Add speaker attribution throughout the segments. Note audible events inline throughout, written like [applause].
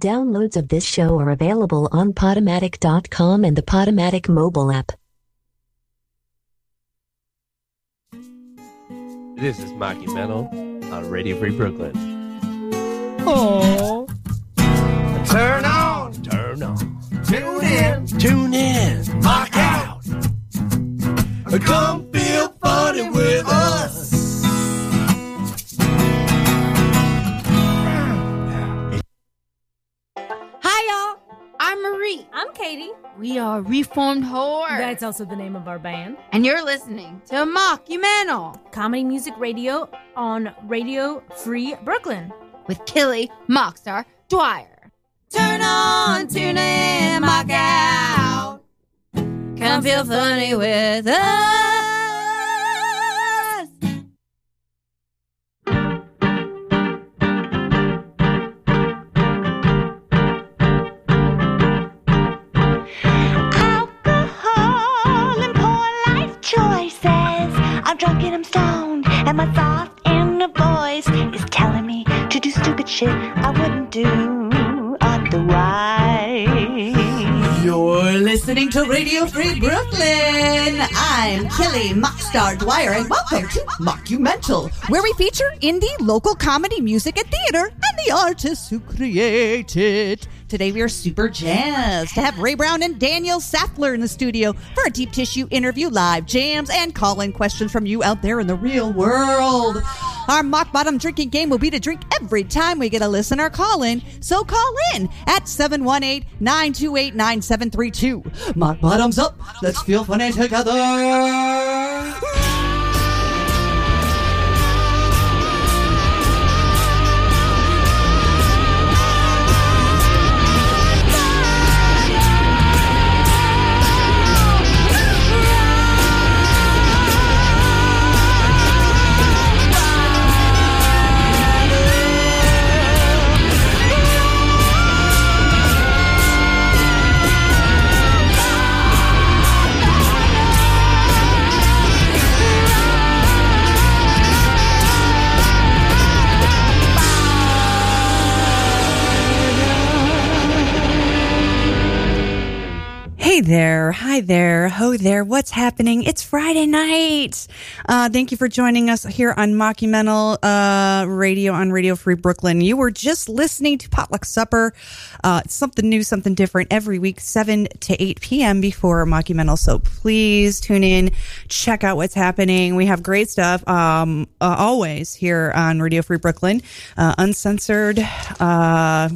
Speaker 1: Downloads of this show are available on Podomatic.com and the Podomatic mobile app.
Speaker 2: This is Mocky Metal on Radio Free Brooklyn.
Speaker 3: Oh.
Speaker 2: Turn on, turn on,
Speaker 4: Tune in,
Speaker 2: tune in.
Speaker 4: lock out. Come feel funny with us.
Speaker 3: Hi, y'all. I'm Marie.
Speaker 5: I'm Katie.
Speaker 3: We are Reformed Whore.
Speaker 5: That's also the name of our band.
Speaker 3: and you're listening to Mockumental
Speaker 5: Comedy Music Radio on Radio Free Brooklyn.
Speaker 3: with Killy Mockstar Dwyer. Turn on, tune in, mock out. Come feel funny with us.
Speaker 6: alcohol and poor life choices. I'm drunk and I'm stoned, and my soft inner voice is telling me to do stupid shit I wouldn't do otherwise.
Speaker 7: You're listening to Radio Free Brooklyn. I'm Kelly Mockstar Dwyer, and welcome to Mockumental, where we feature indie, local comedy, music, and theater, and the artists who create it. Today we are super jazzed to have Ray Brown and Daniel Saffler in the studio for a deep tissue interview, live jams, and call-in questions from you out there in the real world. Our mock bottom drinking game will be to drink every time we get a listener call in. So call in at 718-928-9732. Mock bottoms up. Let's feel funny together.
Speaker 8: Hey there, hi there, ho there, what's happening? It's Friday night. Uh, thank you for joining us here on Mockumental uh, Radio on Radio Free Brooklyn. You were just listening to Potluck Supper. Uh, it's something new, something different every week, 7 to 8 p.m. before Mockumental. So please tune in, check out what's happening. We have great stuff um, uh, always here on Radio Free Brooklyn, uh, uncensored. Uh,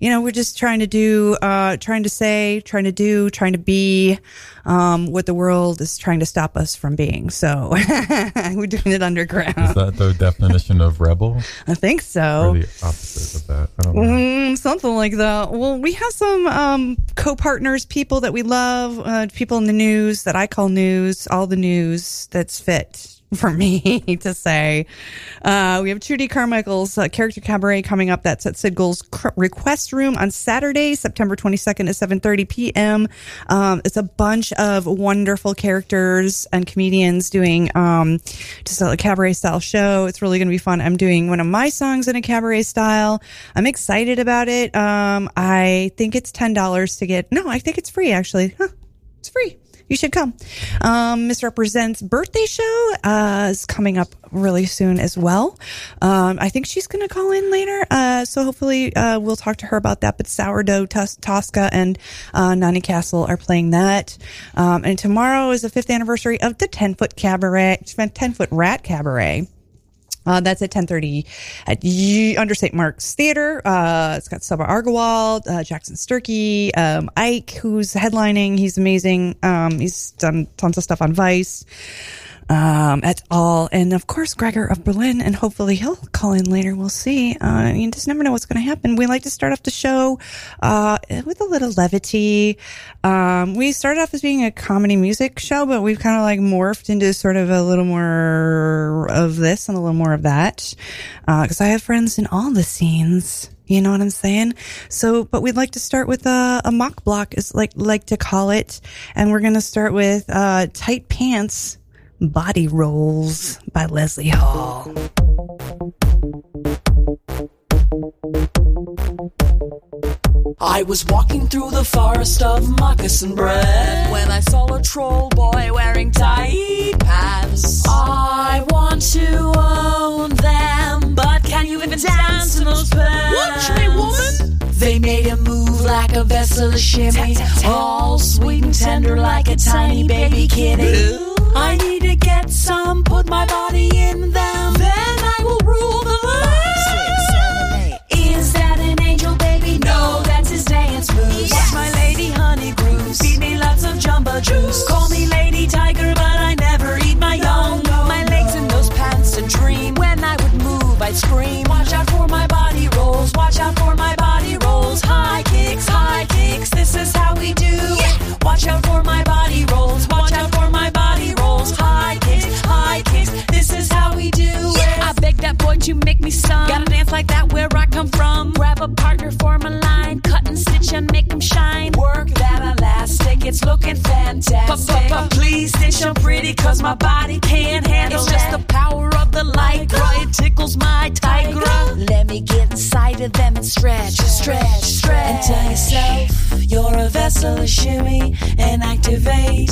Speaker 8: you know, we're just trying to do, uh, trying to say, trying to do, trying to be um, what the world is trying to stop us from being. So [laughs] we're doing it
Speaker 9: Is
Speaker 8: underground.
Speaker 9: that the definition
Speaker 8: [laughs]
Speaker 9: of rebel
Speaker 8: I think
Speaker 9: or
Speaker 8: so.
Speaker 9: the opposite of that? I don't know.
Speaker 8: Mm, something like that. Well, we have some um, co partners, people that we love, uh, people in the news that I call news, all the news that's fit for me [laughs] to say. Uh, we have Trudy Carmichael's uh, Character Cabaret coming up. That's at Sid Gold's cr- Request Room on Saturday, September 22nd at 7.30 p.m. Um, it's a bunch of wonderful characters and comedians doing um, just a cabaret style show. It's really going to be fun. I'm doing one of my songs in a cabaret style. I'm excited about it. Um, I think it's $10 to get, no, I think it's free actually. Huh. It's free. You should come. Um, Misrepresents birthday show uh, is coming up really soon as well. Um, I think she's going to call in later, uh, so hopefully uh, we'll talk to her about that. But sourdough Tos- Tosca and uh, Nani Castle are playing that. Um, and tomorrow is the fifth anniversary of the Ten Foot Cabaret, Ten Foot Rat Cabaret. Uh, that's at 10.30 at Ye- under St. Mark's Theater. Uh, it's got Saba Argawal, uh, Jackson Sturkey, um, Ike, who's headlining. He's amazing. Um, he's done tons of stuff on Vice um, at all. And of course, Gregor of Berlin, and hopefully he'll call in later. We'll see. Uh, you just never know what's going to happen. We like to start off the show uh, with a little levity. Um, we started off as being a comedy music show, but we've kind of like morphed into sort of a little more of this and a little more of that. Because I have friends in all the scenes. You know what I'm saying? So, but we'd like to start with a, a mock block, is like like to call it, and we're gonna start with uh, tight pants Body Rolls by Leslie Hall.
Speaker 10: I was walking through the forest of moccasin bread when I saw a troll boy wearing tight pants. I want to own them, but can you even dance in those pants? Watch me, woman! They made him move like a vessel of shimmy, all sweet and tender like a tiny baby kitty. I need to get some, put my body in them, then I will rule the land. Is that an angel, baby? No, that's his dance moves. Watch my lady honey grooves. Feed me lots of jumbo juice. Call me lady tiger, but I never eat my young. my legs in those pants to dream. When I would move, I'd scream. Watch out for my body rolls. Watch out for my body rolls. High kicks, high kicks. This is how we do. it. Watch out for my body rolls. Watch out for my body rolls. High kicks, high kicks. This is how we do. it. I beg that boy to make me some. Gotta dance like that where I come from. Grab a partner, form a line. Cut and stitch and make them shine. Work that elastic, it's looking fantastic. But please stitch them pretty, cause my body can't handle It's just the power of the lycra, it tickles my tigra. Let me get inside of them and stretch, stretch, stretch. And tell yourself you're a vessel of shimmy and activate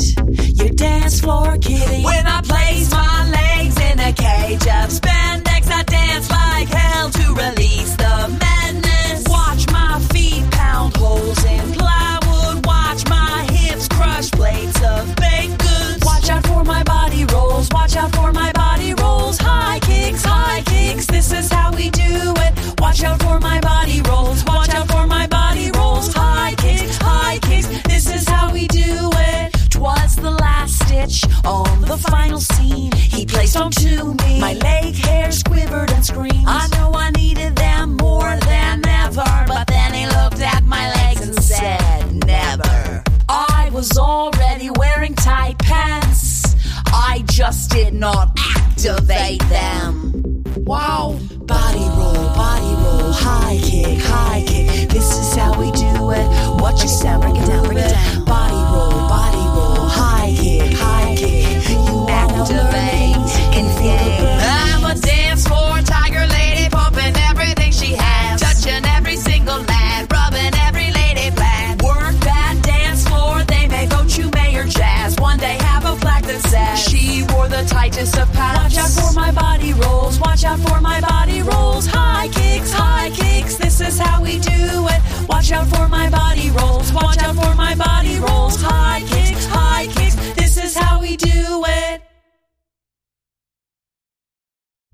Speaker 10: your dance floor kitty. When I place my legs in a cage of spandex, I dance like hell to release the madness. Watch my feet pound holes in plywood. Watch my hips crush plates of baked goods. Watch out for my body rolls. Watch out for my body rolls. High kicks, high kicks. This is how we do it. Watch out for my body rolls. Watch out for my body rolls. High kicks, high kicks. This is how we do it. Twas the last stitch on the final scene. He placed on to me. My leg hairs quivered and screamed. I know I needed them more than ever. But then he looked at my legs and said, Never. I was already wearing tight pants. I just did not activate them. Wow. Body roll, body roll, high kick, high kick. This is how we do it. Watch your sound, break it down, break it down. Body roll, body roll, high kick, high kick. You activate anything. I'm a dance floor tiger lady, pumping everything she has, touching every single man, rubbing every lady flat. Work that dance floor, they may vote you mayor jazz. One day have a flag that says she wore the tightest of pants. Watch out for my body rolls, watch out for my body rolls. High kicks, high kicks, this is how we do it. Watch out for my body rolls, watch out for my body rolls. High kicks, high kicks, this is how we do it.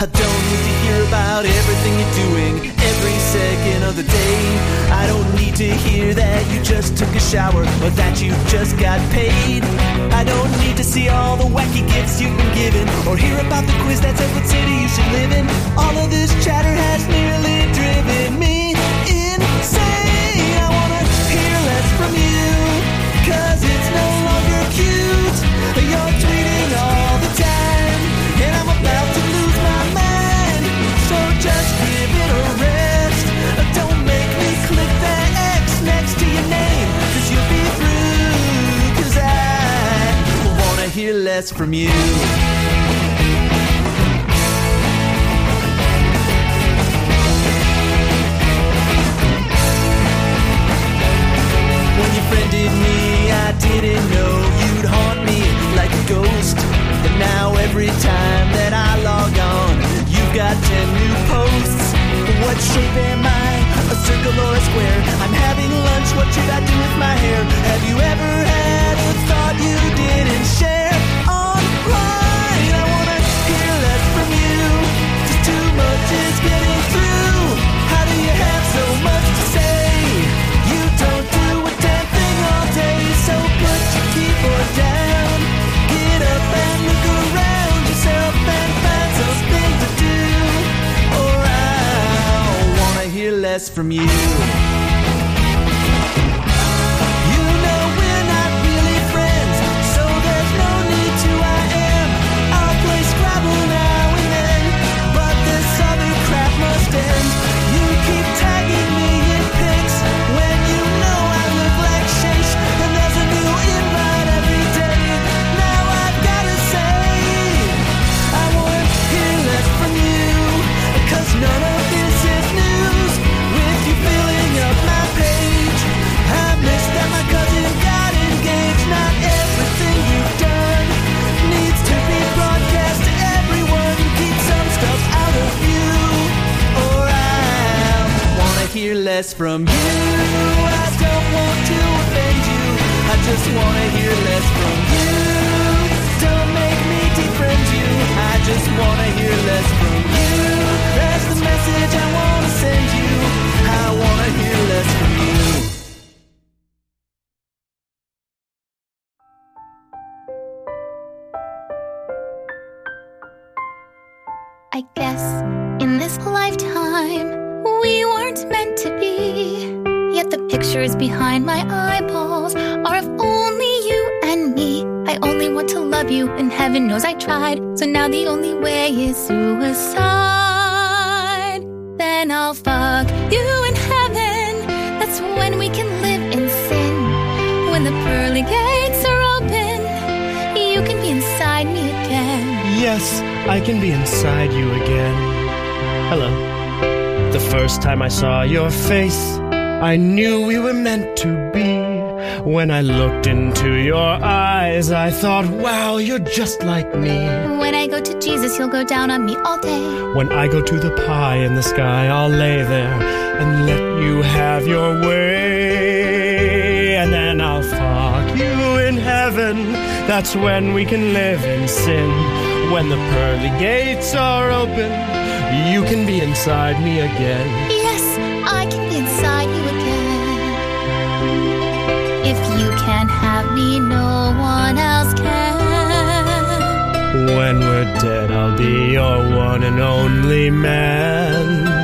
Speaker 4: I don't need to hear about everything you're doing every second of the day. I don't need to hear that you just took a shower or that you just got paid. I don't need to see all the wacky gifts you've been given or hear about the quiz that's at what city you should live in. All of this chatter has nearly driven me insane. I wanna hear less from you, cause it's no longer cute. You're tweeting all the time, and I'm about to lose my mind. So just give it a rest. Don't make me click the X next to your name, cause you'll be through. Cause I wanna hear less from you. When you friended me, I didn't know you'd haunt me like a ghost. But now every time that I log on, you've got ten new posts. What shape am I? A circle or a square? I'm having lunch, what should I do with my hair? Have you ever had a thought you didn't share? Online, I wanna hear less from you. Just too much is getting through. How do you have so much to say? You don't do a damn thing all day, so put your keyboard down. Get up and look around yourself and find something to do. Or I wanna hear less from you. You know we're not really friends, so there's no need to I am. I'll play Scrabble now and then, but this other crap must end. You keep tagging me in pics when you know I look like shit, and there's a new invite every day. Now I've gotta say, I want to hear less from you, 'cause none of this is news. With you feeling less from you. I don't want to offend you. I just want to hear less from you. Don't make me defriend you. I just want to hear less from you. That's the message I want to send you. I want to hear less from you.
Speaker 11: I guess in this lifetime we weren't meant to be. Yet the pictures behind my eyeballs are of only you and me. I only want to love you, and heaven knows I tried. So now the only way is suicide. Then I'll fuck you in heaven. That's when we can live in sin. When the pearly gates are open, you can be inside me again.
Speaker 12: Yes, I can be inside you again. Hello. The first time I saw your face, I knew we were meant to be. When I looked into your eyes, I thought, wow, you're just like me.
Speaker 11: When I go to Jesus, he'll go down on me all day.
Speaker 12: When I go to the pie in the sky, I'll lay there and let you have your way. And then I'll fuck you in heaven. That's when we can live in sin. When the pearly gates are open, you can be inside me again.
Speaker 11: Yes, I can be inside you again. If you can have me, no one else can.
Speaker 12: When we're dead, I'll be your one and only man.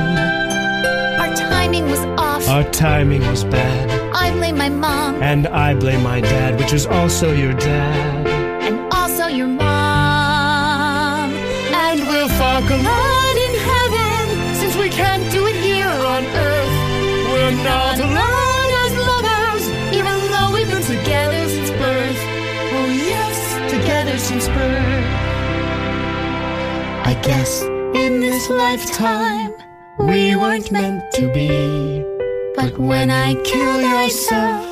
Speaker 11: Our timing was off.
Speaker 12: Our timing was bad,
Speaker 11: I blame my mom
Speaker 12: and I blame my dad, which is also your dad.
Speaker 11: and also your mom. And we'll fuck a lot in heaven since we can't do it here on earth. We're not alone as lovers, even though we've been together since birth. Oh, yes, together since birth.
Speaker 12: I guess in this lifetime we weren't meant to be.
Speaker 11: But when I kill yourself,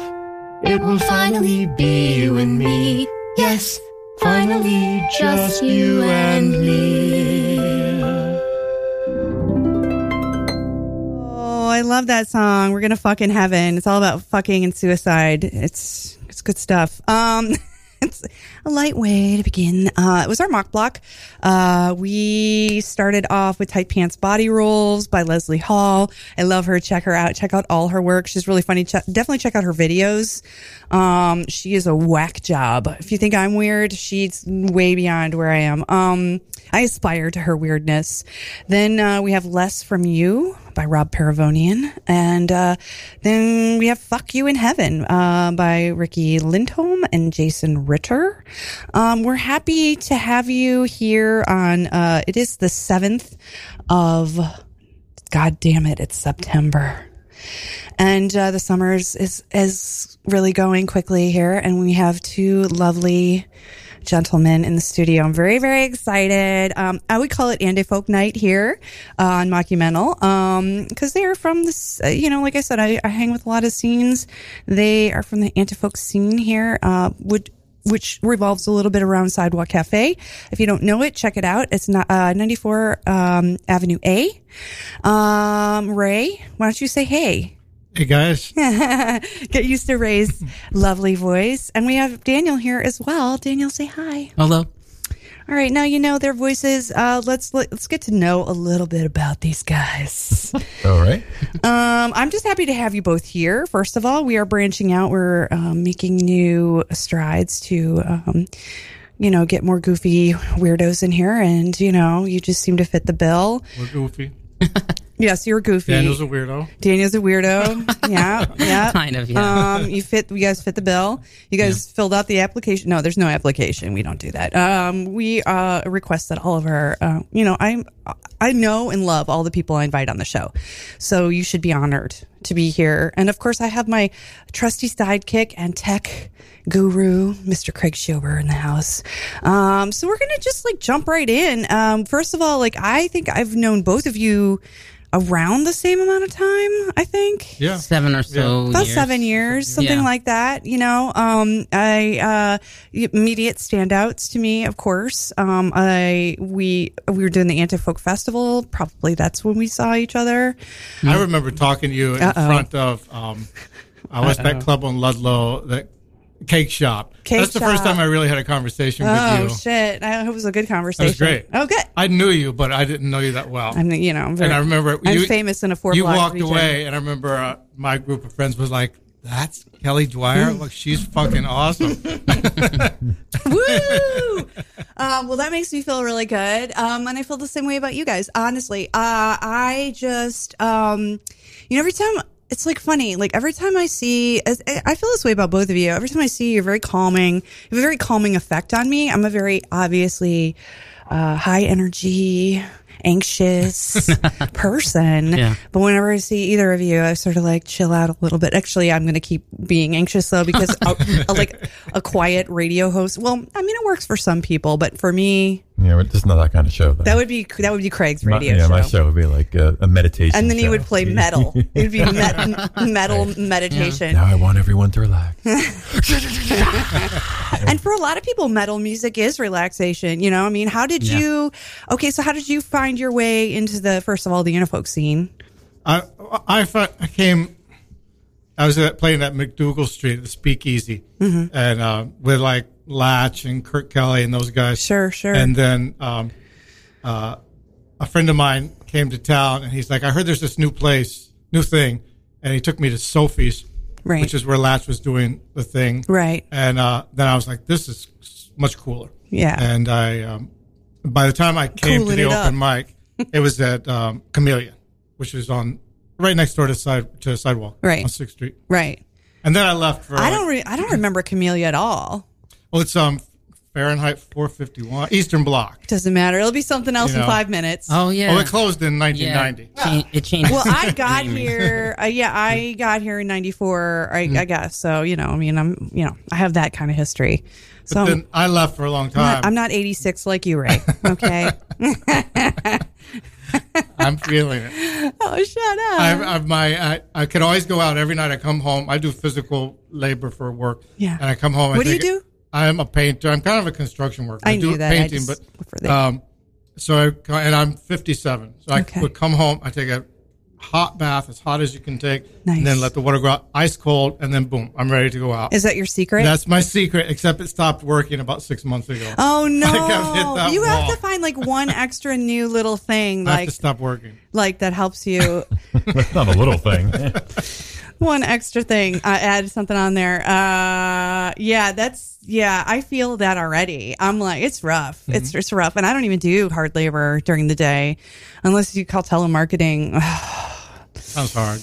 Speaker 12: it will finally be you and me. Yes, finally just you and me.
Speaker 8: Oh, I love that song. We're gonna fuck in heaven. It's all about fucking and suicide. It's it's good stuff. Um, [laughs] it's a light way to begin. Uh, it was our mock block. Uh, we started off with Tight Pants Body Rolls by Leslie Hall. I love her. Check her out. Check out all her work. She's really funny. Che- definitely check out her videos. Um, she is a whack job. If you think I'm weird, she's way beyond where I am. Um, I aspire to her weirdness. Then uh, we have Less from You by Rob Paravonian. And uh, then we have Fuck You in Heaven uh, by Ricky Lindholm and Jason Ritter. Um, we're happy to have you here on, uh, it is the 7th of, God damn it, it's September. And uh, the summers is is really going quickly here, and we have two lovely gentlemen in the studio. I'm very very excited. Um, I would call it Andy Folk Night here uh, on Mockumental because they are from this. Uh, you know, like I said, I, I hang with a lot of scenes. They are from the anti folk scene here. Uh, would which revolves a little bit around Sidewalk Cafe. If you don't know it, check it out. It's not, uh, 94 um, Avenue A. Um, Ray, why don't you say hey?
Speaker 13: Hey
Speaker 8: [laughs]
Speaker 13: guys,
Speaker 8: Get used to
Speaker 13: [laughs]
Speaker 8: Ray's lovely voice. And we have Daniel here as well. Daniel, say hi.
Speaker 13: hello.
Speaker 8: All right, now you know their voices. Uh, let's let, let's get to know a little bit about these
Speaker 13: [laughs]
Speaker 8: guys.
Speaker 9: All right.
Speaker 8: Um, I'm just happy to have you both here. First of all, we are branching out. We're um, making new strides to, um, you know, get more goofy weirdos in here, and you know, you just seem to fit the bill.
Speaker 13: We're goofy.
Speaker 8: Yes, you're goofy.
Speaker 13: Daniel's a weirdo.
Speaker 8: Daniel's a
Speaker 13: [laughs]
Speaker 8: weirdo. yeah, yeah.
Speaker 14: [laughs] Kind of, yeah.
Speaker 8: Um, you fit. You guys fit the bill. You guys filled out the application. No, there's no application. We don't do that. Um, we uh, request that all of our. Uh, you know, I'm. I know and love all the people I invite on the show, so you should be honored to be here. And of course, I have my trusty sidekick and tech guru, Mr. Craig Schober, in the house. Um, so we're gonna just like jump right in. Um, first of all, like I think I've known both of you around the same amount of time, I think.
Speaker 13: Yeah. Seven or so.
Speaker 8: About
Speaker 13: years.
Speaker 8: seven years, something
Speaker 13: Yeah.
Speaker 8: like that. You know, um, I uh, immediate standouts to me, of course. Um, I we we were doing the Anti Folk Festival. Probably that's when we saw each other.
Speaker 13: I remember talking to you in
Speaker 8: Uh-oh.
Speaker 13: front of um, uh, what's
Speaker 8: Uh-oh.
Speaker 13: that club on Ludlow? That cake shop.
Speaker 8: Cake
Speaker 13: That's the first
Speaker 8: shop.
Speaker 13: time I really had a conversation
Speaker 8: Oh
Speaker 13: with you.
Speaker 8: shit! I, it was a good
Speaker 13: That
Speaker 8: conversation.
Speaker 13: was great.
Speaker 8: Oh, good.
Speaker 13: I knew you, but I didn't know you that well.
Speaker 8: I'm, you know, I'm very-
Speaker 13: and I remember
Speaker 8: I'm
Speaker 13: you,
Speaker 8: famous in a four
Speaker 13: You
Speaker 8: block
Speaker 13: walked
Speaker 8: region.
Speaker 13: away, and I remember uh, my group of friends was like, "That's Kelly Dwyer. Look, she's fucking
Speaker 8: [laughs]
Speaker 13: awesome."
Speaker 8: Uh, well, that makes me feel really good. Um, and I feel the same way about you guys, honestly. Uh, I just, um, you know, every time it's like funny, like every time I see, as- eh, I feel this way about both of you. Every time I see you, you're very calming, you have a very calming effect on me. I'm a very obviously uh, high energy, anxious person.
Speaker 11: Yeah.
Speaker 8: But whenever I see either of you, I sort of like chill out a little bit. Actually, I'm going to keep being anxious though because a, a, like a quiet radio host. Well, I mean, it works for some people, but for me,
Speaker 9: Yeah, but it's not that kind of show. Though.
Speaker 8: that would be that would be Craig's
Speaker 9: My-
Speaker 8: radio
Speaker 9: yeah,
Speaker 8: show.
Speaker 9: my show would be like a, a meditation.
Speaker 8: and then he
Speaker 9: show.
Speaker 8: would
Speaker 13: [laughs]
Speaker 8: play metal. It would be met, metal meditation.
Speaker 9: Now I want everyone
Speaker 8: [laughs]
Speaker 9: to relax.
Speaker 8: and for a lot of people, metal music is relaxation. You know, I mean, how did
Speaker 13: Yeah.
Speaker 8: you? Okay, so how did you find your way into the first of all the Unifolk scene?
Speaker 13: I I, fi- I came. I was at, playing at McDougal Street, the Speakeasy,
Speaker 8: Mhm.
Speaker 13: and uh, with like Latch and Kirk Kelly and those guys.
Speaker 8: Sure, sure.
Speaker 13: And then um, uh, a friend of mine came to town, and he's like, "I heard there's this new place, new thing," and he took me to Sophie's,
Speaker 8: Right.
Speaker 13: which is where Latch was doing the thing,
Speaker 8: Right.
Speaker 13: And uh, then I was like, "This is s- much cooler."
Speaker 8: Yeah.
Speaker 13: And I, um, by the time I came
Speaker 8: Cooling
Speaker 13: to the
Speaker 8: it
Speaker 13: open
Speaker 8: up.
Speaker 13: mic, it was at um, Chameleon, which was on right next door to side to sidewalk,
Speaker 8: Right.
Speaker 13: on Sixth Street,
Speaker 8: Right.
Speaker 13: And then I left for
Speaker 8: I don't. Re- I don't remember Camellia at all.
Speaker 13: well, it's um Fahrenheit 451 Eastern Block.
Speaker 8: Doesn't matter. It'll be something else
Speaker 13: You
Speaker 8: in
Speaker 13: know.
Speaker 8: five minutes.
Speaker 13: Oh, it closed in 1990.
Speaker 8: It changed. Well, [laughs] I got here. Mm-hmm. Uh, [laughs] yeah, I got here in '94. I, I guess so. You know, I mean, I'm. You know, I have that kind of history.
Speaker 13: But
Speaker 8: So
Speaker 13: then I left for a long
Speaker 8: I'm
Speaker 13: time.
Speaker 8: not, I'm not 86 like you,
Speaker 13: [laughs]
Speaker 8: Ray. Okay. [laughs]
Speaker 13: [laughs] I'm feeling it.
Speaker 8: oh, shut up.
Speaker 13: I, I, my, I, I could always go out every night. I come home. I do physical labor for work.
Speaker 8: Yeah.
Speaker 13: And I come home. I
Speaker 8: What do you
Speaker 13: take-
Speaker 8: do?
Speaker 13: I'm a painter. I'm kind of a construction worker.
Speaker 8: I
Speaker 13: do
Speaker 8: knew that. I
Speaker 13: painting,
Speaker 8: just-
Speaker 13: but um, so I, co- and I'm 57. So I would come home. I take a hot bath, as hot as you can take,
Speaker 8: Nice.
Speaker 13: and then let the water go out, ice cold, and then boom, I'm ready to go out.
Speaker 8: Is that your secret?
Speaker 13: That's my secret. Except it stopped working about six months ago. [laughs]
Speaker 8: Oh no!
Speaker 13: I kept hit that
Speaker 8: you have
Speaker 13: wall.
Speaker 8: to find like one extra new little thing,
Speaker 13: I have
Speaker 8: like
Speaker 13: to stop working.
Speaker 8: like that helps you
Speaker 9: That's not a little
Speaker 8: [laughs]
Speaker 9: thing.
Speaker 8: one extra thing i add something on there uh yeah that's yeah i feel that already i'm like it's rough it's it's rough and i don't even do hard labor during the day unless you call telemarketing
Speaker 13: Sounds hard.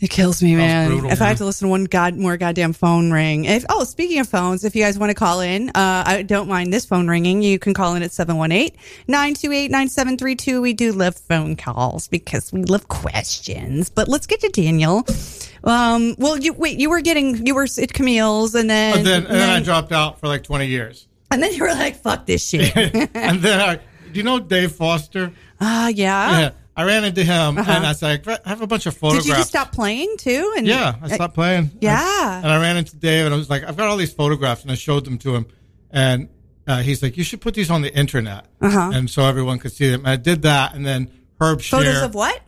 Speaker 8: It kills me, man.
Speaker 13: brutal,
Speaker 8: if I have
Speaker 13: man.
Speaker 8: to listen to one god more goddamn phone ring. If oh, speaking of phones, if you guys want to call in, uh, I don't mind this phone ringing. You can call in at 718-928-9732. We do love phone calls because we love questions. But let's get to Daniel. Um, well, you wait, you were getting you were at Camille's and then
Speaker 13: And then, and then I dropped out for like 20 years.
Speaker 8: and then you were like, fuck this shit.
Speaker 13: [laughs] and then I, do you know Dave Foster?
Speaker 8: Ah,
Speaker 13: Yeah,
Speaker 8: yeah.
Speaker 13: I ran into him
Speaker 8: Uh-huh.
Speaker 13: and I was like, I have a bunch of photographs.
Speaker 8: Did you just stop playing too? And uh,
Speaker 13: yeah, I stopped playing.
Speaker 8: Yeah.
Speaker 13: And I ran into Dave and I was like, I've got all these photographs and I showed them to him. And uh, he's like, You should put these on the internet.
Speaker 8: Uh-huh.
Speaker 13: And so everyone could see them. And I did that. And then Herb
Speaker 8: Photos
Speaker 13: Shear-
Speaker 8: of what?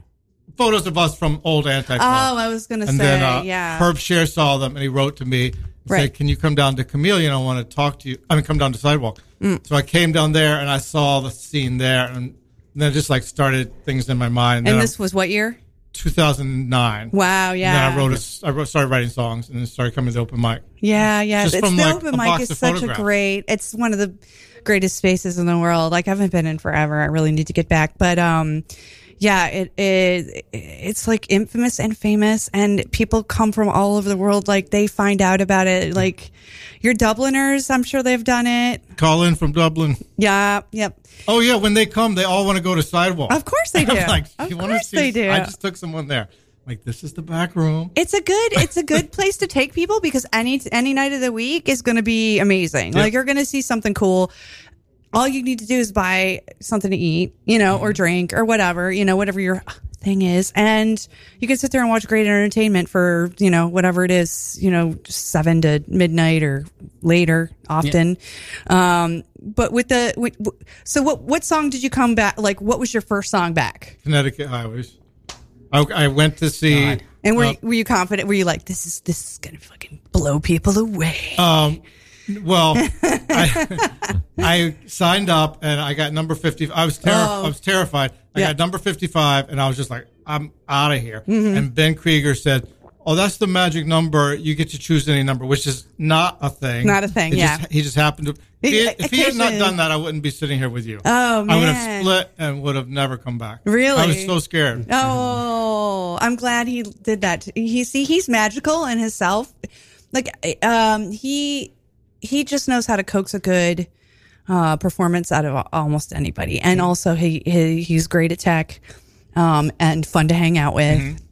Speaker 13: Photos of us from old anti
Speaker 8: Oh, I was gonna
Speaker 13: and
Speaker 8: say,
Speaker 13: then uh,
Speaker 8: yeah.
Speaker 13: Herb Shear saw them and he wrote to me, and
Speaker 8: Right.
Speaker 13: said, Can you come down to Chameleon? I want to talk to you. I mean, come down to Sidewalk.
Speaker 8: Mm.
Speaker 13: So I came down there and I saw the scene there and, and then just like started things in my mind.
Speaker 8: and
Speaker 13: then
Speaker 8: this was what year?
Speaker 13: 2009.
Speaker 8: Wow,
Speaker 13: And
Speaker 8: yeah.
Speaker 13: then I wrote, a s I wrote, started writing songs and then started coming to the open mic.
Speaker 8: Yeah, yeah.
Speaker 13: Just
Speaker 8: it's
Speaker 13: from,
Speaker 8: the
Speaker 13: like,
Speaker 8: open
Speaker 13: a
Speaker 8: mic
Speaker 13: box
Speaker 8: is
Speaker 13: of
Speaker 8: such a
Speaker 13: photographs.
Speaker 8: great. It's one of the greatest spaces in the world. Like I haven't been in forever. I really need to get back, but um, yeah, it is. it's like infamous and famous, and people come from all over the world. Like they find out about it. Like your Dubliners, I'm sure they've done it.
Speaker 13: Call in from Dublin.
Speaker 8: Yeah, yep.
Speaker 13: Oh, yeah. When they come, they all want to go to Sidewalk.
Speaker 8: Of course they do.
Speaker 13: Oh. [laughs] I'm like,
Speaker 8: Of
Speaker 13: "You wanna
Speaker 8: course
Speaker 13: see
Speaker 8: they
Speaker 13: s-
Speaker 8: do."
Speaker 13: I just took someone there. Like, this is the back room.
Speaker 8: It's a good it's a good place to take people because any any night of the week is going to be amazing.
Speaker 13: Yeah.
Speaker 8: Like you're going to see something cool. all you need to do is buy something to eat, you know, or drink or whatever, you know, whatever your thing is. And you can sit there and watch great entertainment for, you know, whatever it is, you know, seven to midnight or later often. Um, but with the, with, so what, what song did you come back? Like, what was your first song back?
Speaker 13: Connecticut highways. I, I went to see.
Speaker 8: And were,
Speaker 13: uh,
Speaker 8: were you confident? Were you like, this is, this is going to fucking blow people away?
Speaker 13: Um,
Speaker 8: [laughs]
Speaker 13: well, I, I signed up and I got number fifty. I was terri-
Speaker 12: Oh.
Speaker 13: I was terrified. I
Speaker 12: Yeah.
Speaker 13: got number fifty-five, and I was just like, "I'm out of here."
Speaker 8: Mm-hmm.
Speaker 12: Mhm.
Speaker 13: And Ben Krieger said, "Oh, that's the magic number. You get to choose any number, which is not a thing.
Speaker 8: Not a thing,
Speaker 13: It
Speaker 8: yeah.
Speaker 13: just, he just happened to. If he,
Speaker 8: It-
Speaker 13: if he had not
Speaker 8: occasionally-
Speaker 13: done that, I wouldn't be sitting here with you.
Speaker 8: Oh,
Speaker 13: I would
Speaker 8: man.
Speaker 13: have split and would have never come back.
Speaker 8: Really?
Speaker 13: I was so scared.
Speaker 8: Oh, I'm glad he did that. He see he's magical in himself. Like um he he just knows how to coax a good uh performance out of al- almost anybody. And also he, he he's great at tech um and fun to hang out with.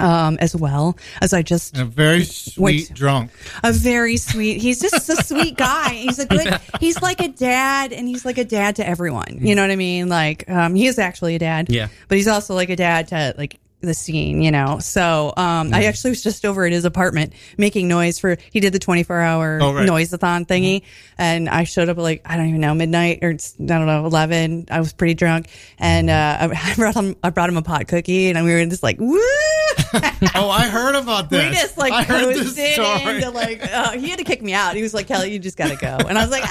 Speaker 8: Um, as well as I just
Speaker 13: And a very sweet
Speaker 8: Wait.
Speaker 13: [laughs] drunk.
Speaker 8: a very sweet. He's just a
Speaker 14: [laughs]
Speaker 8: sweet guy. He's a good. He's like a dad, and he's like a dad to everyone. You know what I mean? Like, um, he is actually a dad.
Speaker 14: Mm. Yeah.
Speaker 8: But he's also like a dad to like the scene. You know. So, um,
Speaker 14: Mm-hmm.
Speaker 8: I actually was just over at his apartment making noise for. He did the twenty four hour
Speaker 14: Oh, right. Mm-hmm.
Speaker 8: noise-a-thon thingy, and I showed up at like I don't even know midnight or it's- I don't know eleven. I was pretty drunk, and uh, I brought him. I brought him a pot cookie, and we were just like woo.
Speaker 13: oh, I heard about
Speaker 8: We
Speaker 13: this.
Speaker 8: just like
Speaker 13: I heard this
Speaker 8: coasted
Speaker 13: story.
Speaker 8: into like uh, he had to kick me out. He was like, "Kelly, you just gotta go," and I was like,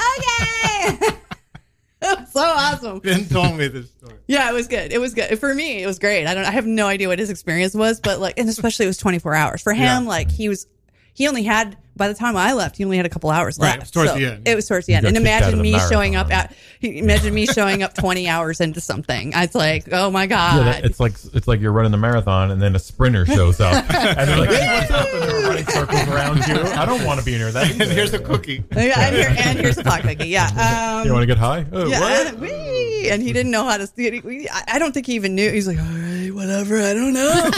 Speaker 8: "Okay." [laughs] so awesome.
Speaker 13: Ben told me this story.
Speaker 8: Yeah, it was good. It was good for me. It was great. I don't. I have no idea what his experience was, but like, and especially it was twenty four hours for him.
Speaker 14: Yeah.
Speaker 8: Like he was, he only had by the time I left, he only had a couple hours
Speaker 14: Right, it
Speaker 8: left.
Speaker 14: was towards the end.
Speaker 8: It was towards the
Speaker 14: You
Speaker 8: end,
Speaker 14: got
Speaker 8: and
Speaker 14: kicked out of
Speaker 8: imagine
Speaker 14: the
Speaker 8: me
Speaker 14: marathon.
Speaker 8: showing up at. Imagine me showing up twenty hours into something. I was like, "Oh my god."
Speaker 9: Yeah, that, it's like it's like you're running the marathon and then a sprinter shows up
Speaker 8: [laughs]
Speaker 9: and they're like, "Hey, what's up?" And they're running circles around you. I don't want to be near that.
Speaker 13: Here's a cookie.
Speaker 8: Oh, Yeah, and, here, and here's a pot cookie. Yeah. Um,
Speaker 9: [laughs] you want to get high? Oh,
Speaker 8: yeah,
Speaker 9: what?
Speaker 8: And, wee, and he didn't know how to. he- I I don't think he even knew. He's like, all right, whatever. I don't know.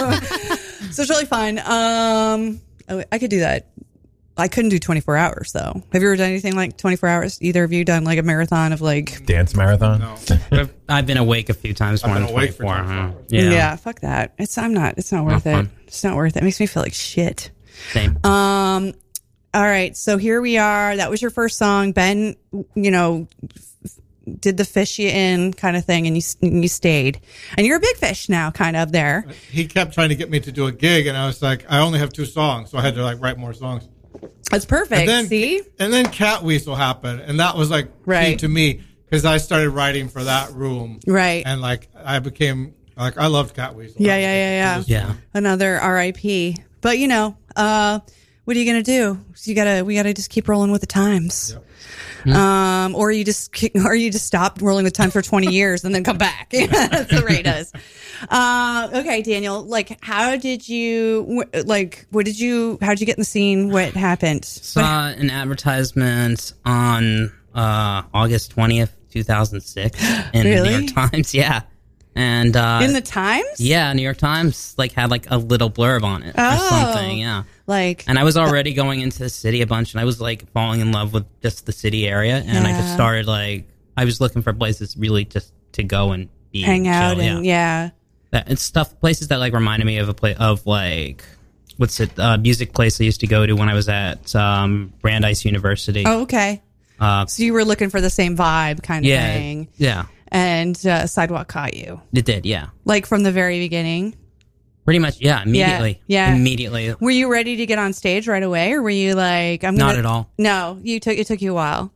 Speaker 8: so it's really fun. Um, I I could do that. I couldn't do 24 hours though. Have you ever done anything like 24 hours? Either of you done like a marathon of like?
Speaker 9: Dance marathon.
Speaker 14: I've, I've been awake a few times
Speaker 9: I've
Speaker 14: more
Speaker 9: been
Speaker 14: than
Speaker 9: awake for
Speaker 14: 24. huh?
Speaker 8: Yeah.
Speaker 14: Yeah.
Speaker 8: fuck that. It's I'm not. It's not worth it.
Speaker 14: fun.
Speaker 8: It's not worth it. It makes me feel like shit.
Speaker 14: Same.
Speaker 8: Um, all right. So here we are. That was your first song. Ben, you know, f- did the fish you in kind of thing and you, s- and you stayed. And you're a big fish now, kind of there.
Speaker 13: [laughs] he kept trying to get me to do a gig, and I was like, I only have two songs, so I had to like write more songs.
Speaker 8: That's perfect.
Speaker 13: And then,
Speaker 8: See?
Speaker 13: and then Cat Weasel happened, and that was like key
Speaker 8: Right.
Speaker 13: to me because I started writing for that room,
Speaker 8: Right.
Speaker 13: And like I became like I loved Cat Weasel.
Speaker 8: Yeah, yeah, yeah, yeah.
Speaker 13: Yeah.
Speaker 8: Another RIP. But you know, uh, what are you gonna do? You gotta, we gotta just keep rolling with the times. Um, or you just, ki- or you just stop rolling with time for twenty years and then come back. [laughs] That's what Ray does. Uh, okay, Daniel. Like, how did you? wh- Like, what did you? How did you get in the scene? What happened?
Speaker 14: Saw an advertisement on uh, August 20th,
Speaker 8: [gasps]
Speaker 14: 2006 in the
Speaker 8: Really?
Speaker 14: New York Times. [laughs] Yeah. And uh,
Speaker 8: in the Times?
Speaker 14: Yeah, New York Times like had like a little blurb on it
Speaker 8: Oh.
Speaker 14: or something. Yeah.
Speaker 8: Like,
Speaker 14: And I was already going into the city a bunch, and I was like falling in love with just the city area, and I just
Speaker 8: Yeah.
Speaker 14: started like I was looking for places really just to go and be
Speaker 8: hang out
Speaker 14: chill,
Speaker 8: and yeah.
Speaker 14: That, and stuff places that like reminded me of a place of like what's it uh, music place I used to go to when I was at um, Brandeis University.
Speaker 8: Oh, okay.
Speaker 14: uh,
Speaker 8: So you were looking for the same vibe, kind of
Speaker 14: yeah,
Speaker 8: thing.
Speaker 14: yeah,
Speaker 8: And uh, sidewalk caught you.
Speaker 14: it did, yeah,
Speaker 8: like from the very beginning.
Speaker 14: pretty much, yeah, immediately,
Speaker 8: yeah.
Speaker 14: immediately.
Speaker 8: Were you ready to get on stage right away, or were you like, "I'm
Speaker 14: Not
Speaker 8: gonna-
Speaker 14: at all.
Speaker 8: No, you took it took you a while.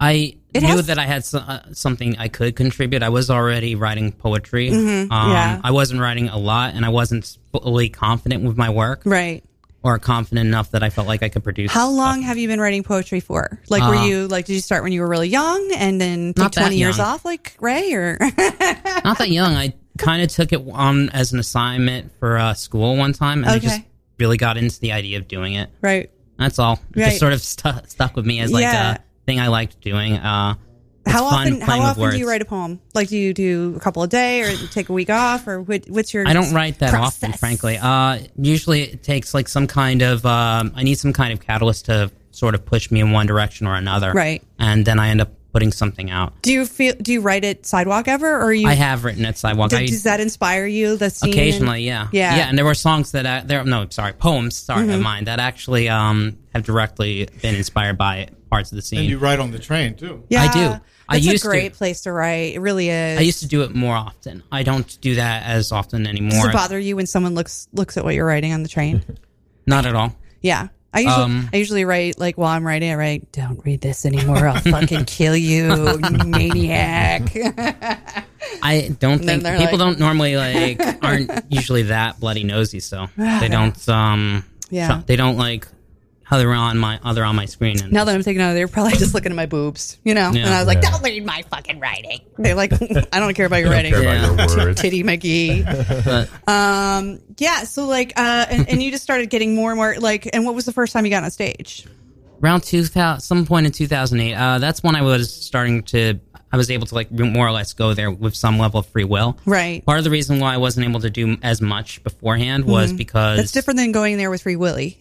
Speaker 14: I
Speaker 8: It
Speaker 14: knew
Speaker 8: has-
Speaker 14: that I had so, uh, something I could contribute. I was already writing poetry.
Speaker 8: Mhm,
Speaker 14: um,
Speaker 8: yeah.
Speaker 14: I wasn't writing a lot, and I wasn't fully confident with my work,
Speaker 8: right?
Speaker 14: Or confident enough that I felt like I could produce.
Speaker 8: How long have you been writing poetry for? Like, were
Speaker 14: Uh,
Speaker 8: you like, did you start when you were really young, and then take
Speaker 14: Not that
Speaker 8: twenty years
Speaker 14: young.
Speaker 8: off, like Ray, or [laughs]
Speaker 14: Not that young. I kind of took it on as an assignment for uh, school one time, and I just
Speaker 8: Okay.
Speaker 14: really got into the idea of doing it.
Speaker 8: right?
Speaker 14: That's all. It
Speaker 8: Right.
Speaker 14: just sort of stu- stuck with me as like
Speaker 8: Yeah.
Speaker 14: a thing I liked doing. Uh, it's
Speaker 8: How
Speaker 14: fun
Speaker 8: often? How
Speaker 14: playing with
Speaker 8: often do you
Speaker 14: words.
Speaker 8: write a poem? Like, do you do a couple a day, or take a week off, or what, what's your?
Speaker 14: I don't write that
Speaker 8: process?
Speaker 14: often, frankly. Uh, usually, it takes like some kind of um, I need some kind of catalyst to sort of push me in one direction or another,
Speaker 8: Right.
Speaker 14: And then I end up putting something out.
Speaker 8: Do you feel? Do you write at sidewalk ever, or are you?
Speaker 14: I have written at sidewalk.
Speaker 8: Does,
Speaker 14: I,
Speaker 8: does that inspire you? The scene?
Speaker 14: occasionally, yeah,
Speaker 8: yeah,
Speaker 14: yeah. And there were songs that I, there. No, sorry, poems. Sorry,
Speaker 8: Mhm.
Speaker 14: of mine that actually um have directly been inspired by parts of the scene.
Speaker 13: And you ride on the train too.
Speaker 14: I do.
Speaker 8: Yeah.
Speaker 14: I
Speaker 8: That's
Speaker 14: used
Speaker 8: a
Speaker 14: to.
Speaker 8: great place to write. It really is.
Speaker 14: I used to do it more often. I don't do that as often anymore.
Speaker 8: Does it bother you when someone looks looks at what you're writing on the
Speaker 14: [laughs]
Speaker 8: train?
Speaker 14: Not at all.
Speaker 8: Yeah. I usually
Speaker 14: Um,
Speaker 8: I usually write like while I'm writing, I write, Don't read this anymore,
Speaker 14: [laughs]
Speaker 8: I'll fucking kill you, you maniac.
Speaker 14: I
Speaker 8: [laughs] And
Speaker 14: don't
Speaker 8: then
Speaker 14: think
Speaker 8: they're
Speaker 14: people
Speaker 8: like-
Speaker 14: don't
Speaker 8: [laughs]
Speaker 14: normally like aren't usually that bloody nosy, so
Speaker 8: [sighs]
Speaker 14: they don't um
Speaker 8: Yeah.
Speaker 14: so- they don't like how they're on my other on my screen and
Speaker 8: now that I'm thinking about it, they're probably just looking at my boobs, you know?
Speaker 14: Yeah.
Speaker 8: And I was like,
Speaker 14: Yeah.
Speaker 8: Don't read my fucking writing. They're like, [laughs] I don't care about your
Speaker 14: I
Speaker 8: writing.
Speaker 14: don't care
Speaker 8: [laughs]
Speaker 14: about your words.
Speaker 8: Titty
Speaker 14: [laughs]
Speaker 8: McGee.
Speaker 14: [laughs] But
Speaker 8: Um yeah, so like uh and, and you just started getting more and more like and what was the first time you got on stage?
Speaker 14: around two thousand some point in two thousand eight, uh that's when I was starting to I was able to like more or less go there with some level of free will.
Speaker 8: Right.
Speaker 14: Part of the reason why I wasn't able to do as much beforehand was
Speaker 8: Mhm.
Speaker 14: because
Speaker 8: That's different than going there with Free
Speaker 14: [sighs]
Speaker 8: Willy.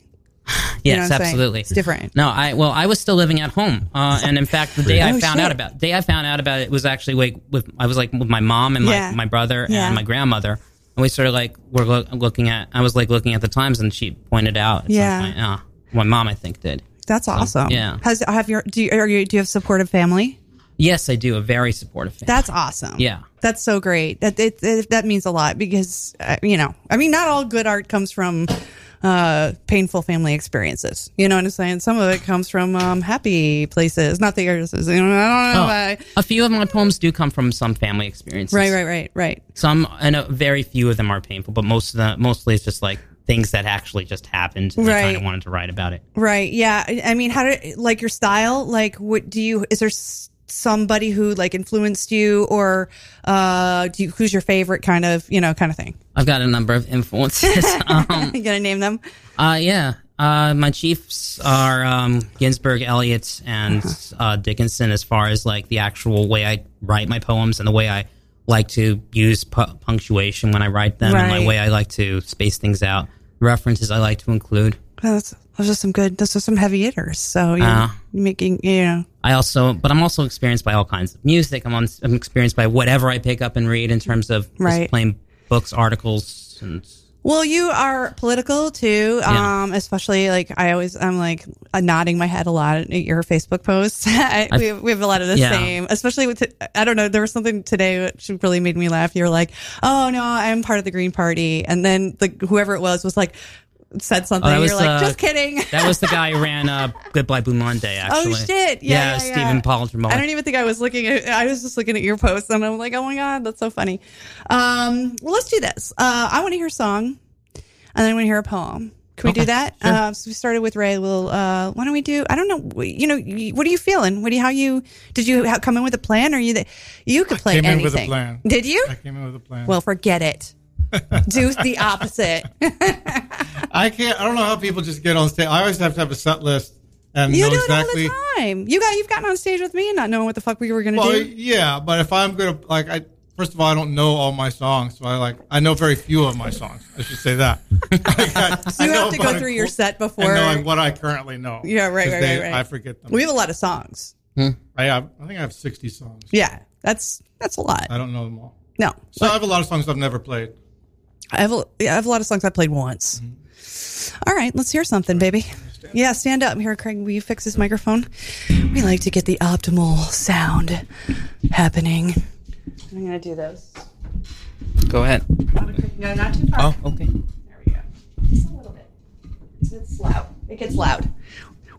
Speaker 8: You know
Speaker 14: Yes,
Speaker 8: what I'm saying?
Speaker 14: absolutely.
Speaker 8: It's different.
Speaker 14: No, I well, I was still living at home, uh, and in fact, the day I
Speaker 8: Oh,
Speaker 14: found
Speaker 8: shit.
Speaker 14: out about day I found out about it was actually like with I was like with my mom and my,
Speaker 8: Yeah.
Speaker 14: my brother
Speaker 8: Yeah.
Speaker 14: and my grandmother, and we sort of like were lo- looking at I was like looking at the times, and she pointed out, at some
Speaker 8: Yeah.
Speaker 14: point, uh, my mom I think did.
Speaker 8: That's awesome.
Speaker 14: Um, yeah.
Speaker 8: Has have your do you, are you do you have supportive family?
Speaker 14: Yes, I do. A very supportive family.
Speaker 8: That's awesome.
Speaker 14: Yeah.
Speaker 8: That's so great. That it, it- that means a lot because uh, you know, I mean, not all good art comes from uh, painful family experiences. You know what I'm saying? Some of it comes from um, happy places, not the yours. is, You know, I don't know.
Speaker 14: Oh,
Speaker 8: why.
Speaker 14: a few of my poems do come from some family experiences.
Speaker 8: uh, Right, right, right, right.
Speaker 14: Some and a very few of them are painful, but most of the mostly it's just like things that actually just happened. And I kind
Speaker 8: Right.
Speaker 14: of wanted to write about it.
Speaker 8: Right. Yeah. I I mean, how did like your style? Like, what do you? Is there s- somebody who like influenced you, or uh, do you, who's your favorite kind of you know kind of thing?
Speaker 14: I've got a number of
Speaker 8: [laughs]
Speaker 14: influences. um,
Speaker 8: you gonna name them?
Speaker 14: Uh, yeah. Uh, my chiefs are um, Ginsberg, Elliott, and
Speaker 8: Uh-huh.
Speaker 14: uh, Dickinson. As far as like the actual way I write my poems and the way I like to use pu- punctuation when I write them, and
Speaker 8: Right.
Speaker 14: the way I like to space things out, references I like to include.
Speaker 8: Well, That's those are some good. Those are some heavy hitters. So you're
Speaker 14: Uh.
Speaker 8: making you know.
Speaker 14: I also, but I'm also experienced by all kinds of music. I'm, on, I'm experienced by whatever I pick up and read in terms of just
Speaker 8: Right.
Speaker 14: plain books, articles, and
Speaker 8: Well, you are political too.
Speaker 14: Yeah.
Speaker 8: Um, especially like I always, I'm like uh, nodding my head a lot at your Facebook posts. [laughs] I,
Speaker 14: I-
Speaker 8: we, we have a lot of the
Speaker 14: Yeah.
Speaker 8: same, especially with, I don't know, there was something today which really made me laugh. You were like, oh no, I'm part of the Green Party. And then the, whoever it was was like, said something.
Speaker 14: that
Speaker 8: Oh, You're
Speaker 14: was,
Speaker 8: like,
Speaker 14: uh,
Speaker 8: just kidding.
Speaker 14: that was the guy who ran uh, Goodbye Blue Monday. Actually,
Speaker 8: Oh shit! Yeah, yeah,
Speaker 14: Stephen
Speaker 8: yeah.
Speaker 14: Paltrow.
Speaker 8: I don't even think I was looking at. I was just looking at your post, and I'm like, oh my god, that's so funny. Um, well, let's do this. Uh, I want to hear a song, and then I want to hear a poem. Can we do that? Uh, so we started with Ray. Well, uh, why don't we do? I don't know. You know, you- what are you feeling? What do you, how you did you ha- come in with a plan? Or you that you could play
Speaker 13: came
Speaker 8: anything?
Speaker 13: in with a plan.
Speaker 8: Did you?
Speaker 13: I came in with a plan.
Speaker 8: Well, forget
Speaker 13: [laughs]
Speaker 8: it. do the opposite.
Speaker 13: I can't. I don't know how people just get on stage. I always have to have a set list and
Speaker 8: you
Speaker 13: know
Speaker 8: do
Speaker 13: exactly.
Speaker 8: it all the time. You got you've gotten on stage with me and not knowing what the fuck we were gonna
Speaker 13: Well,
Speaker 8: do.
Speaker 13: yeah, but if I'm gonna like, I first of all, I don't know all my songs, so I like I know very few of my songs. I should say that. [laughs]
Speaker 8: So [laughs] you
Speaker 13: I know
Speaker 8: have to
Speaker 13: about
Speaker 8: go
Speaker 13: a
Speaker 8: through your
Speaker 13: qu-
Speaker 8: set before.
Speaker 13: I know like, what I currently know.
Speaker 8: Yeah, right,
Speaker 13: 'Cause
Speaker 8: right,
Speaker 13: they-
Speaker 8: right, right.
Speaker 13: I forget them. Hmm?
Speaker 8: We have a lot of songs.
Speaker 13: I have. I think I have 60 songs.
Speaker 8: Yeah, that's that's a lot.
Speaker 13: I don't know them all.
Speaker 8: No,
Speaker 13: So I have a lot of songs I've never played.
Speaker 8: I have a, yeah, I have a lot of songs I played once. All right, let's hear something, baby. Yeah, stand up here, Craig. Will you fix this microphone? We like to get the optimal sound happening. I'm gonna do this. e-
Speaker 14: Go ahead.
Speaker 8: No, not too
Speaker 14: Oh, okay.
Speaker 8: It's loud. It gets loud.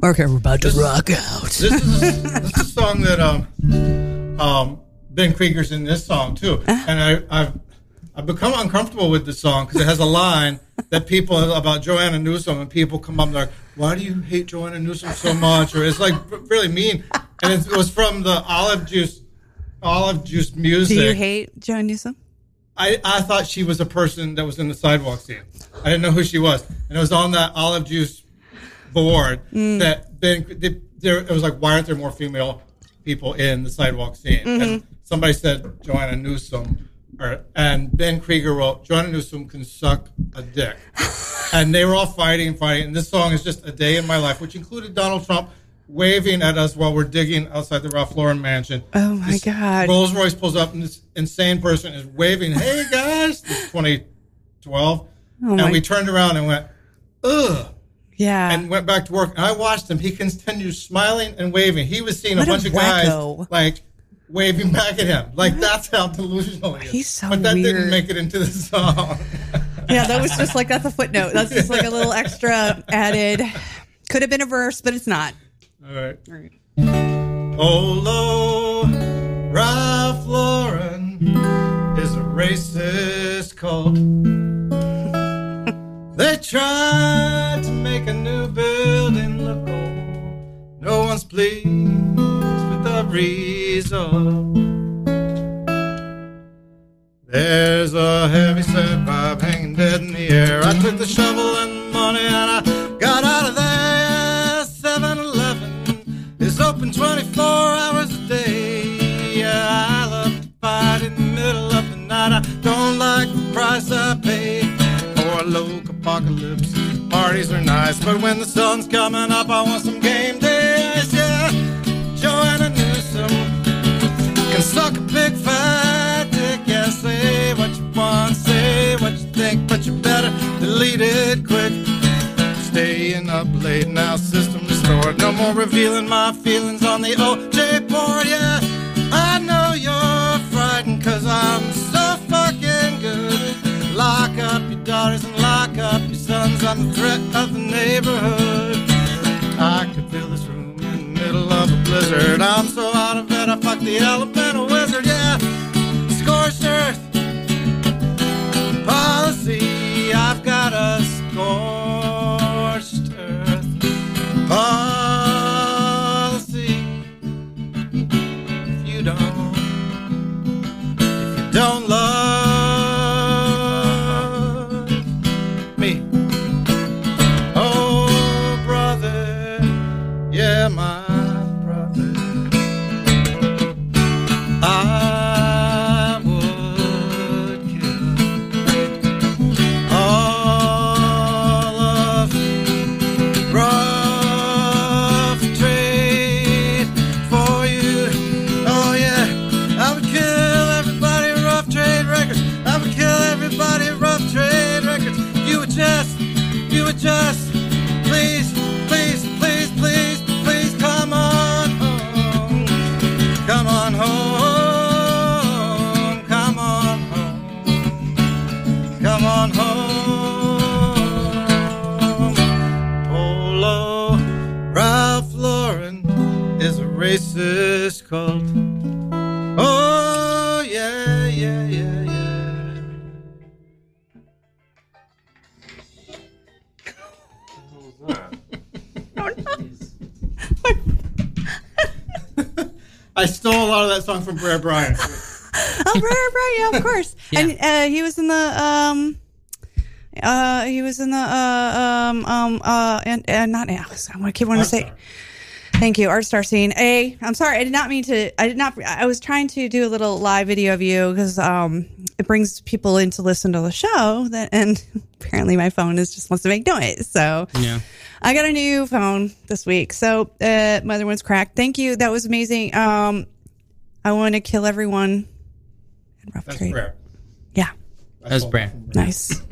Speaker 8: Okay, we're about to rock
Speaker 13: [laughs]
Speaker 8: out. [laughs]
Speaker 13: This is, this is a song that um, um, Ben Krieger's in this song too,
Speaker 8: Uh-huh.
Speaker 13: and I, I've I've become uncomfortable with this song because it has a line that people about Joanna Newsom, and people come up and they're like, "Why do you hate Joanna Newsom so much?" Or it's like really mean, and it's- it was from the Olive Juice Olive Juice music.
Speaker 8: Do you hate Joan Newsom?
Speaker 13: I, I thought she was a person that was in the sidewalk scene. I didn't know who she was, and it was on that olive juice board
Speaker 15: Mm.
Speaker 13: that then they, there it was like, why aren't there more female people in the sidewalk scene?
Speaker 15: Mhm.
Speaker 13: And
Speaker 8: Mm-hmm.
Speaker 13: somebody said Joanna Newsom, or, and Ben Krieger wrote Joanna Newsom can suck
Speaker 8: [laughs]
Speaker 13: a dick, and they were all fighting, fighting. And this song is just a day in my life, which included Donald Trump
Speaker 16: waving at us while we're digging outside the Ralph Lauren mansion.
Speaker 8: Oh my God.
Speaker 16: Rolls Royce pulls up, and this insane person is waving, "Hey guys!" This is 2012,
Speaker 8: Oh my-
Speaker 16: and we turned around and went, "Ugh."
Speaker 8: Yeah.
Speaker 16: And went back to work. And I watched him. He continued smiling and waving. He was seeing
Speaker 8: What
Speaker 16: a
Speaker 8: a
Speaker 16: bunch of
Speaker 8: wacko.
Speaker 16: guys like waving back at him. Like that's how delusional he is. He's so But that didn't make it into the song.
Speaker 8: Yeah, that was just like that's a footnote. That's just like a little extra added. Could have been a verse, but it's not.
Speaker 16: All right.
Speaker 8: All right.
Speaker 16: Oh, lo, Ralph Lauren is a racist cult. They tried to make a new building look old. No one's pleased with the result. There's a heavy set pipe hanging dead in the air. I took the shovel and the money and I got out of there. 7 Eleven is open 24 hours a day. Yeah, I love to fight in the middle of the night. I don't like the price I pay for a local apocalypse. Parties are nice, but when the sun's coming up, I want some game days. Yeah, Joanna Newsom can suck a big fat dick. Yeah, say what you want, say what you think, but you better delete it quick. Staying up late now, system restored. No more revealing my feelings on the OJ board. Yeah, I know you're frightened, cause I'm so fucking good. Lock up your daughters and lock up your sons. I'm the threat of the neighborhood. I could fill this room in the middle of a blizzard. Um, I'm so out of it, I fuck the elemental wizard. Yeah, scorched earth policy. I've got a scorched earth policy. If you don't, if you don't love me, oh brother, yeah, my brother, I would all of rough trade for you. Oh yeah, I would kill everybody at rough trade records. I would kill everybody at rough trade records. You would just, you would just, please, please, please, please, please, come on home, come on home, come on home. Come on home. Polo Ralph Lauren is a racist cult. Oh, yeah, yeah, yeah, yeah. I stole a lot of that song from Brer Bryant.
Speaker 8: Oh, right, right, right, yeah, of course. And uh, he was in the um, uh, he was in the uh, um, um, uh, and, and not now. I want to keep wanting to say. Thank you, Art Star Scene. A, I'm sorry, I did not mean to. I did not. I was trying to do a little live video of you because um, it brings people in to listen to the show. That and [laughs] apparently my phone is just wants to make noise. So
Speaker 14: Yeah.
Speaker 8: I got a new phone this week. So uh, my other one's cracked. Thank you. That was amazing. Um, I want to kill everyone.
Speaker 16: That's Brer.
Speaker 8: Yeah.
Speaker 14: That was Brer.
Speaker 8: Nice.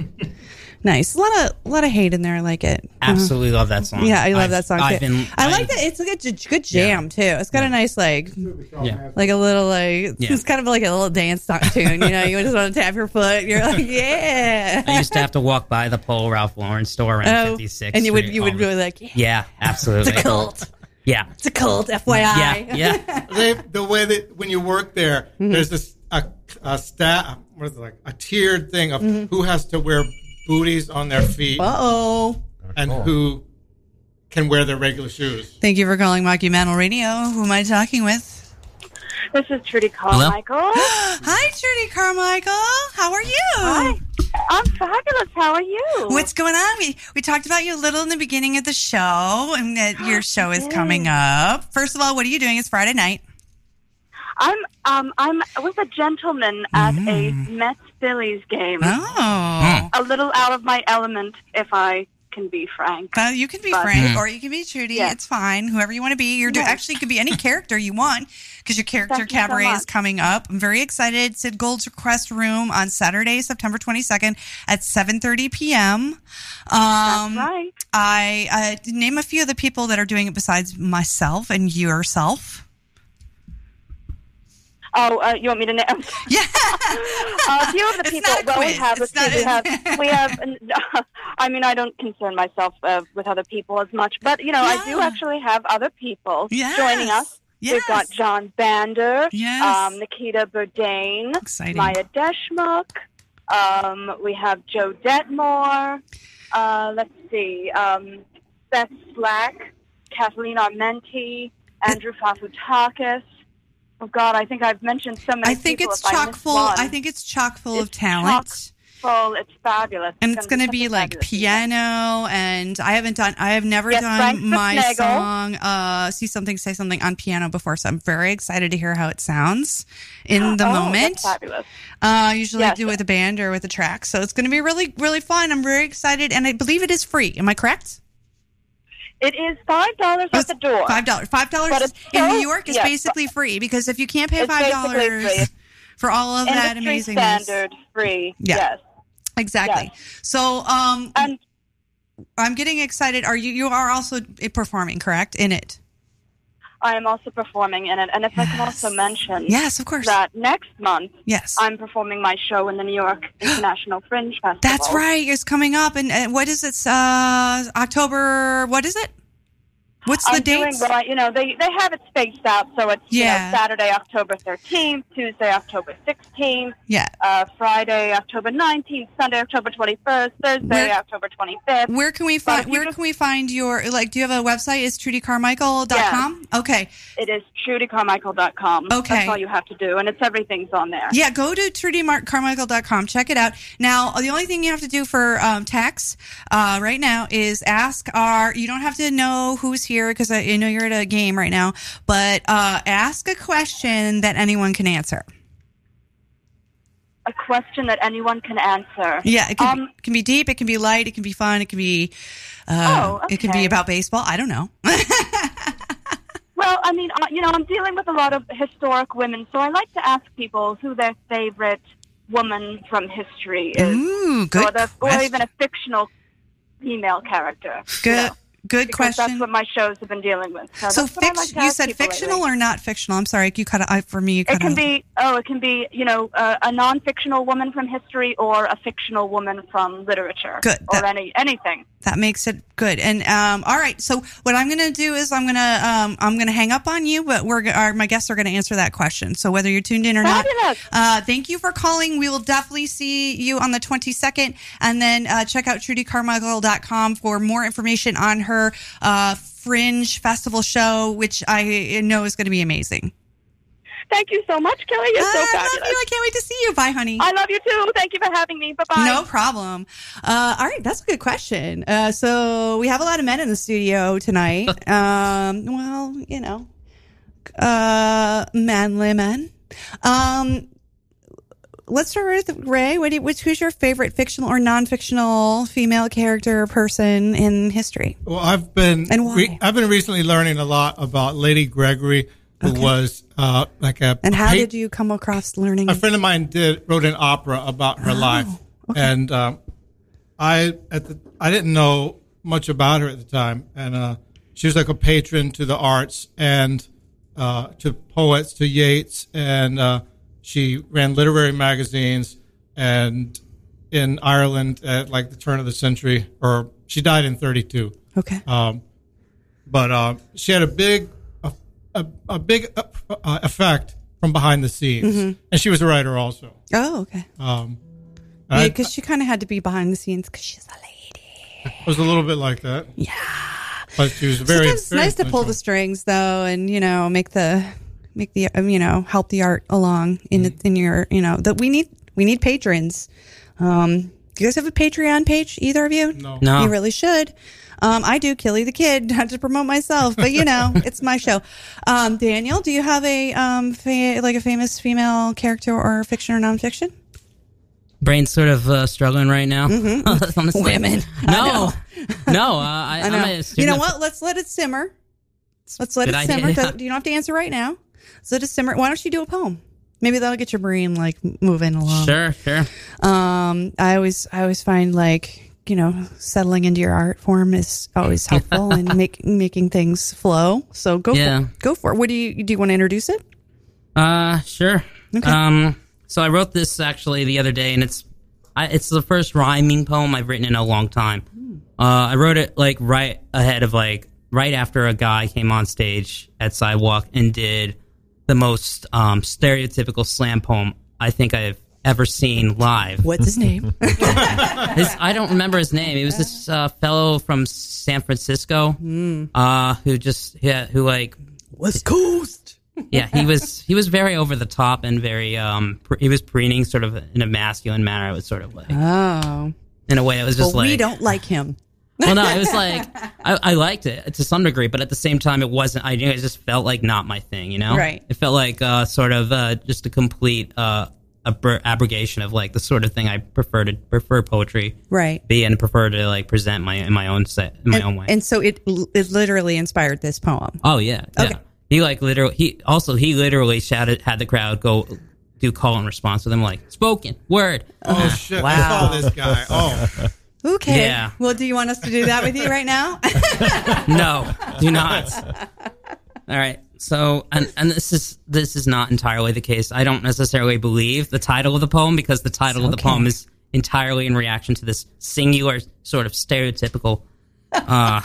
Speaker 8: nice. A lot of a lot of hate in there. I like it. Mm-hmm.
Speaker 14: Absolutely love that song.
Speaker 8: Yeah, I love
Speaker 14: I've-
Speaker 8: that song.
Speaker 14: I've
Speaker 8: too.
Speaker 14: been-
Speaker 8: I like that. It's like a j- good jam too. It's got a nice like,
Speaker 14: Yeah.
Speaker 8: like a little like.
Speaker 14: Yeah.
Speaker 8: It's kind of like a little dance song tune. You
Speaker 14: [laughs]
Speaker 8: know, you just want to tap your foot. You're like, yeah.
Speaker 14: I used to have to walk by the Paul Ralph Lauren store around
Speaker 8: Oh,
Speaker 14: 56.
Speaker 8: and you would you would really like. Yeah.
Speaker 14: Yeah, absolutely.
Speaker 8: It's a cult.
Speaker 14: Yeah.
Speaker 8: It's a [laughs] cult, FYI.
Speaker 14: Yeah,
Speaker 13: [laughs]
Speaker 14: yeah.
Speaker 16: they, the way that when you work there,
Speaker 8: Mm-hmm.
Speaker 16: there's this a, a stat, what is it like a tiered thing of
Speaker 8: Mm-hmm.
Speaker 16: who has to wear booties on their feet.
Speaker 8: Uh oh.
Speaker 16: And who can wear their regular shoes.
Speaker 8: Thank you for calling Mockumental Radio. Who am I talking with?
Speaker 15: This is
Speaker 8: [gasps]
Speaker 15: Trudy
Speaker 8: Carmichael.
Speaker 15: Hi,
Speaker 8: Trudy Carmichael. How are you?
Speaker 15: Hi. I'm fabulous. How are you?
Speaker 8: What's going on? We we talked about you a little in the beginning of the show, and that your show is coming up. First of all, what are you doing? It's Friday night.
Speaker 15: I'm um I'm with a gentleman at a Mets Phillies game.
Speaker 8: Mm. Oh.
Speaker 15: A little out of my element, if I can be Frank.
Speaker 8: Uh, you can be
Speaker 15: But-
Speaker 8: Frank or you can be Judy. It's fine. Whoever you want to be. You're do-
Speaker 15: Yeah.
Speaker 8: actually you could be any character you want because your character
Speaker 15: Thank you so
Speaker 8: cabaret is
Speaker 15: much.
Speaker 8: coming up. I'm very excited. Sid Gold's Request Room on Saturday, September 22nd at 7:30 p.m. Um, That's
Speaker 15: right.
Speaker 8: Um, I uh, name a few of the people that are doing it besides myself and yourself.
Speaker 15: Oh, uh, you want me to name?
Speaker 8: Yeah.
Speaker 15: [laughs] a few of the people. well, we
Speaker 8: quiz.
Speaker 15: have.
Speaker 8: It's
Speaker 15: let's see,
Speaker 8: not
Speaker 15: we have. We have. [laughs] I mean, I don't concern myself uh, with other people as much, but you know, I do
Speaker 17: Yeah.
Speaker 15: actually have other people
Speaker 17: Yes.
Speaker 15: joining us. We've
Speaker 17: Yes.
Speaker 15: got John Bander,
Speaker 17: Yes.
Speaker 15: um, Nikita Burdane,
Speaker 8: Exciting.
Speaker 15: Maya Deshmukh. Um, we have Joe Detmore. Uh, let's see, um, Beth Slack, Kathleen Armenti, Andrew Fafutakis. Oh God, I think I've mentioned so many.
Speaker 8: I think
Speaker 15: people.
Speaker 8: it's
Speaker 15: If I
Speaker 8: chock
Speaker 15: miss
Speaker 8: full.
Speaker 15: one,
Speaker 8: I think it's chock full of
Speaker 15: It's
Speaker 8: talent.
Speaker 15: full. It's fabulous.
Speaker 8: and it's going to
Speaker 15: such
Speaker 8: be
Speaker 15: a
Speaker 8: like
Speaker 15: fabulous-
Speaker 8: piano and i haven't done i have never
Speaker 15: Yes, Frank
Speaker 8: done my
Speaker 15: Snaggle.
Speaker 8: song uh see something say something on piano before so i'm very excited to hear how it sounds
Speaker 15: [gasps]
Speaker 8: in the
Speaker 15: Oh, that's
Speaker 8: moment
Speaker 15: fabulous.
Speaker 8: uh usually i
Speaker 15: Yes.
Speaker 8: do it with a band or with a track so it's going to be really really fun i'm very excited and i believe it is free am i correct
Speaker 15: It is five dollars at the door.
Speaker 8: Five dollars. Five
Speaker 15: But
Speaker 8: dollars
Speaker 15: it's
Speaker 8: in
Speaker 15: so-
Speaker 8: New York is
Speaker 15: yes,
Speaker 8: basically free because if you can't pay
Speaker 15: It's
Speaker 8: five
Speaker 15: basically free.
Speaker 8: dollars for all of that
Speaker 15: Industry
Speaker 8: amazing
Speaker 15: standard free. Yes.
Speaker 8: Exactly. So, um, I'm getting excited. Are you? You are also performing, correct? In it.
Speaker 15: I am also performing in it. And if I can also mention
Speaker 8: Yes, of course.
Speaker 15: that next month
Speaker 8: Yes.
Speaker 15: I'm performing my show in the New York
Speaker 8: [gasps]
Speaker 15: International Fringe Festival.
Speaker 8: That's right. It's coming up, and, and what is it? Uh, October. What is it? What's the
Speaker 15: I'm doing
Speaker 8: date?
Speaker 15: what I- you know, they, they have it spaced out, so it's
Speaker 8: Yeah.
Speaker 15: you know, Saturday, October 13th, Tuesday, October 16th,
Speaker 8: Yeah.
Speaker 15: uh, Friday, October 19th, Sunday, October 21st, Thursday,
Speaker 8: Where-
Speaker 15: October 25th.
Speaker 8: Where can we find? Where can we find your? Like, do you have a website? Is TrudyCarmichael.com? Okay.
Speaker 15: It is trudycarmichael.com.
Speaker 8: Okay.
Speaker 15: That's all you have to do, and it's everything's on there.
Speaker 8: Yeah, go to trudymarkcarmichael.com. Check it out. Now, the only thing you have to do for um, tax uh, right now is ask our, you don't have to know who's here because I, I know you're at a game right now, but uh, ask a question that anyone can answer.
Speaker 15: A question that anyone can answer. Um,
Speaker 8: Yeah, it can, it can be deep, it can be light, it can be fun, it can be, uh,
Speaker 15: Oh,
Speaker 8: it can be
Speaker 15: okay.
Speaker 8: about baseball. I don't know.
Speaker 15: Well, I mean, uh, you know, I'm dealing with a lot of historic women, so I like to ask people who their favorite woman from history
Speaker 8: Mm-hmm.
Speaker 15: is.
Speaker 8: Ooh, good
Speaker 15: or, the, or even a fictional female character.
Speaker 8: Good, good
Speaker 15: because
Speaker 8: question.
Speaker 15: That's what my shows have been dealing with. So,
Speaker 8: So,
Speaker 15: that's what I
Speaker 8: fic-
Speaker 15: like to
Speaker 8: you
Speaker 15: ask
Speaker 8: said
Speaker 15: people
Speaker 8: fictional
Speaker 15: lately.
Speaker 8: or not fictional? I'm sorry, you cut out for me. You cut
Speaker 15: It can
Speaker 8: out.
Speaker 15: be oh, it can be you know uh, a non-fictional woman from history or a fictional woman from literature.
Speaker 8: Good.
Speaker 15: or any anything.
Speaker 8: that makes it good. And um, all right, so what I'm going to do is I'm going to um, I'm going to hang up on you, but we're g- our, my guests are going to answer that question. So whether you're tuned in or
Speaker 15: not,
Speaker 8: uh, thank you for calling. We will definitely see you on the 22nd, and then uh, check out TrudyCarmichael.com for more information on her uh, Fringe Festival show, which I know is going to be amazing.
Speaker 15: Thank you so much, Kelly. You're so
Speaker 8: I
Speaker 15: fabulous.
Speaker 8: love you. I can't wait to see you. Bye, honey.
Speaker 15: I love you too. Thank you for having me. Bye bye.
Speaker 8: No problem. Uh, all right, that's a good question. Uh, so we have a lot of men in the studio tonight. Um, well, you know, uh, manly men. Um, let's start with Ray. What do you, which, who's your favorite fictional or non-fictional female character or person in history?
Speaker 13: Well, I've been
Speaker 8: And why?
Speaker 13: re- I've been recently learning a lot about Lady Gregory, who was uh, like a
Speaker 8: And how
Speaker 13: pa-
Speaker 8: did you come across learning? Oh.
Speaker 13: a friend of mine did wrote an opera about her life, and um, I at the I didn't know much about her at the time, and uh, she was like a patron to the arts and uh, to poets, to Yeats, and uh, she ran literary magazines and in Ireland at like the turn of the century, or she died in thirty two.
Speaker 8: Okay,
Speaker 13: um, but uh, she had a big a, a, a big uh, uh, effect from behind the scenes,
Speaker 8: Mhm.
Speaker 13: and she was a writer also.
Speaker 8: Oh, okay.
Speaker 13: Um,
Speaker 8: Yeah,
Speaker 13: I-
Speaker 8: because she kind of had to be behind the scenes because she's a lady.
Speaker 13: It was a little bit like that. Yeah. But she was very.
Speaker 8: Sometimes it's
Speaker 13: very
Speaker 8: nice to pull the
Speaker 13: influential.
Speaker 8: strings though, and you know, make the make the um, you know help the art along in
Speaker 13: Mm-hmm.
Speaker 8: in your you know that we need we need patrons. Um, do you guys have a Patreon page? Either of you?
Speaker 13: No.
Speaker 14: No.
Speaker 8: You really should. Um, I do, Killy the Kid, [laughs] not to promote myself, but you know, it's my show. Um, Daniel, do you have a um fa- like a famous female character or fiction or nonfiction?
Speaker 14: Brain's sort of uh, struggling right now. [laughs]
Speaker 8: Mhm. [laughs]
Speaker 14: Honestly.
Speaker 8: Women. I
Speaker 14: No.
Speaker 8: know.
Speaker 14: [laughs] No, uh, I,
Speaker 8: I know.
Speaker 14: am a student
Speaker 8: you know
Speaker 14: of-
Speaker 8: what? Let's let it simmer. Let's let
Speaker 14: Good
Speaker 8: it
Speaker 14: idea.
Speaker 8: simmer. Do- You don't have to answer right now. So just simmer. Why don't you do a poem? Maybe that'll get your brain like moving along.
Speaker 14: Sure, sure.
Speaker 8: Um, I always I always find like you know settling into your art form is
Speaker 14: [laughs]
Speaker 8: always helpful and make, making things flow. So go
Speaker 14: Yeah.
Speaker 8: for, go for it. What do you do? You want to introduce it?
Speaker 14: Uh, sure.
Speaker 8: Okay.
Speaker 14: Um, so I wrote this actually the other day, and it's I, it's the first rhyming poem I've written in a long time.
Speaker 8: Hmm.
Speaker 14: Uh, I wrote it like right ahead of like right after a guy came on stage at Sidewalk and did the most um, stereotypical slam poem I think I've ever seen live.
Speaker 8: What's his name?
Speaker 14: This- I don't remember [laughs] his name. He was this uh, fellow from San Francisco
Speaker 8: Mm.
Speaker 14: uh, who just yeah, who like
Speaker 8: West Coast.
Speaker 14: yeah, he was he was very over the top and very um pr- he was preening sort of in a masculine manner. It was sort of like
Speaker 8: Oh,
Speaker 14: in a way it was just
Speaker 8: well,
Speaker 14: like
Speaker 8: we don't like him.
Speaker 14: well no, it was like I, I liked it to some degree, but at the same time it wasn't. I it just felt like not my thing, you know.
Speaker 8: Right.
Speaker 14: It felt like uh, sort of uh, just a complete uh abro- abrogation of like the sort of thing I prefer to prefer poetry
Speaker 8: [laughs] Right.
Speaker 14: be and prefer to like present my in my own set in my own way.
Speaker 8: And so it it literally inspired this poem.
Speaker 14: Oh yeah, yeah. He like literally. He also he literally shouted, had the crowd go do call and response with him, like spoken word.
Speaker 13: Oh shit! I saw this guy. Oh,
Speaker 8: Okay.
Speaker 14: Yeah.
Speaker 8: Well, do you want us to do that with you right now?
Speaker 14: [laughs] no, do not. All right. So, and, and this is this is not entirely the case. I don't necessarily believe the title of the poem because the title of the
Speaker 8: okay.
Speaker 14: poem is entirely in reaction to this singular sort of stereotypical uh,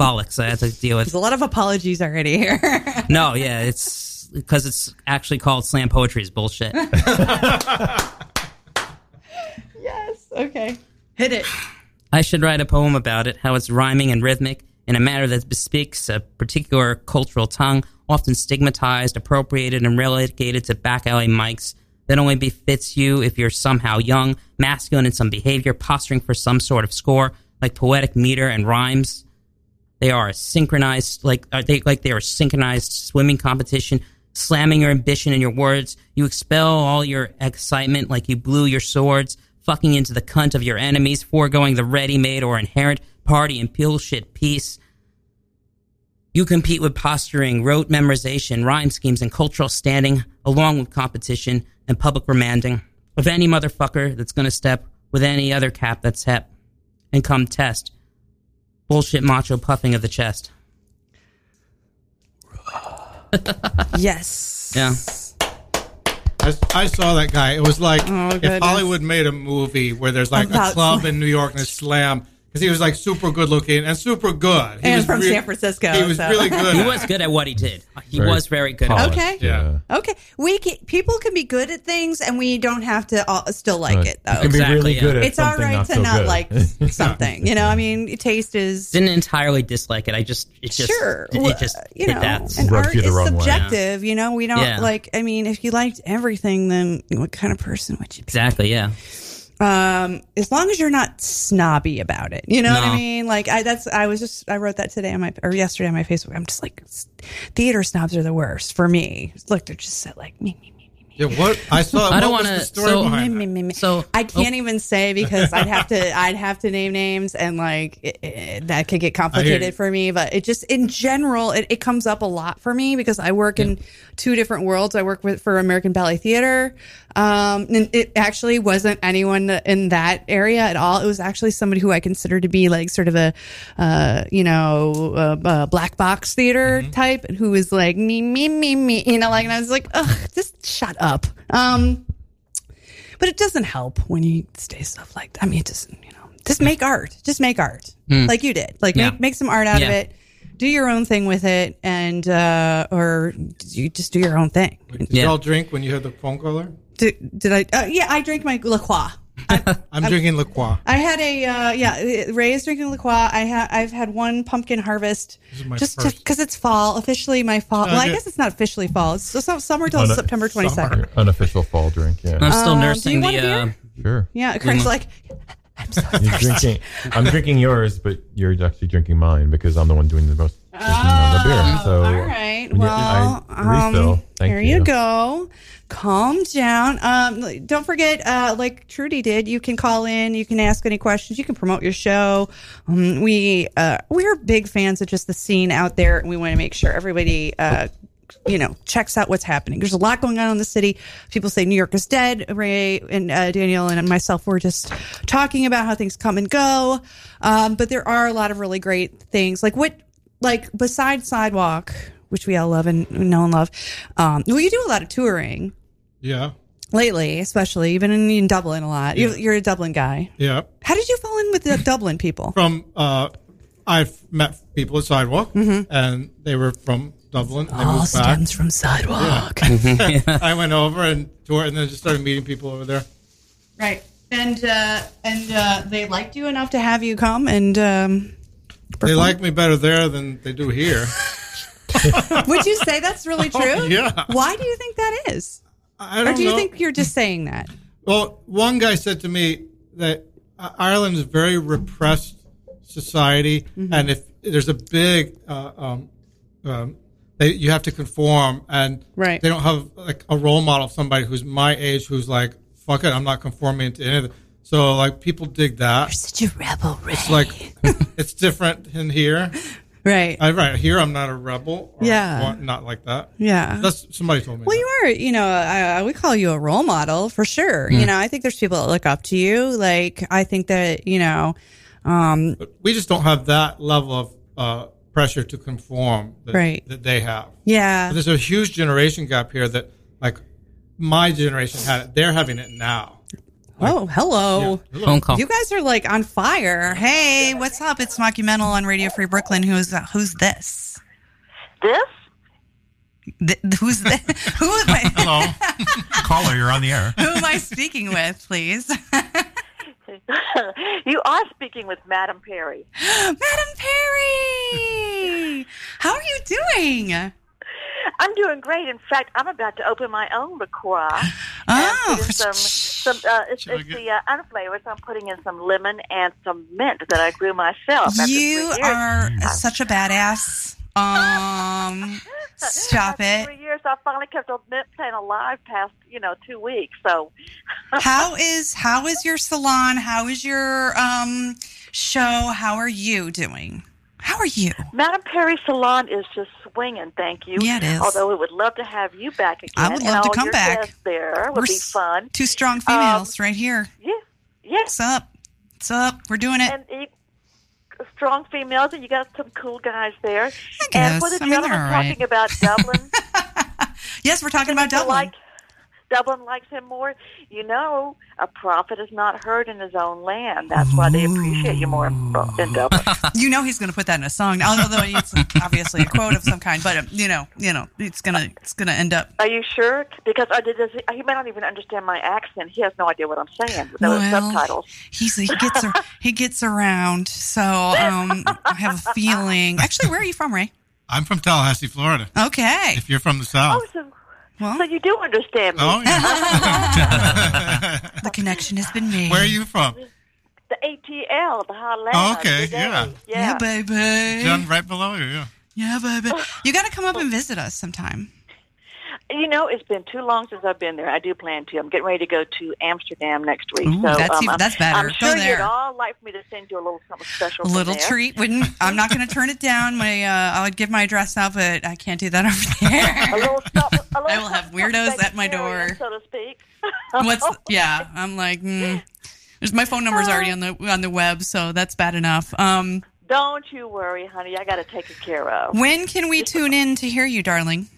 Speaker 14: bollocks I had to deal with.
Speaker 8: There's a lot of apologies already here. [laughs]
Speaker 14: No, yeah, it's because it's actually called slam poetry is bullshit.
Speaker 8: yes. Okay. Hit
Speaker 14: [sighs]
Speaker 8: it.
Speaker 14: I should write a poem about it, how it's rhyming and rhythmic in a manner that bespeaks a particular cultural tongue, often stigmatized, appropriated, and relegated to back alley mics that only befits you if you're somehow young, masculine in some behavior, posturing for some sort of score, like poetic meter and rhymes. They are a synchronized, like are they like they are a synchronized swimming competition, slamming your ambition in your words. You expel all your excitement like you blew your swords, fucking into the cunt of your enemies, foregoing the ready-made or inherent party and peel shit piece. You compete with posturing, rote memorization, rhyme schemes, and cultural standing, along with competition and public remanding of any motherfucker that's gonna step with any other cap that's hep and come test bullshit macho puffing of the chest.
Speaker 8: [laughs] yes.
Speaker 14: Yeah.
Speaker 13: I, I saw that guy. It was like if
Speaker 8: Oh, goodness.
Speaker 13: Hollywood made a movie where there's like
Speaker 8: About [laughs]
Speaker 13: a club in New York and a slam because he was like super good looking and super good. He
Speaker 8: And
Speaker 13: was
Speaker 8: from
Speaker 13: rea-
Speaker 8: San Francisco,
Speaker 13: He was
Speaker 8: so.
Speaker 13: really good.
Speaker 14: He
Speaker 13: at
Speaker 14: was
Speaker 13: it.
Speaker 14: good at what he did. He
Speaker 13: Very
Speaker 14: was very good. At
Speaker 13: polished,
Speaker 14: what he
Speaker 8: [laughs] Okay.
Speaker 14: did.
Speaker 13: Yeah.
Speaker 8: Okay. We can, people can be good at things, and we don't have to all, still like
Speaker 9: Right.
Speaker 8: it
Speaker 9: You
Speaker 8: though.
Speaker 9: can be Exactly, really yeah. good at
Speaker 8: it's all
Speaker 9: something,
Speaker 8: right
Speaker 9: not
Speaker 8: to
Speaker 9: so
Speaker 8: not
Speaker 9: good. [laughs]
Speaker 8: like something. You know, I mean, taste is
Speaker 14: Didn't entirely dislike it. I just it just
Speaker 8: sure. uh,
Speaker 14: it just
Speaker 8: you
Speaker 14: hit
Speaker 8: know,
Speaker 14: that.
Speaker 8: and art is subjective. You know, we don't
Speaker 14: Yeah.
Speaker 8: like. I mean, if you liked everything, then what kind of person would you?
Speaker 14: Exactly. Yeah.
Speaker 8: Um, as long as you're not snobby about it, you know what
Speaker 14: No.
Speaker 8: I mean. Like I, that's I was just I wrote that today on my or yesterday on my Facebook. I'm just like, s- theater snobs are the worst for me. Look, they're just so like me, me, me,
Speaker 13: Yeah, what I saw.
Speaker 14: [laughs] I don't
Speaker 13: what was
Speaker 14: wanna-
Speaker 13: the story
Speaker 14: so-
Speaker 13: behind
Speaker 8: me,
Speaker 13: that?
Speaker 8: me, me, me. So I can't even say because I'd have to I'd have to name names and like it, it- that could get
Speaker 13: you.
Speaker 8: complicated for me. But it just in general it, it comes up a lot for me because I work in two different worlds. I work with for American Ballet Theater, um, and it actually wasn't anyone in that area at all. It was actually somebody who I consider to be like sort of a uh, you know uh, uh, black box theater type who was like me me me me you know like and I was like ugh just shut up. Um, but it doesn't help when you say stuff like that. I mean, it doesn't, you know, just make art. Just make art
Speaker 14: Mm.
Speaker 8: like you did. Like,
Speaker 14: Yeah.
Speaker 8: make, make some art out of
Speaker 14: Yeah.
Speaker 8: it. Do your own thing with it. And, uh, or you just do your own thing.
Speaker 13: Did y'all drink when you had the phone caller?
Speaker 8: Did, did I? Uh, yeah, I drank my La Croix.
Speaker 13: I'm, drinking La Croix.
Speaker 8: I had a uh, yeah. Ray is drinking La Croix. I ha- I've had one pumpkin harvest
Speaker 13: is my
Speaker 8: just
Speaker 13: first. Uh,
Speaker 8: because it's fall. Officially, my fall. Well, I
Speaker 13: Okay.
Speaker 8: guess it's not officially fall. It's just not summer till
Speaker 13: uh,
Speaker 9: Una-
Speaker 8: September twenty second.
Speaker 9: Unofficial fall drink. Yeah.
Speaker 14: I'm still
Speaker 8: Um, do you
Speaker 14: nursing
Speaker 8: want
Speaker 14: the.
Speaker 8: a beer?
Speaker 14: Uh,
Speaker 9: Sure.
Speaker 8: Yeah,
Speaker 9: Mm-hmm.
Speaker 8: Craig's like
Speaker 9: You're drinking. I'm drinking yours, but you're actually drinking mine because I'm the one doing the most another beer.
Speaker 8: Oh,
Speaker 9: So
Speaker 8: Ah, All right.
Speaker 9: when you-
Speaker 8: Well,
Speaker 9: I
Speaker 8: um,
Speaker 9: refill. Thank
Speaker 8: there you. go. Calm down. Um, don't forget, uh, like Trudy did, you can call in, you can ask any questions, you can promote your show. Um, we uh, we're big fans of just the scene out there, and we want to make sure everybody. Uh, you know, checks out what's happening. There's a lot going on in the city. People say New York is dead. Ray and uh, Daniel and myself were just talking about how things come and go. Um, but there are a lot of really great things. Like what, like besides sidewalk, which we all love and know and love. Um, well, you do a lot of touring
Speaker 13: Yeah.
Speaker 8: lately, especially. You've been in, in Dublin a lot. You're, you're a Dublin guy.
Speaker 13: Yeah.
Speaker 8: How did you fall in with the Dublin people?
Speaker 13: From uh, I've met people at Sidewalk, and they were from Dublin. and they
Speaker 8: Mm-hmm. All
Speaker 13: moved back.
Speaker 8: stems from Sidewalk. [laughs]
Speaker 13: Yeah. [laughs] I went over and toured, and then just started meeting people over there.
Speaker 8: Right. And uh, and uh, they liked you enough to have you come and. [laughs] Um,
Speaker 13: They like me better there than they do here.
Speaker 8: would you say that's really true?
Speaker 13: Oh, yeah.
Speaker 8: Why do you think that is?
Speaker 13: I
Speaker 8: or
Speaker 13: don't
Speaker 8: do you
Speaker 13: know.
Speaker 8: think you're just saying that?
Speaker 13: Well, one guy said to me that uh, Ireland is a very repressed society,
Speaker 8: Mm-hmm.
Speaker 18: Mhm.
Speaker 13: and if there's a big, uh, um, um, they, you have to conform, and
Speaker 18: Right.
Speaker 13: they don't have like a role model of somebody who's my age who's like, "Fuck it, I'm not conforming to anything." So like people dig that. You're
Speaker 19: such a rebel, Ray.
Speaker 13: It's like it's different in here,
Speaker 8: [laughs] right?
Speaker 13: I, right here, I'm not a rebel. or
Speaker 8: Yeah.
Speaker 13: want- not like that.
Speaker 8: Yeah.
Speaker 13: that's somebody told me.
Speaker 8: Well, you are, you know, I, I would call you a role model for sure. You
Speaker 13: Mm.
Speaker 8: know, I think there's people that look up to you. Like, I think that, you know, um,
Speaker 13: we just don't have that level of uh, pressure to conform that,
Speaker 8: Right.
Speaker 13: that they have.
Speaker 8: Yeah.
Speaker 13: But there's a huge generation gap here that, like, my generation had it. They're having it now.
Speaker 8: oh, hello.
Speaker 13: Yeah. Phone call.
Speaker 8: You guys are like on fire. Hey, what's up? It's Mockumental on Radio Free Brooklyn. Who's uh, who's this?
Speaker 17: This?
Speaker 8: who's this? [laughs] Who am I? [laughs]
Speaker 9: Caller, you're on the air.
Speaker 8: Who am I speaking with, please?
Speaker 17: [laughs] you are speaking with Madam
Speaker 8: [gasps]
Speaker 17: Perry.
Speaker 8: Perry! How are you doing?
Speaker 17: I'm doing great. In fact, I'm about to open my own
Speaker 8: [gasps]
Speaker 17: liqueur.
Speaker 8: Oh.
Speaker 17: And put in some, some uh, it's, it's the uh, unflavored, so I'm putting in some lemon and some mint that I grew myself. after
Speaker 8: You
Speaker 17: three years.
Speaker 8: are
Speaker 13: Mm.
Speaker 8: such a badass. Um, stop
Speaker 17: [laughs]
Speaker 8: it.
Speaker 17: Three years, I finally kept the mint plant alive past, you know, two weeks. So
Speaker 8: How is how is your salon? How is your um show? How are you doing? How are you?
Speaker 17: Madam Perry Salon is just swinging. Thank you.
Speaker 8: Yeah, it is.
Speaker 17: Although we would love to have you back again.
Speaker 8: I would
Speaker 17: and
Speaker 8: love to
Speaker 17: all
Speaker 8: come
Speaker 17: your
Speaker 8: back.
Speaker 17: guests There It would
Speaker 8: We're
Speaker 17: be
Speaker 8: s-
Speaker 17: fun. Um,
Speaker 8: Two strong females right here.
Speaker 17: Yeah. Yes.
Speaker 8: What's up? What's up? We're doing it.
Speaker 17: And you, strong females, and you got some cool guys there.
Speaker 8: guess.
Speaker 17: And for the
Speaker 8: I mean, they're
Speaker 17: gentleman
Speaker 8: all right.
Speaker 17: talking about Dublin,
Speaker 8: [laughs] yes, we're talking about Dublin.
Speaker 17: Like, Dublin likes him more. You know, a prophet is not heard in his own land. That's why they appreciate you more in, in Dublin.
Speaker 8: [laughs] you know he's going to put that in a song, although it's obviously a quote of some kind. But um, you know, you know, it's gonna it's gonna end up.
Speaker 17: Are you sure? Because I did this, he may not even understand my accent. He has no idea what I'm saying. with those
Speaker 8: Well,
Speaker 17: subtitles.
Speaker 8: He's he gets
Speaker 17: [laughs]
Speaker 8: ar- he gets around. So um, I have a feeling. Actually, where are you from, Ray?
Speaker 13: I'm from Tallahassee, Florida.
Speaker 8: Oh. Okay.
Speaker 13: If you're from the South.
Speaker 17: Oh, so you do understand me.
Speaker 13: Oh,
Speaker 8: [laughs] the connection has been made.
Speaker 13: Where are you from?
Speaker 17: The ATL, the High Land.
Speaker 8: Oh,
Speaker 13: okay,
Speaker 17: the
Speaker 13: yeah.
Speaker 17: Dave, Yeah.
Speaker 8: baby.
Speaker 13: John, right below you, yeah.
Speaker 8: Yeah, baby. You got to come up and visit us sometime.
Speaker 17: You know, it's been too long since I've been there. I do plan to. I'm getting ready to go to Amsterdam next week.
Speaker 8: Ooh,
Speaker 17: so
Speaker 8: that's
Speaker 17: um,
Speaker 8: even-
Speaker 17: I'm-
Speaker 8: that's better.
Speaker 17: I'm
Speaker 8: Go
Speaker 17: sure
Speaker 8: there.
Speaker 17: you'd all like for me to send you a little something special.
Speaker 8: A
Speaker 17: from
Speaker 8: little
Speaker 17: there. [laughs]
Speaker 8: treat. Wouldn't I'm not going to turn it down. My uh, I would give my address out, but I can't do that over there. I will have weirdos at my door.
Speaker 17: so to speak.
Speaker 8: What's yeah? I'm like, mm. There's- my phone number's already on the on the web, so that's bad enough. Um,
Speaker 17: Don't you worry, honey. I got to take it care of.
Speaker 8: when can we tune in to hear you, darling?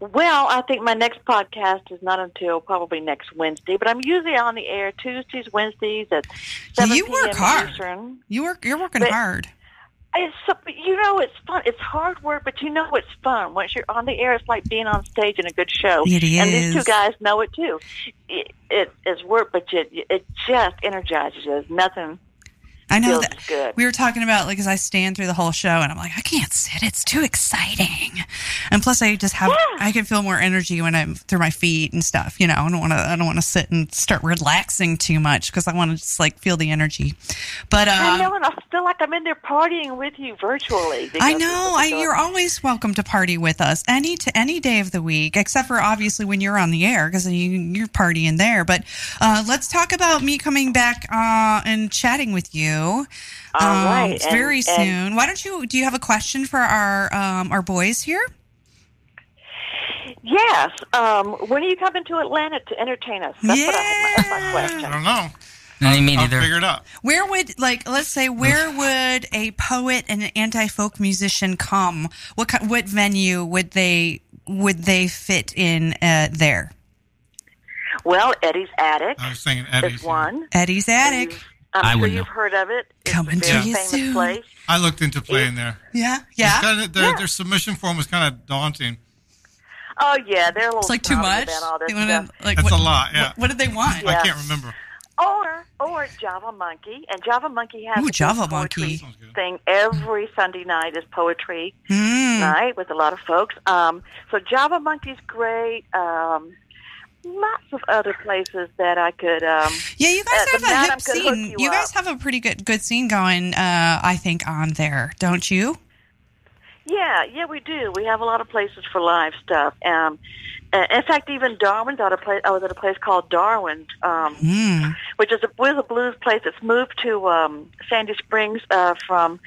Speaker 17: Well, I think my next podcast is not until probably next Wednesday, but I'm usually on the air Tuesdays, Wednesdays at seven
Speaker 8: You work
Speaker 17: p.m.
Speaker 8: hard.
Speaker 17: Eastern.
Speaker 8: You work. You're working
Speaker 17: But-
Speaker 8: hard.
Speaker 17: It's so- you know it's fun. It's hard work, but you know it's fun. Once you're on the air, it's like being on stage in a good show.
Speaker 8: It
Speaker 17: And these two
Speaker 8: is.
Speaker 17: guys know it too. It, it it's work, but it, it just energizes you. There's nothing
Speaker 8: I know
Speaker 17: Feels
Speaker 8: that
Speaker 17: good.
Speaker 8: we were talking about like as I stand through the whole show and I'm like I can't sit it's too exciting and plus I just have I can feel more energy when I'm through my feet and stuff you know I don't want to I don't want to sit and start relaxing too much because I want to just like feel the energy but
Speaker 17: I
Speaker 8: um,
Speaker 17: know, and I feel like I'm in there partying with you virtually.
Speaker 8: I
Speaker 17: because it's
Speaker 8: know. I,
Speaker 17: like a-
Speaker 8: you're always welcome to party with us any to any day of the week, except for obviously when you're on the air because you, you're partying there. But uh, let's talk about me coming back uh, and chatting with you. Um,
Speaker 17: All right, and-
Speaker 8: very
Speaker 17: and-
Speaker 8: soon. Why don't you? Do you have a question for our um, our boys here?
Speaker 17: Yes. Um, when are you coming to Atlanta to entertain us? That's what I had my, my question. I don't know.
Speaker 14: I mean, either.
Speaker 13: it out.
Speaker 8: Where would like let's say where would a poet and an anti folk musician come? What ki- what venue would they would they fit in uh, there?
Speaker 17: Well, Eddie's Attic
Speaker 13: I was thinking
Speaker 17: is one.
Speaker 8: Eddie's Attic.
Speaker 17: I'm
Speaker 13: I
Speaker 17: sure
Speaker 13: wouldn't
Speaker 17: you've heard of it. It's
Speaker 8: Coming
Speaker 17: a very
Speaker 13: to you
Speaker 17: famous place.
Speaker 13: I looked into playing there.
Speaker 8: Yeah,
Speaker 13: yeah. their, their submission form was kind of daunting.
Speaker 17: Oh yeah, they're a little.
Speaker 8: It's like too
Speaker 17: snobby
Speaker 8: much.
Speaker 17: About all this
Speaker 8: They wanna,
Speaker 17: stuff.
Speaker 8: like,
Speaker 13: That's
Speaker 8: what-
Speaker 13: a lot. Yeah.
Speaker 8: What, what did they want?
Speaker 13: I can't remember.
Speaker 17: Or or Java Monkey, and Java Monkey has
Speaker 8: Ooh,
Speaker 17: a
Speaker 8: Java
Speaker 17: big
Speaker 8: monkey.
Speaker 17: thing every Sunday night is poetry
Speaker 4: Hmm.
Speaker 8: Mm.
Speaker 17: night with a lot of folks. Um, so Java Monkey's great. Um, lots of other places that I could. Um,
Speaker 8: Yeah, you guys
Speaker 17: uh,
Speaker 8: have
Speaker 17: the
Speaker 8: a
Speaker 17: madam
Speaker 8: hip
Speaker 17: could hook
Speaker 8: scene. You,
Speaker 17: you
Speaker 8: guys have a pretty good good scene going. Uh, I think on there, don't you?
Speaker 17: Yeah, yeah, we do. We have a lot of places for live stuff. Um, uh, in fact, even Darwin's out of place. I was at a place called Darwin's, um,
Speaker 4: Hmm.
Speaker 17: which is a, was a blues place that's moved to um, Sandy Springs uh, from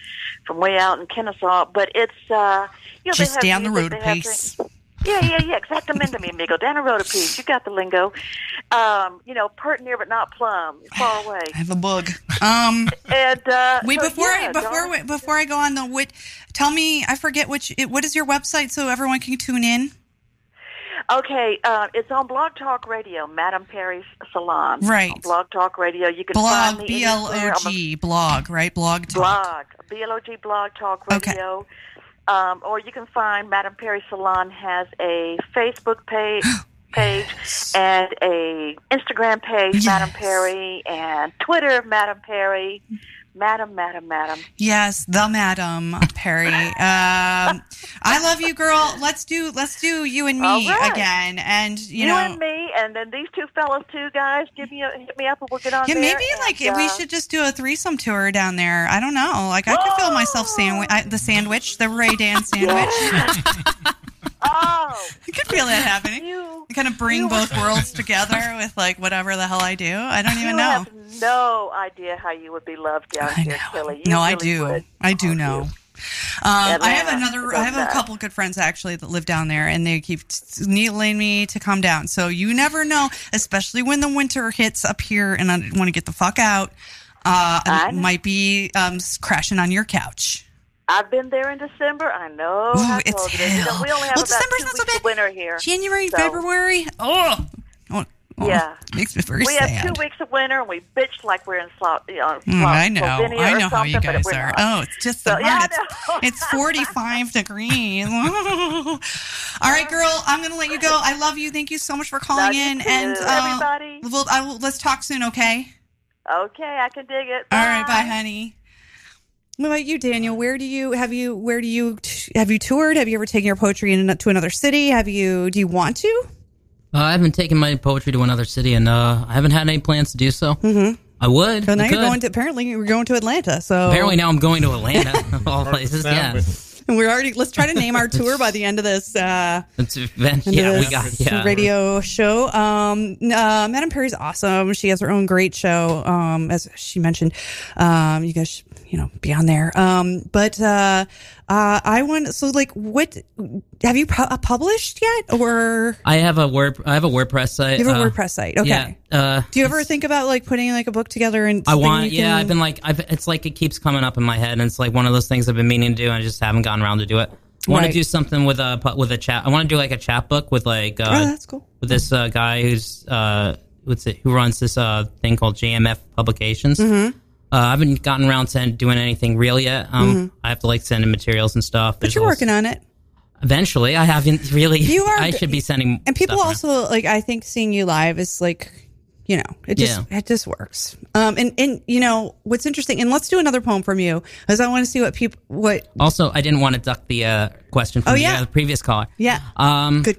Speaker 17: from way out in Kennesaw. But it's uh, you know
Speaker 8: Just
Speaker 17: they
Speaker 8: down
Speaker 17: have
Speaker 8: the
Speaker 17: music,
Speaker 8: road a
Speaker 17: they have
Speaker 8: piece.
Speaker 17: things- Yeah, yeah, yeah. Exactamente, mi amigo. Down the road a piece. You got the lingo. Um, you know, pert near but not plumb.
Speaker 8: [sighs]
Speaker 17: Far away.
Speaker 8: I have a bug. Um,
Speaker 17: [laughs] and uh,
Speaker 8: [laughs] wait
Speaker 17: so,
Speaker 8: before
Speaker 17: yeah,
Speaker 8: I, before we, before I go on though, what? Tell me, I forget which. It, what is your website so everyone can tune in?
Speaker 17: Okay, uh, it's on Blog Talk Radio, Madam Perry's Salon.
Speaker 8: Right.
Speaker 17: On Blog Talk Radio. You can find
Speaker 8: Blog
Speaker 17: me
Speaker 8: B L
Speaker 17: anywhere.
Speaker 8: O
Speaker 17: I'm a-
Speaker 8: G blog right blog talk.
Speaker 17: Blog B L O G Blog Talk Radio. Um, or you can find Madam Perry Salon has a Facebook
Speaker 8: [gasps]
Speaker 17: page. Page and a Instagram page, Madam Perry, and Twitter, Madam Perry, Madam, Madam, Madam.
Speaker 8: Yes, the Madam Perry. Um, I love you, girl. Let's do let's do you and
Speaker 17: All
Speaker 8: me
Speaker 17: right.
Speaker 8: again, and you,
Speaker 17: You,
Speaker 8: know.
Speaker 17: and me, and then these two fellas, too, guys. Give me a, hit me up, and we'll get on.
Speaker 8: yeah,
Speaker 17: Oh, there
Speaker 8: maybe
Speaker 17: and,
Speaker 8: like if we
Speaker 17: uh,
Speaker 8: should just do a threesome tour down there. I don't know. Like I could feel myself sandwich, I, the sandwich, the Ray Dan sandwich. [laughs]
Speaker 17: oh,
Speaker 8: I could feel that happening. kind of bring both worlds together with like whatever the hell I do. I don't even
Speaker 17: you
Speaker 8: know.
Speaker 17: have no idea how you would be loved down here, Kelly. You
Speaker 8: no, I
Speaker 17: really
Speaker 8: do.
Speaker 17: would.
Speaker 8: I do know. Um,
Speaker 17: Yeah,
Speaker 8: I have
Speaker 17: man,
Speaker 8: another.
Speaker 17: it
Speaker 8: I
Speaker 17: goes
Speaker 8: have a
Speaker 17: back.
Speaker 8: couple good friends actually that live down there, and they keep t- needling me to come down. So you never know, especially when the winter hits up here, and I want to get the fuck out. Uh, I might be um, s- crashing on your couch.
Speaker 17: I've been there in December. I know.
Speaker 8: Ooh,
Speaker 17: how
Speaker 8: it's
Speaker 17: cold it is. You know,
Speaker 8: hell.
Speaker 17: we only have
Speaker 8: Well,
Speaker 17: about two weeks of winter here.
Speaker 8: January,
Speaker 17: So,
Speaker 8: February. Oh, oh, oh,
Speaker 17: Yeah.
Speaker 8: [laughs] makes me very
Speaker 17: we
Speaker 8: sad.
Speaker 17: have two weeks of winter, and we bitch like we're in Slo- you know,
Speaker 8: Mm,
Speaker 17: Slo-
Speaker 8: I know.
Speaker 17: Slovenia
Speaker 8: I
Speaker 17: or
Speaker 8: know how you
Speaker 17: something, but
Speaker 8: guys
Speaker 17: we're
Speaker 8: are.
Speaker 17: not.
Speaker 8: Oh, it's just the
Speaker 17: So, yeah,
Speaker 8: hot.
Speaker 17: [laughs]
Speaker 8: It's, it's 45 degrees. [laughs] All right, girl, I'm going to let you go. I love you. Thank you so much for calling
Speaker 17: Love you
Speaker 8: in. And
Speaker 17: too,
Speaker 8: uh,
Speaker 17: everybody.
Speaker 8: We'll, I will, let's talk soon, okay?
Speaker 17: Okay, I can dig it.
Speaker 8: All right, bye, honey. What about you, Daniel? Where do you have you? Where do you have you toured? Have you ever taken your poetry in, to another city? Have you? Do you want to?
Speaker 14: Uh, I haven't taken my poetry to another city, and uh, I haven't had any plans to do so.
Speaker 8: Mm-hmm.
Speaker 14: I would.
Speaker 8: So now
Speaker 14: I
Speaker 8: you're
Speaker 14: could.
Speaker 8: going to oh. apparently you're going to Atlanta. So
Speaker 14: Apparently now I'm going to Atlanta, of all places. Yeah,
Speaker 8: And [laughs] we're already let's try to name
Speaker 14: [laughs]
Speaker 8: our tour by the end of this uh
Speaker 14: It's
Speaker 8: end
Speaker 14: event-
Speaker 8: of
Speaker 14: yeah, we
Speaker 8: this
Speaker 14: got yeah.
Speaker 8: radio show. Um uh, Madame Perry's awesome. She has her own great show. Um as she mentioned. Um you guys should, you know, be on there. Um but uh uh I want so like what have you pu- uh, published yet or
Speaker 14: I have a word. I have a WordPress site.
Speaker 8: You have a
Speaker 14: uh,
Speaker 8: WordPress site, okay.
Speaker 14: Yeah. Uh,
Speaker 8: do you ever think about like putting like a book together and
Speaker 14: I
Speaker 8: something
Speaker 14: want.
Speaker 8: you
Speaker 14: Yeah,
Speaker 8: can-
Speaker 14: I've been like. I've, it's like it keeps coming up in my head, and it's like one of those things I've been meaning to do, and I just haven't gotten around to do it. I want
Speaker 8: Right.
Speaker 14: to do something with a pu- with a chat. I want to do like a chat book with like. Uh,
Speaker 8: Oh, that's cool.
Speaker 14: With this uh, guy who's uh, what's it? Who runs this uh thing called JMF Publications.
Speaker 8: Mhm.
Speaker 14: Uh, I haven't gotten around to doing anything real yet. Um,
Speaker 8: Mhm.
Speaker 14: I have to like send in materials and stuff.
Speaker 8: but you're working on it.
Speaker 14: Eventually, I haven't [laughs] really.
Speaker 8: You are
Speaker 14: I
Speaker 8: good-
Speaker 14: should be sending.
Speaker 8: And people
Speaker 14: stuff around.
Speaker 8: also like I think seeing you live is like you know, it just it just works. Um, and and you know what's interesting, and let's do another poem from you, because I want to see what people what.
Speaker 14: Also, I didn't want to duck the uh, question from
Speaker 8: Oh,
Speaker 14: the,
Speaker 8: yeah.
Speaker 14: uh, previous caller.
Speaker 8: Yeah.
Speaker 14: Um, th-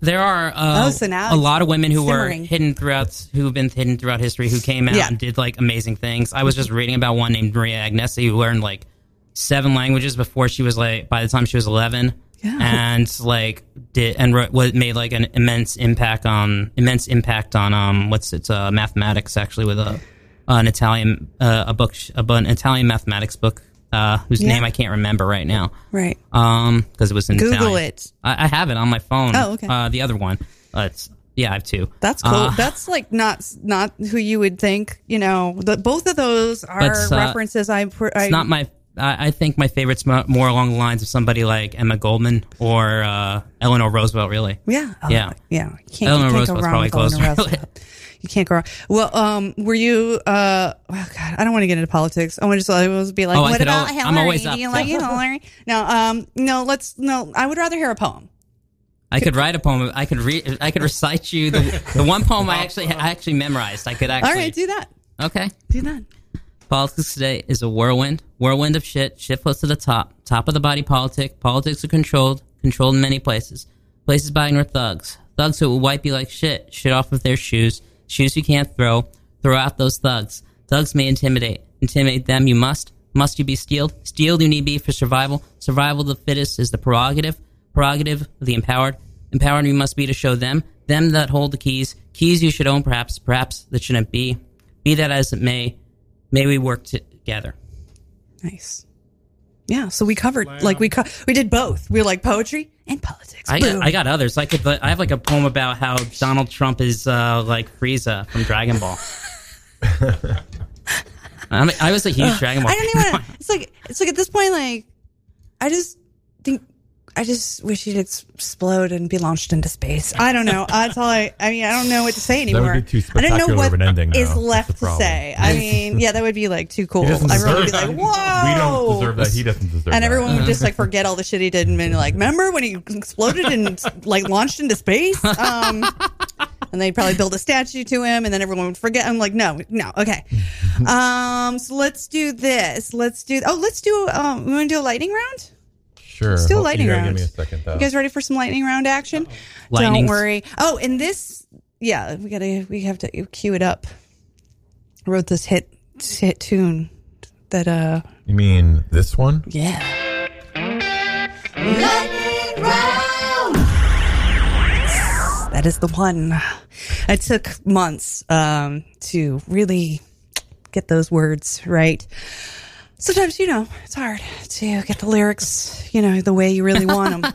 Speaker 14: There are uh,
Speaker 8: Oh, so now
Speaker 14: a
Speaker 8: it's
Speaker 14: lot of women who
Speaker 8: simmering.
Speaker 14: were hidden throughout, who've been hidden throughout history, who came out
Speaker 8: Yeah.
Speaker 14: and did like amazing things. I was just reading about one named Maria Agnesi who learned like seven languages before she was like by the time she was eleven,
Speaker 8: Yeah.
Speaker 14: and like did and wrote, what made like an immense impact on immense impact on um what's it's uh, mathematics actually with a uh, an Italian uh, a book sh- an Italian mathematics book uh, whose
Speaker 8: Yeah.
Speaker 14: name I can't remember right now.
Speaker 8: Right.
Speaker 14: Um, because it was in
Speaker 8: Google
Speaker 14: Italian.
Speaker 8: it.
Speaker 14: I, I have it on my phone.
Speaker 8: Oh, okay.
Speaker 14: Uh, the other one. Uh, it's yeah, I have two.
Speaker 8: That's cool.
Speaker 14: Uh,
Speaker 8: That's like not not who you would think. You know, the, both of those are
Speaker 14: But, uh,
Speaker 8: references. I, pr- I
Speaker 14: it's not my. I, I think my favorite's mo- more along the lines of somebody like Emma Goldman or uh, Eleanor Roosevelt. Really.
Speaker 8: Yeah. Oh,
Speaker 14: Yeah.
Speaker 8: yeah. You can't,
Speaker 14: Eleanor
Speaker 8: you can't go
Speaker 14: Roosevelt's
Speaker 8: wrong
Speaker 14: probably
Speaker 8: with Eleanor
Speaker 14: closer.
Speaker 8: Roosevelt. You can't go wrong. Well, um, were you? Uh, oh God, I don't want to get into politics. I want to just I was be like,
Speaker 14: Oh, I
Speaker 8: what
Speaker 14: could
Speaker 8: about
Speaker 14: al-
Speaker 8: Hillary?
Speaker 14: I'm always up.
Speaker 8: Do you like
Speaker 14: [laughs]
Speaker 8: Hillary? No, um, no. Let's no. I would rather hear a poem.
Speaker 14: [laughs] I could write a poem. I could re- I could recite you the, the one poem I actually I actually memorized. I could actually.
Speaker 8: All right, do that.
Speaker 14: Okay.
Speaker 8: Do that.
Speaker 14: Politics today is a whirlwind, whirlwind of shit, shiftless to the top, top of the body politic. Politics are controlled, controlled in many places. Places by and with thugs. Thugs who will wipe you like shit, shit off of their shoes, shoes you can't throw, throw out those thugs. Thugs may intimidate, intimidate them you must, must you be steeled, steeled you need be for survival, survival of the fittest is the prerogative, prerogative of the empowered, empowered you must be to show them, them that hold the keys, keys you should own perhaps, perhaps that shouldn't be. Be that as it may, May we work together.
Speaker 8: Nice. Yeah. So we covered like we co- we did both. We were like poetry and politics.
Speaker 14: I got, I got others. I could. I have like a poem about how Donald Trump is uh, like Frieza from Dragon Ball. [laughs] I, mean, I was a huge
Speaker 8: Ugh,
Speaker 14: Dragon Ball.
Speaker 8: I don't even. Wanna, it's like it's like at this point, like I just think I just wish he'd ex- explode and be launched into space. I don't know. That's all I. I mean, I don't know what to say
Speaker 9: That would
Speaker 8: anymore.
Speaker 9: be too
Speaker 8: I don't know
Speaker 9: spectacular
Speaker 8: what
Speaker 9: of an ending, though.
Speaker 8: is
Speaker 9: That's the
Speaker 8: left to
Speaker 9: problem.
Speaker 8: say. I mean, yeah, that would be like too cool.
Speaker 9: doesn't
Speaker 8: Everyone would be
Speaker 9: deserve
Speaker 8: like,
Speaker 9: that.
Speaker 8: whoa.
Speaker 9: We don't deserve that. He doesn't deserve
Speaker 8: And
Speaker 9: that.
Speaker 8: everyone would just like forget all the shit he did and then like, remember when he exploded and like launched into space? Um, and they'd probably build a statue to him and then everyone would forget. I'm like, no, no, okay.
Speaker 9: [laughs]
Speaker 8: Um, so let's do this. Let's do, oh, let's do, um, we want to do a lightning round?
Speaker 9: Sure.
Speaker 8: Let's do a
Speaker 9: Hold-
Speaker 8: lightning
Speaker 9: you gotta
Speaker 8: round.
Speaker 9: Give me a second though.
Speaker 8: You guys ready for some lightning round action? Don't
Speaker 9: Lightnings.
Speaker 8: worry. Oh, and this, yeah, we gotta, we have to cue it up. I wrote this hit, hit tune that, uh,
Speaker 9: You mean this one? [laughs]
Speaker 8: Yeah. That is the one. It took months um, to really get those words right. Sometimes, you know, it's hard to get the lyrics, you know, the way you really want them.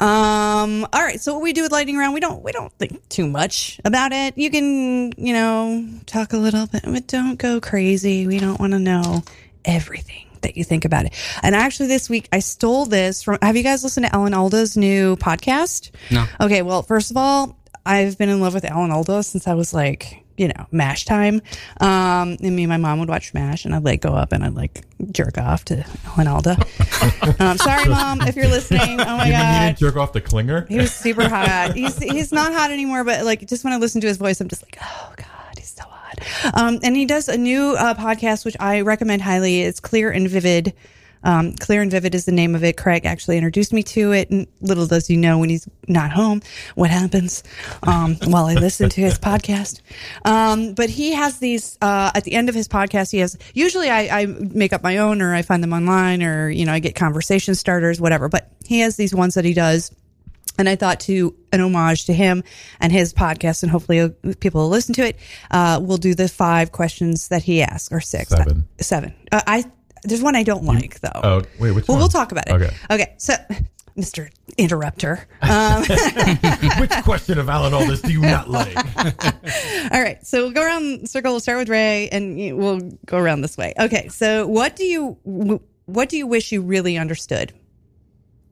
Speaker 8: um, all right. So what we do with lightning round, we don't we don't think too much about it. You can, you know, talk a little bit, but don't go crazy. We don't want to know everything that you think about it. And actually, this week I stole this from. Have you guys listened to Ellen Alda's new podcast?
Speaker 14: No.
Speaker 8: Okay, well, first of all, I've been in love with Alan Alda since I was like, you know, MASH time. Um, and me and my mom would watch MASH, and I'd like go up and I'd like jerk off to Alan Alda. um, sorry, mom, if you're listening. Oh my
Speaker 9: you,
Speaker 8: god,
Speaker 9: mean you didn't jerk off the clinger?
Speaker 8: he was [laughs] super hot. He's he's not hot anymore, but like just when I listen to his voice, I'm just like, oh god, he's so hot. Um, and he does a new uh, podcast which I recommend highly. It's Clear and Vivid. Um, Clear and Vivid is the name of it. Craig actually introduced me to it, and little does he know when he's not home what happens um, while I listen to his podcast. Um, but he has these uh, at the end of his podcast. He has usually I, I make up my own, or I find them online, or you know I get conversation starters, whatever. But he has these ones that he does and I thought to an homage to him and his podcast, and hopefully uh, people will listen to it. Uh, we'll do the five questions that he asked, or six,
Speaker 9: Seven.
Speaker 8: Uh, seven. Uh, I there's one I don't like though.
Speaker 9: [laughs] Oh wait, which
Speaker 8: well,
Speaker 9: one?
Speaker 8: we'll talk about it.
Speaker 9: Okay.
Speaker 8: Okay. So, [laughs] Mr. Interrupter. Um, [laughs]
Speaker 9: [laughs] which question of Alan Aldis do you not like?
Speaker 8: all right. So we'll go around the circle. We'll start with Ray, and you- we'll go around this way. Okay. So what do you w- what do you wish you really understood?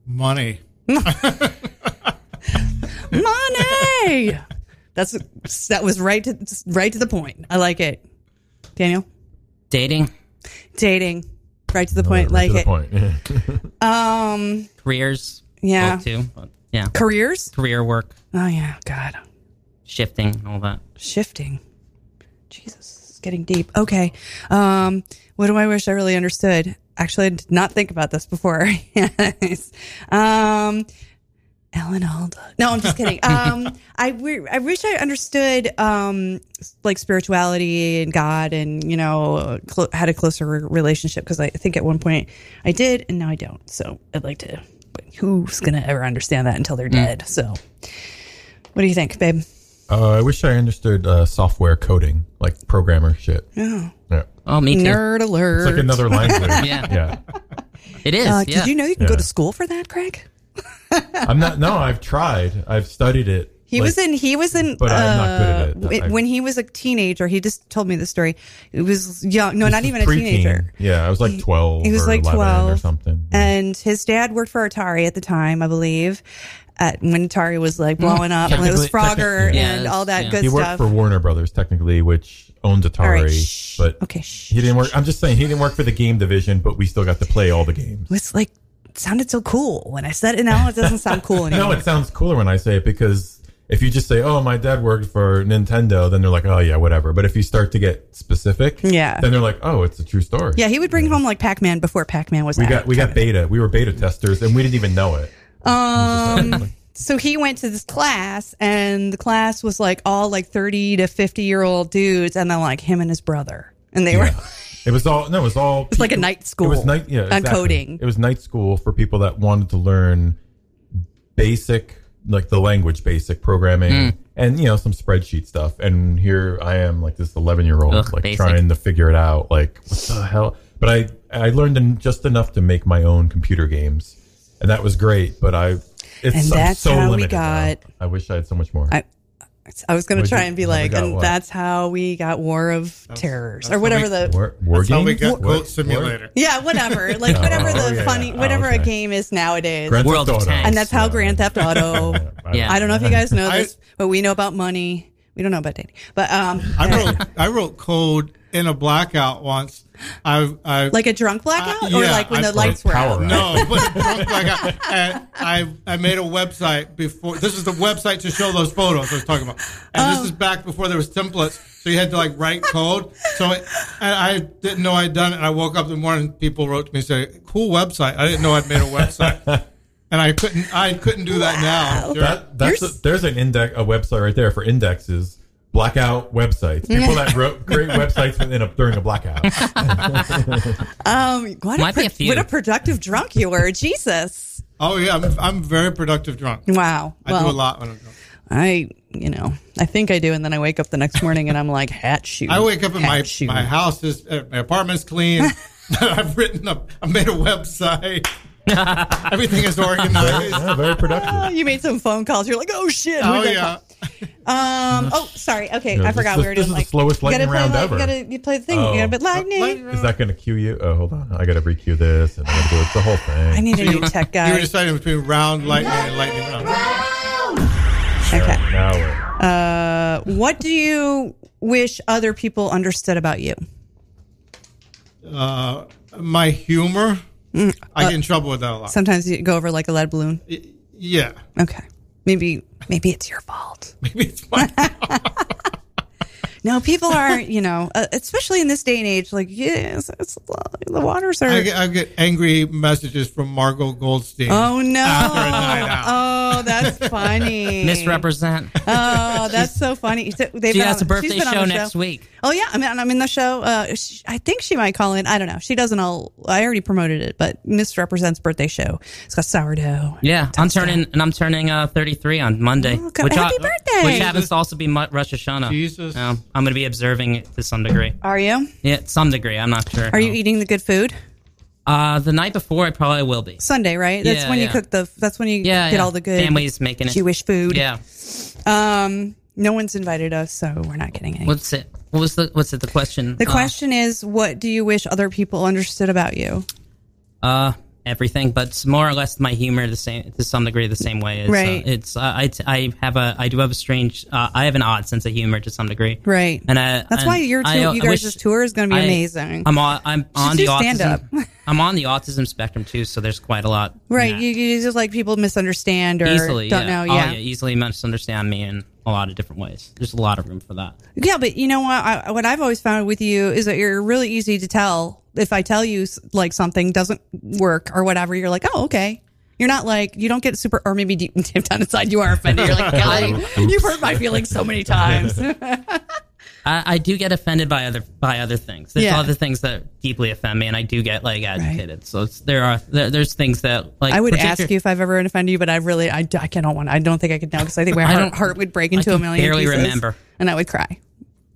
Speaker 13: Money.
Speaker 8: Money. That's that was right to right to the point. I like it, Daniel.
Speaker 14: Dating,
Speaker 8: Dating, right to the point.
Speaker 14: Oh, right
Speaker 8: like
Speaker 14: to the
Speaker 8: it.
Speaker 9: point.
Speaker 8: um,
Speaker 14: [laughs] careers.
Speaker 8: Yeah.
Speaker 14: both too. Yeah.
Speaker 8: Careers?
Speaker 14: Career work.
Speaker 8: Oh yeah, God.
Speaker 14: shifting and all that.
Speaker 8: Shifting. Jesus, it's getting deep. Okay. Um, what do I wish I really understood? Actually, I did not think about this before. [laughs] yes. Um, Ellen Alda. No, I'm just kidding. Um, I, w- I wish I understood um, like spirituality and God and, you know, cl- had a closer re- relationship because I think at one point I did and now I don't. So I'd like to, but who's going to ever understand that until they're dead? So what do you think, babe?
Speaker 9: Uh, I wish I understood uh, software coding, like programmer shit.
Speaker 8: Yeah.
Speaker 9: Yeah.
Speaker 14: Oh,
Speaker 8: me too. Nerd alert.
Speaker 9: It's like another
Speaker 14: [laughs]
Speaker 9: language.
Speaker 8: Yeah.
Speaker 9: Yeah.
Speaker 14: It is.
Speaker 8: Uh, Did you know you can go
Speaker 9: Yeah.
Speaker 8: to school for that, Craig?
Speaker 9: I'm not. No, I've tried. I've studied it.
Speaker 8: He was in. He was in.
Speaker 9: But I'm not good at
Speaker 8: uh,
Speaker 9: it.
Speaker 8: w-
Speaker 9: I-
Speaker 8: when he was a teenager, he just told me the story. It was young. No,
Speaker 9: This
Speaker 8: not
Speaker 9: was
Speaker 8: even a
Speaker 9: preteen.
Speaker 8: teenager.
Speaker 9: Yeah, I was like twelve.
Speaker 8: He was
Speaker 9: or
Speaker 8: like
Speaker 9: 11
Speaker 8: twelve
Speaker 9: or something.
Speaker 8: And his dad worked for Atari at the time, I believe. At when Atari was like blowing up, and it was
Speaker 9: Mm-hmm. Technically-
Speaker 8: Frogger
Speaker 9: technically-
Speaker 8: and all that good
Speaker 9: He worked
Speaker 8: stuff.
Speaker 9: for Warner Brothers technically, which owns Atari. but
Speaker 8: okay,
Speaker 9: he didn't work. I'm just saying he didn't work for the game division, but we still got to play all the games.
Speaker 8: it was like it sounded so cool when I said it. Now it doesn't sound
Speaker 9: [laughs]
Speaker 8: cool anymore.
Speaker 9: No, it sounds cooler when I say it because if you just say, "Oh, my dad worked for Nintendo," then they're like, "Oh yeah, whatever." But if you start to get specific,
Speaker 8: Yeah.
Speaker 9: then they're like, "Oh, it's a true story."
Speaker 8: yeah, he would bring home like Pac Man before Pac Man was
Speaker 9: we
Speaker 8: out.
Speaker 9: got we got beta. We were beta testers, and we didn't even know it.
Speaker 8: Um, so he went to this class, and the class was like all like thirty to fifty year old dudes, and then like him and his brother, and they were
Speaker 9: Yeah. It was all no. It was all.
Speaker 8: [laughs] It's like a night school
Speaker 9: It was night. Yeah,
Speaker 8: on
Speaker 9: exactly.
Speaker 8: coding.
Speaker 9: It was night school for people that wanted to learn basic, like the language, basic programming,
Speaker 14: Mm.
Speaker 9: and you know some spreadsheet stuff. And here I am, like this eleven-year-old,
Speaker 14: Ugh,
Speaker 9: like
Speaker 14: basic.
Speaker 9: trying to figure it out. Like what the hell? But I I learned en- just enough to make my own computer games, and that was great. But I it's
Speaker 8: And
Speaker 9: I'm
Speaker 8: that's
Speaker 9: so
Speaker 8: how we
Speaker 9: limited now.
Speaker 8: got-
Speaker 9: I wish I had so much more.
Speaker 8: I, I was gonna
Speaker 9: Would
Speaker 8: try
Speaker 9: you-
Speaker 8: and be
Speaker 9: how we
Speaker 8: like,
Speaker 9: got
Speaker 8: and
Speaker 9: what?
Speaker 8: that's how we got War of Terrors or whatever the
Speaker 9: war, war
Speaker 13: That's how we
Speaker 9: games?
Speaker 13: got
Speaker 9: What-
Speaker 13: Goat
Speaker 9: what-
Speaker 13: Simulator.
Speaker 8: yeah, whatever, like
Speaker 9: Oh,
Speaker 8: whatever the
Speaker 9: yeah,
Speaker 8: funny,
Speaker 9: yeah. Oh,
Speaker 8: whatever
Speaker 9: okay.
Speaker 8: a game is nowadays.
Speaker 9: Grand World Theft of Auto. Tanks.
Speaker 8: and that's how Grand Theft Auto.
Speaker 9: [laughs] Yeah.
Speaker 8: I don't know if you guys know
Speaker 13: I-
Speaker 8: this, but we know about money. We don't know about dating, but um,
Speaker 13: I wrote I wrote code in a blackout once. I, I
Speaker 8: like a drunk blackout, or like when
Speaker 13: I-
Speaker 8: the lights were out.
Speaker 13: No, [laughs] but drunk blackout. And I I made a website before. This is the website to show those photos I was talking about. And
Speaker 8: Oh.
Speaker 13: this is back before there was templates, so you had to like write code. So it, and I didn't know I'd done it. And I woke up in the morning. People wrote to me say, "Cool website." I didn't know I'd made a website. And I couldn't, I couldn't do that now.
Speaker 9: Oh, That, that's a, there's an index a website right there for indexes. Blackout websites. People that wrote great websites within a, during
Speaker 8: [laughs]
Speaker 9: a blackout.
Speaker 8: Um, what, a
Speaker 13: Might be
Speaker 8: pro-
Speaker 13: a few.
Speaker 8: what a productive drunk you were, Jesus!
Speaker 13: Oh yeah, I'm, I'm very productive drunk.
Speaker 8: Wow.
Speaker 13: I do
Speaker 8: Well-
Speaker 13: a lot when I'm drunk.
Speaker 8: I, you know, I think I do, and then I wake up the next morning and I'm like, hat shoe.
Speaker 13: I wake up in my
Speaker 8: hat shoe.
Speaker 13: my house is uh, my apartment's clean. [laughs] I've written a I made
Speaker 8: [laughs]
Speaker 13: a website. Everything is
Speaker 9: Very,
Speaker 13: organized.
Speaker 9: yeah, very productive.
Speaker 8: [laughs] Oh, you made some phone calls. You're like, oh shit.
Speaker 13: Oh,
Speaker 8: who'd I
Speaker 13: yeah.
Speaker 8: call? Um. Oh, sorry. Okay,
Speaker 9: Yeah,
Speaker 8: I
Speaker 9: this-
Speaker 8: forgot
Speaker 9: this-
Speaker 8: we were doing
Speaker 9: this is the
Speaker 8: like
Speaker 9: slowest
Speaker 8: you gotta
Speaker 9: lightning
Speaker 8: play
Speaker 9: round
Speaker 8: li-
Speaker 9: ever.
Speaker 8: You gotta you play the thing.
Speaker 9: Oh.
Speaker 8: You gotta be lightning.
Speaker 9: Is that going to cue you? Oh, hold on. I got to recue this and I got to do it- the whole thing.
Speaker 8: I need a
Speaker 13: So you-
Speaker 8: new tech
Speaker 13: You were
Speaker 8: guy.
Speaker 13: deciding between round lightning and lightning round.
Speaker 8: Okay.
Speaker 9: Now we're-
Speaker 8: Uh, what do you wish other people understood about you?
Speaker 13: Uh, my humor. I get in trouble with that a lot.
Speaker 8: Mm, uh, Sometimes you go over like a lead balloon.
Speaker 13: yeah.
Speaker 8: Okay. Maybe maybe it's your
Speaker 13: [laughs]
Speaker 8: fault. Maybe [laughs] it's my fault. no, people are, you know, uh, especially in this day and age, like, yes, it's, the waters are.
Speaker 13: I get, I get angry messages from Margot Goldstein.
Speaker 8: oh, no.
Speaker 13: After a night out.
Speaker 8: Oh, that's
Speaker 13: [laughs]
Speaker 8: funny.
Speaker 14: Misrepresent.
Speaker 8: Oh, that's so funny. So They've
Speaker 14: She
Speaker 8: been
Speaker 14: has
Speaker 8: on-
Speaker 14: a birthday
Speaker 8: she's been on
Speaker 14: show
Speaker 8: the
Speaker 14: next week.
Speaker 8: Oh yeah, I mean, I'm in the show. Uh, sh I think she might call in. I don't know. She doesn't. All I already promoted it, but misrepresents birthday show. It's got sourdough.
Speaker 14: Yeah, I'm turning and I'm turning uh, 33 on Monday.
Speaker 8: God, happy birthday!
Speaker 14: Which happens to also be Mu- Rosh Hashanah.
Speaker 13: Jesus.
Speaker 14: Um, I'm going to be observing it to some degree.
Speaker 8: Are you?
Speaker 14: Yeah, to some degree. I'm not sure.
Speaker 8: Are you eating the good food?
Speaker 14: Uh, the night before, I probably will be.
Speaker 8: Sunday, right? That's
Speaker 14: Yeah,
Speaker 8: when you
Speaker 14: yeah.
Speaker 8: cook the. That's when you
Speaker 14: Yeah,
Speaker 8: get
Speaker 14: yeah.
Speaker 8: all the good
Speaker 14: Family's making it.
Speaker 8: Jewish food.
Speaker 14: Yeah.
Speaker 8: Um, no one's invited us, so we're not getting any.
Speaker 14: What's it? What was the? What's it? The question.
Speaker 8: The
Speaker 14: Uh,
Speaker 8: question is, what do you wish other people understood about you?
Speaker 14: Uh, everything, but it's more or less my humor the same to some degree the same way. It's,
Speaker 8: Right.
Speaker 14: Uh, it's uh, I, t- I have a I do have a strange uh, I have an odd sense of humor to some degree.
Speaker 8: Right.
Speaker 14: And I,
Speaker 8: That's
Speaker 14: and
Speaker 8: why your
Speaker 14: Um, I-
Speaker 8: tour, you
Speaker 14: I wish-
Speaker 8: guys' tour is going to be
Speaker 14: I-
Speaker 8: amazing.
Speaker 14: I'm on I'm on the
Speaker 8: do
Speaker 14: autism.
Speaker 8: stand-up.
Speaker 14: [laughs] I'm on the autism spectrum too, so there's quite a lot
Speaker 8: Right. You, you just like people misunderstand or
Speaker 14: easily
Speaker 8: don't know.
Speaker 14: yeah.
Speaker 8: Yeah.
Speaker 14: Oh, yeah, easily misunderstand me and a lot of different ways. There's a lot of room for that.
Speaker 8: Yeah, but you know what? I, what I've always found with you is that you're really easy to tell. If I tell you s- like something doesn't work or whatever, you're like, oh, okay. You're not like you don't get super, or maybe deep, [laughs] deep down inside you are offended. You're like, Kelly, [laughs] you've hurt my feelings so many
Speaker 14: [laughs]
Speaker 8: times.
Speaker 14: I, I do get offended by other by other things. There's
Speaker 8: Yeah.
Speaker 14: other things that deeply offend me, and I do get like agitated. So it's, there are there, there's things that like
Speaker 8: I would ask
Speaker 14: particular-
Speaker 8: you if I've ever offended you, but I really, I, d- I don't want. I don't think I could now because I think my
Speaker 14: I
Speaker 8: heart,
Speaker 14: don't-
Speaker 8: heart would break
Speaker 14: I
Speaker 8: into a
Speaker 14: can
Speaker 8: million.
Speaker 14: barely
Speaker 8: pieces,
Speaker 14: remember.
Speaker 8: and I would cry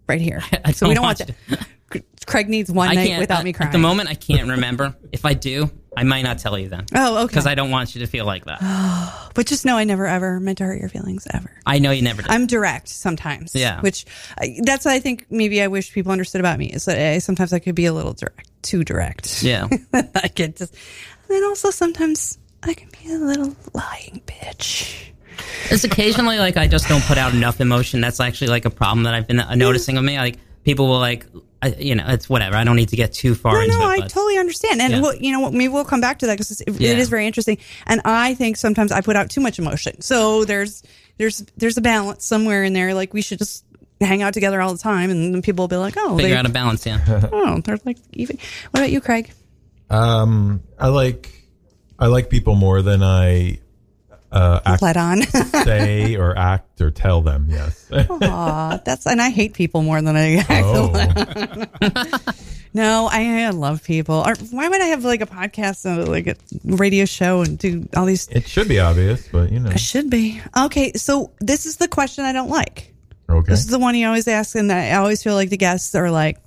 Speaker 8: right
Speaker 14: [laughs]
Speaker 8: here. so we don't
Speaker 14: don't
Speaker 8: want
Speaker 14: want
Speaker 8: that. [laughs] Craig needs one
Speaker 14: I
Speaker 8: night
Speaker 14: can't- uh,
Speaker 8: without
Speaker 14: at-
Speaker 8: me crying.
Speaker 14: At the moment, I can't remember. if I do, I might not tell you then.
Speaker 8: [laughs] Oh, okay.
Speaker 14: Because I don't want you to feel like that.
Speaker 8: [gasps] but just know I never ever meant to hurt your feelings ever.
Speaker 14: I know you never did.
Speaker 8: I'm direct sometimes.
Speaker 14: Yeah.
Speaker 8: Which uh, that's what I think maybe I wish people understood about me is that I, sometimes I could be a little direct, too direct.
Speaker 14: Yeah.
Speaker 8: [laughs] I could just, and also sometimes I can be a little lying bitch.
Speaker 14: It's occasionally like I just don't put out enough emotion. That's actually like a problem that I've been uh, noticing with me. Like people will like, I, you know, it's whatever. I don't need to get too far into
Speaker 8: No,
Speaker 14: it.
Speaker 8: I
Speaker 14: but-
Speaker 8: totally understand, and
Speaker 14: Yeah.
Speaker 8: we'll, you know what? Maybe we'll come back to that because it,
Speaker 14: Yeah.
Speaker 8: it is very interesting. And I think sometimes I put out too much emotion, so there's there's there's a balance somewhere in there. Like we should just hang out together all the time, and then people will be like, oh,
Speaker 14: figure
Speaker 8: they,
Speaker 14: out a balance. Yeah.
Speaker 8: [laughs] oh, they're like even. What about you, Craig?
Speaker 9: Um, I like I like people more than I uh, act,
Speaker 8: Let on. [laughs]
Speaker 9: say or act or tell them. Yes.
Speaker 8: Aw, that's and I hate people more than
Speaker 9: [laughs]
Speaker 8: I. Oh. [laughs] no, I, I love people. Or why would I have like a podcast and like a radio show and do all these?
Speaker 9: It should be obvious, but you know.
Speaker 8: I should be okay. So this is the question I don't like.
Speaker 9: Okay.
Speaker 8: This is the one you always ask, and I always feel like the guests are like,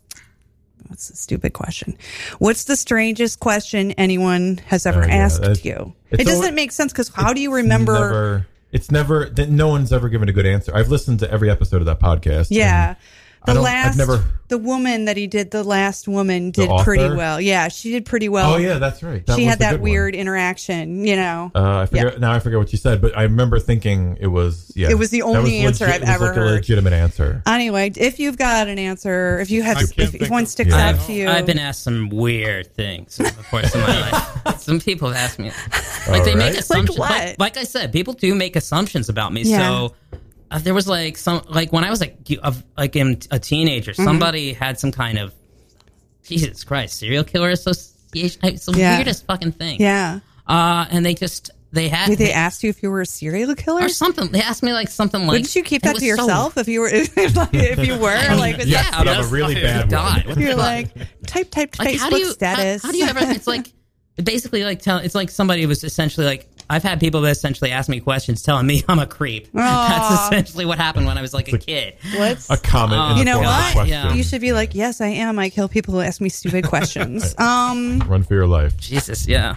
Speaker 8: "That's a stupid question." What's the strangest question anyone has ever
Speaker 9: Oh, yeah,
Speaker 8: asked
Speaker 9: that's-
Speaker 8: you?
Speaker 9: it's
Speaker 8: It doesn't
Speaker 9: always-
Speaker 8: make sense because how do you remember?
Speaker 9: Never. It's never. th- No one's ever given a good answer. I've listened to every episode of that podcast.
Speaker 8: Yeah.
Speaker 9: I
Speaker 8: The
Speaker 9: don't- I've
Speaker 8: last,
Speaker 9: never-
Speaker 8: the woman that he did, the last woman did
Speaker 9: author?
Speaker 8: pretty well. Yeah, she did pretty well.
Speaker 9: Oh, yeah, that's right. That
Speaker 8: she
Speaker 9: was
Speaker 8: had
Speaker 9: the
Speaker 8: that
Speaker 9: good one.
Speaker 8: weird interaction, you know.
Speaker 9: Uh, I forget now. I forget what you said, but I remember thinking it was yeah.
Speaker 8: It was the
Speaker 9: that was
Speaker 8: only answer I've
Speaker 9: it was
Speaker 8: ever
Speaker 9: like
Speaker 8: heard.
Speaker 9: A legitimate answer.
Speaker 8: Anyway, if you've got an answer, if you have, if, if one sticks
Speaker 14: I've,
Speaker 8: out to you,
Speaker 14: I've been asked some weird things over the course of my
Speaker 8: [laughs]
Speaker 14: life. Some people have asked me, like
Speaker 9: All
Speaker 14: they
Speaker 9: right.
Speaker 14: make
Speaker 9: Like
Speaker 14: assumptions.
Speaker 9: what?
Speaker 14: Like, like I said, people do make assumptions about me.
Speaker 9: Yeah.
Speaker 14: So uh, there was like some, like when I was like you- of- like in a teenager,
Speaker 8: Mhm.
Speaker 14: somebody had some kind of Jesus Christ serial killer association. It's the
Speaker 8: Yeah.
Speaker 14: weirdest fucking thing.
Speaker 8: Yeah.
Speaker 14: Uh, and they just they had
Speaker 8: Did they asked you if you were a serial killer
Speaker 14: or something. They asked me like something like.
Speaker 8: Wouldn't you keep
Speaker 14: it
Speaker 8: that
Speaker 14: was
Speaker 8: to
Speaker 14: so-
Speaker 8: yourself if you were [laughs] if,
Speaker 9: [laughs]
Speaker 8: if you were like was
Speaker 14: yeah,
Speaker 8: that-
Speaker 9: you have a really bad
Speaker 14: God, what
Speaker 9: one.
Speaker 14: the
Speaker 8: you're
Speaker 14: fuck?
Speaker 8: like type typed
Speaker 14: Like,
Speaker 8: Facebook
Speaker 14: how do you- how-
Speaker 8: status.
Speaker 14: How, do you ever? It's like basically like tell. It's like somebody was essentially like. I've had people that essentially ask me questions, telling me [laughs] I'm a creep.
Speaker 8: Aw.
Speaker 14: That's essentially what happened when I was like a kid.
Speaker 8: What's
Speaker 9: A comment. in
Speaker 14: Um,
Speaker 9: the
Speaker 14: you know
Speaker 9: form of a
Speaker 14: what?
Speaker 9: question.
Speaker 14: Yeah.
Speaker 8: You should be like, yes, I am. I kill people who ask me
Speaker 9: [laughs]
Speaker 8: stupid questions. um,
Speaker 9: Run for your life.
Speaker 14: Jesus. Yeah.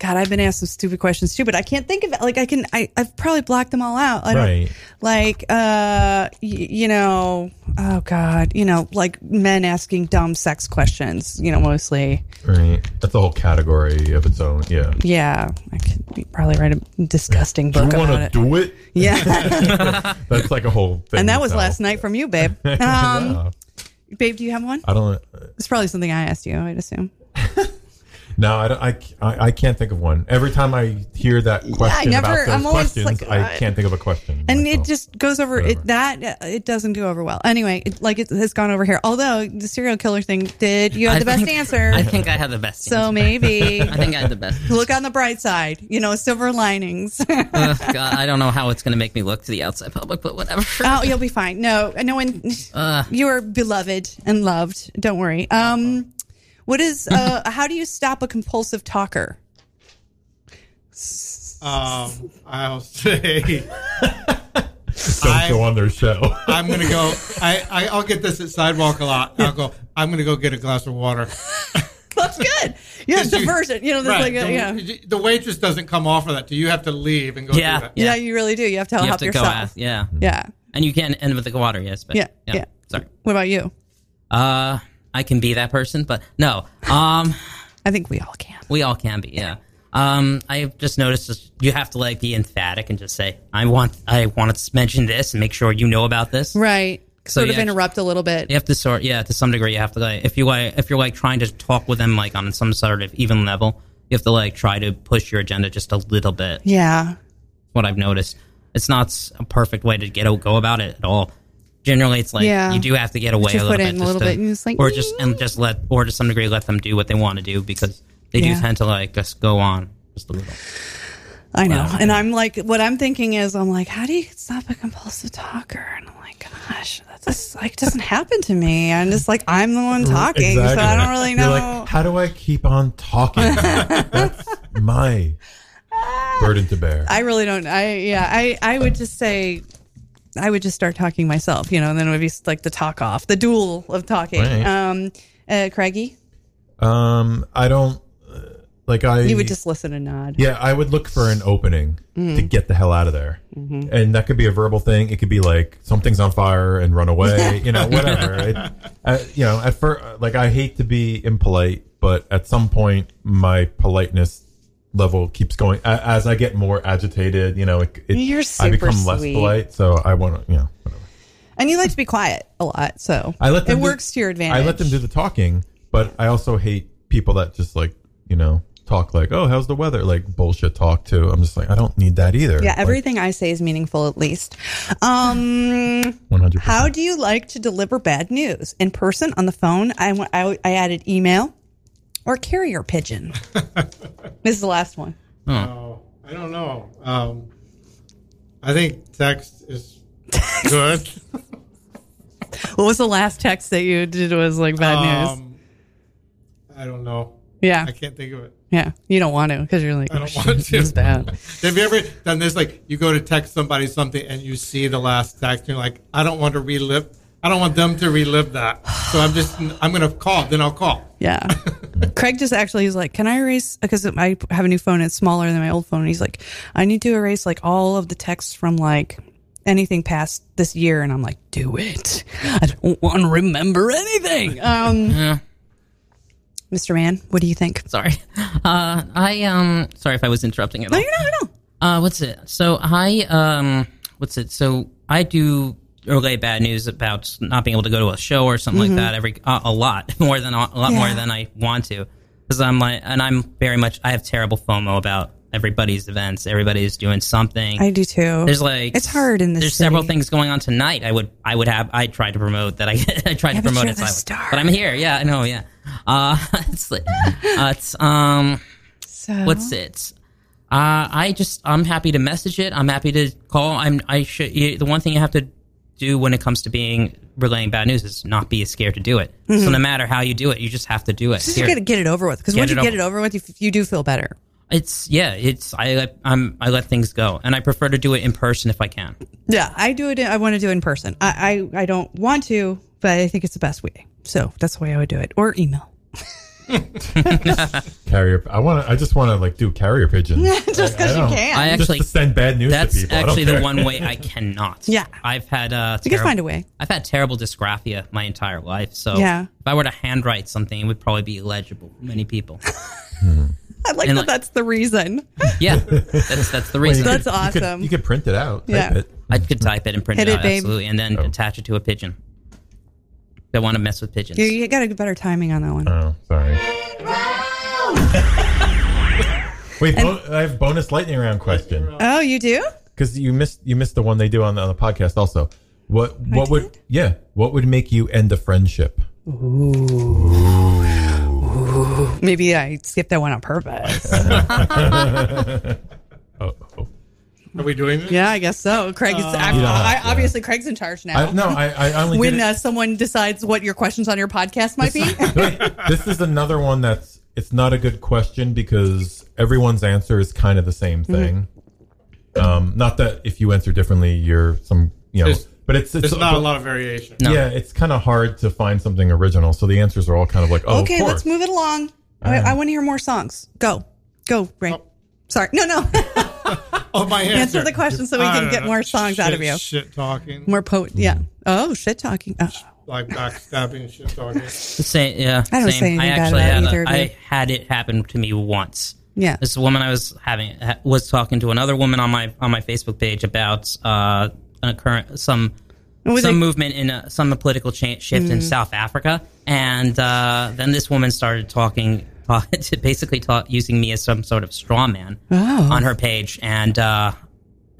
Speaker 8: God, I've been asked some stupid questions too, but I can't think of it. Like I can, I, I've probably blocked them all out. I don't,
Speaker 9: Right.
Speaker 8: Like, uh, y- you know, oh God, you know, like men asking dumb sex questions, you know, mostly.
Speaker 9: Right. That's a whole category of its own. Yeah.
Speaker 8: Yeah. I could be- probably write a disgusting
Speaker 9: Do you
Speaker 8: book
Speaker 9: wanna
Speaker 8: about it.
Speaker 9: do it?
Speaker 8: Yeah.
Speaker 9: [laughs]
Speaker 8: [laughs]
Speaker 9: That's like a whole thing.
Speaker 8: and that was
Speaker 9: itself.
Speaker 8: last night from
Speaker 9: [laughs]
Speaker 8: you, babe. Um,
Speaker 9: Yeah.
Speaker 8: Babe, do you have one?
Speaker 9: I don't. uh,
Speaker 8: It's probably something I asked you, I'd assume.
Speaker 9: No, I, don't, I, I, I can't think of one. Every time I hear that question
Speaker 8: never-
Speaker 9: about those
Speaker 8: I'm always
Speaker 9: questions,
Speaker 8: like,
Speaker 9: I
Speaker 8: uh,
Speaker 9: can't think of a question.
Speaker 8: and it just goes over it that it doesn't go over well anyway it, like it has gone over here although the serial killer thing did you had
Speaker 14: I
Speaker 8: the best
Speaker 14: think-
Speaker 8: answer
Speaker 14: I think I had the best.
Speaker 8: so
Speaker 14: answer.
Speaker 8: maybe
Speaker 14: I think I had the best.
Speaker 8: look on the bright side you know silver linings [laughs]
Speaker 14: Ugh, God, I don't know how it's going to make me look to the outside public, but whatever.
Speaker 8: oh you'll be fine no no one
Speaker 14: Uh.
Speaker 8: you are beloved and loved don't worry um what is
Speaker 14: [laughs]
Speaker 8: uh how do you stop a compulsive talker
Speaker 13: Um, I'll say.
Speaker 9: [laughs] Don't go on their show.
Speaker 13: I'm gonna go. I, I I'll get this at sidewalk a lot. I'll go. I'm gonna go get a glass of water.
Speaker 8: [laughs] that's good you
Speaker 14: [laughs]
Speaker 8: have diversion you know that's like a,
Speaker 13: the,
Speaker 8: yeah
Speaker 13: The waitress doesn't come off of that. Do you have to leave and go?
Speaker 14: Yeah,
Speaker 13: do that?
Speaker 8: yeah. you really do you have to
Speaker 14: you
Speaker 8: help
Speaker 14: have to
Speaker 8: yourself
Speaker 14: go ask. Yeah.
Speaker 8: yeah
Speaker 14: And you can end with the water. Yes. But,
Speaker 8: Yeah, yeah.
Speaker 14: Sorry.
Speaker 8: what about you
Speaker 14: Uh, I can be that person, but no. Um,
Speaker 8: I think we all can.
Speaker 14: We all can be, yeah. Um, I've just noticed this, you have to like be emphatic and just say, "I want, I want to mention this and make sure you know about this."
Speaker 8: Right.
Speaker 14: So
Speaker 8: sort of
Speaker 14: you act-
Speaker 8: interrupt a little bit.
Speaker 14: You have to sort, yeah, to some degree, you have to like if you like if you're like trying to talk with them like on some sort of even level, you have to like try to push your agenda just a little bit.
Speaker 8: Yeah.
Speaker 14: What I've noticed, It's not s- a perfect way to get a, go about it at all. Generally, it's like
Speaker 8: Yeah.
Speaker 14: you do have to get away
Speaker 8: Put your
Speaker 14: a little
Speaker 8: foot
Speaker 14: bit,
Speaker 8: in a
Speaker 14: just
Speaker 8: little
Speaker 14: to-
Speaker 8: bit and it's like,
Speaker 14: or just and just let, or to some degree, let them do what they want to do because they do
Speaker 8: Yeah.
Speaker 14: tend to like just go on just a little.
Speaker 8: I know.
Speaker 14: Wow.
Speaker 8: And I'm like, what I'm thinking is, I'm like, how do you stop a compulsive talker? And I'm like, gosh, that just like doesn't happen to me. I'm just like, I'm the one talking, so I don't really
Speaker 9: You're
Speaker 8: know.
Speaker 9: like, how do I keep on
Speaker 8: [laughs]
Speaker 9: talking? That's my burden to bear.
Speaker 8: I really don't. I yeah. I I would just say, I would just start talking myself, you know, and then it would be like the talk off, the duel of talking.
Speaker 9: Right.
Speaker 8: Um, uh, Craigie,
Speaker 9: Um, I don't uh, like. I
Speaker 8: you would just listen and nod.
Speaker 9: Yeah, I would look for an opening
Speaker 8: Mhm.
Speaker 9: to get the hell out of there,
Speaker 8: Mhm.
Speaker 9: and that could be a verbal thing. It could be like something's on fire and
Speaker 8: [laughs]
Speaker 9: run away. you know, whatever. It, uh, you know, at first, like I hate to be impolite, but at some point, my politeness level keeps going A- as I get more agitated. You know, it, it,
Speaker 8: You're
Speaker 9: I
Speaker 8: super
Speaker 9: become less
Speaker 8: sweet.
Speaker 9: polite, so I want to. You know,
Speaker 8: And you like to be quiet a lot, so
Speaker 9: I let them
Speaker 8: it
Speaker 9: do-
Speaker 8: works to your advantage.
Speaker 9: I let them do the talking, but I also hate people that just like you know talk like, "Oh, how's the weather?" Like bullshit talk too. I'm just like, I don't need that either.
Speaker 8: Yeah, everything I say is meaningful at least. Um,
Speaker 9: 100%.
Speaker 8: How do you like to deliver bad news? In person, on the phone? I, went- I, I added email or carrier
Speaker 13: [laughs]
Speaker 8: pigeon. this is the last one.
Speaker 13: Oh, I don't know. Um, I think text is good.
Speaker 8: What was the last text that you did was like bad news?
Speaker 13: Um, I don't know.
Speaker 8: Yeah.
Speaker 13: I can't think of it.
Speaker 8: Yeah, you don't want to because you're like,
Speaker 13: I
Speaker 8: oh,
Speaker 13: don't
Speaker 8: shit,
Speaker 13: want to.
Speaker 8: this is bad.
Speaker 13: Have you ever done this? Like, you go to text somebody something and you see the last text, and you're like, I don't want to relive. I don't want them to relive that. So I'm just, I'm going to call. Then I'll call.
Speaker 8: Yeah. [laughs] Craig just actually was like, "Can I erase?" Because I have a new phone; it's smaller than my old phone. He's like, "I need to erase like all of the texts from like anything past this year," and I'm like, "Do it! I don't want to remember anything."
Speaker 14: [laughs]
Speaker 8: Um, Mr. Man, what do you
Speaker 14: [gasps]
Speaker 8: think?
Speaker 14: [laughs] Sorry. Uh, I um sorry if I was interrupting at all. No, you
Speaker 8: know,
Speaker 14: no. Uh, what's it? So I um what's it? So I do relay bad news about not being able to go to a show or something
Speaker 8: Mhm.
Speaker 14: like that every uh, a lot [laughs] more than a lot more
Speaker 8: Yeah.
Speaker 14: than I want to because I'm like and I'm very much I have terrible FOMO about everybody's events. Everybody's doing something.
Speaker 8: I do too.
Speaker 14: There's like
Speaker 8: Oh. it's hard in this.
Speaker 14: There's several
Speaker 8: city.
Speaker 14: things going on tonight. I would I would have I tried to promote that I [laughs] I tried
Speaker 8: Yeah, but
Speaker 14: to promote
Speaker 8: you're
Speaker 14: it
Speaker 8: the
Speaker 14: silently. But I'm here. Yeah, I know. Yeah. Uh, [laughs] it's like, uh, it's um, what's it? Uh, I just I'm happy to message it. I'm happy to call. I'm I should. You, the one thing you have to do when it comes to being relaying bad news is not be scared to do it. So
Speaker 8: Mhm.
Speaker 14: no matter how you do it, you just have to do it.
Speaker 8: Just
Speaker 14: Here.
Speaker 8: get, get it over with because
Speaker 14: Get
Speaker 8: once
Speaker 14: it
Speaker 8: you get
Speaker 14: over-
Speaker 8: it over with, you, you do feel better.
Speaker 14: It's yeah. It's I let I'm I let things go, and I prefer to do it in person if I can.
Speaker 8: Yeah, I do it. I want to do it in person. I, I I don't want to, but I think it's the best way. So that's the way I would do it, or email. [laughs]
Speaker 9: Carrier. I want to. I just want to like do carrier
Speaker 8: [laughs]
Speaker 9: pigeons.
Speaker 8: Just
Speaker 9: I
Speaker 8: because you
Speaker 9: don't-
Speaker 8: can.
Speaker 14: I
Speaker 9: Just
Speaker 14: actually
Speaker 9: to send bad news to
Speaker 14: That's
Speaker 9: people. I don't
Speaker 14: actually the
Speaker 9: care.
Speaker 14: one way
Speaker 9: [laughs]
Speaker 14: I cannot.
Speaker 8: Yeah.
Speaker 14: I've had uh,
Speaker 8: You can find a way.
Speaker 14: I've had terrible dysgraphia my entire life, so
Speaker 8: Yeah.
Speaker 14: if I were to handwrite something, it would probably be illegible for many
Speaker 8: [laughs]
Speaker 14: people.
Speaker 9: Hmm.
Speaker 8: I like
Speaker 14: And
Speaker 8: that.
Speaker 14: like-
Speaker 8: that's the reason.
Speaker 14: yeah, that's that's the
Speaker 8: Well, you
Speaker 14: reason.
Speaker 8: could- That's you could- awesome. you could
Speaker 9: print it Oh. out.
Speaker 8: type Yeah. it.
Speaker 14: I could type it and print
Speaker 8: Hit
Speaker 14: it
Speaker 8: it,
Speaker 14: out
Speaker 8: babe.
Speaker 14: absolutely, and then attach it to a pigeon. They want to mess with pigeons.
Speaker 8: You, you got a better timing on that one.
Speaker 9: Oh, sorry. Wait, bo- I have bonus lightning round question
Speaker 8: Oh, you do?
Speaker 9: because you missed you missed the one they do on the, on the podcast also. What what would yeah what would make you end a friendship? [laughs]
Speaker 8: [laughs] Maybe I skipped that one on purpose.
Speaker 13: [laughs]
Speaker 9: Oh,
Speaker 13: Are we doing this?
Speaker 8: yeah, I guess so. Craig is
Speaker 13: Oh.
Speaker 8: actually,
Speaker 9: You don't
Speaker 8: I,
Speaker 9: have to.
Speaker 8: obviously Craig's in charge now.
Speaker 9: I- no, I- I only did
Speaker 8: when
Speaker 9: it-
Speaker 8: uh, someone decides what your questions on your podcast might be.
Speaker 9: this is another one that's it's not a good question because everyone's answer is kind of the same
Speaker 13: Mm-hmm.
Speaker 9: thing. Um, not that if you answer differently, you're some you know,
Speaker 13: There's-
Speaker 9: but it's, it's
Speaker 13: there's not a lot of variation. No.
Speaker 9: Yeah, it's kind of hard to find something original. So the answers are all kind of like, oh,
Speaker 8: okay,
Speaker 9: of
Speaker 8: let's
Speaker 9: course.
Speaker 8: move it along. I,
Speaker 9: All right.
Speaker 8: I
Speaker 13: Um,
Speaker 8: want to hear more songs. Go, go, Ray. Sorry, no, no.
Speaker 13: Oh, my answer.
Speaker 8: Answer the question so we
Speaker 13: I
Speaker 8: can
Speaker 13: don't
Speaker 8: get more songs out of
Speaker 13: Shit-
Speaker 8: you.
Speaker 13: Shit talking, Hmm.
Speaker 8: more poet. Yeah. Oh, shit talking. Uh,
Speaker 13: like backstabbing, shit talking.
Speaker 14: The same, yeah.
Speaker 8: I don't
Speaker 14: same.
Speaker 8: say anything
Speaker 14: I
Speaker 8: bad
Speaker 14: actually
Speaker 8: about
Speaker 14: had
Speaker 8: either of
Speaker 14: a,
Speaker 8: you.
Speaker 14: I had it happen to me once.
Speaker 8: Yeah.
Speaker 14: This woman I was having ha- was talking to another woman on my on my Facebook page about uh, a current some
Speaker 8: Was
Speaker 14: some
Speaker 8: it-
Speaker 14: movement in a, some political cha- shift in
Speaker 8: Mm.
Speaker 14: South Africa, and uh, then this woman started talking. [laughs] talk- to basically talk, using me as some sort of straw man
Speaker 8: Oh.
Speaker 14: on her page, and uh,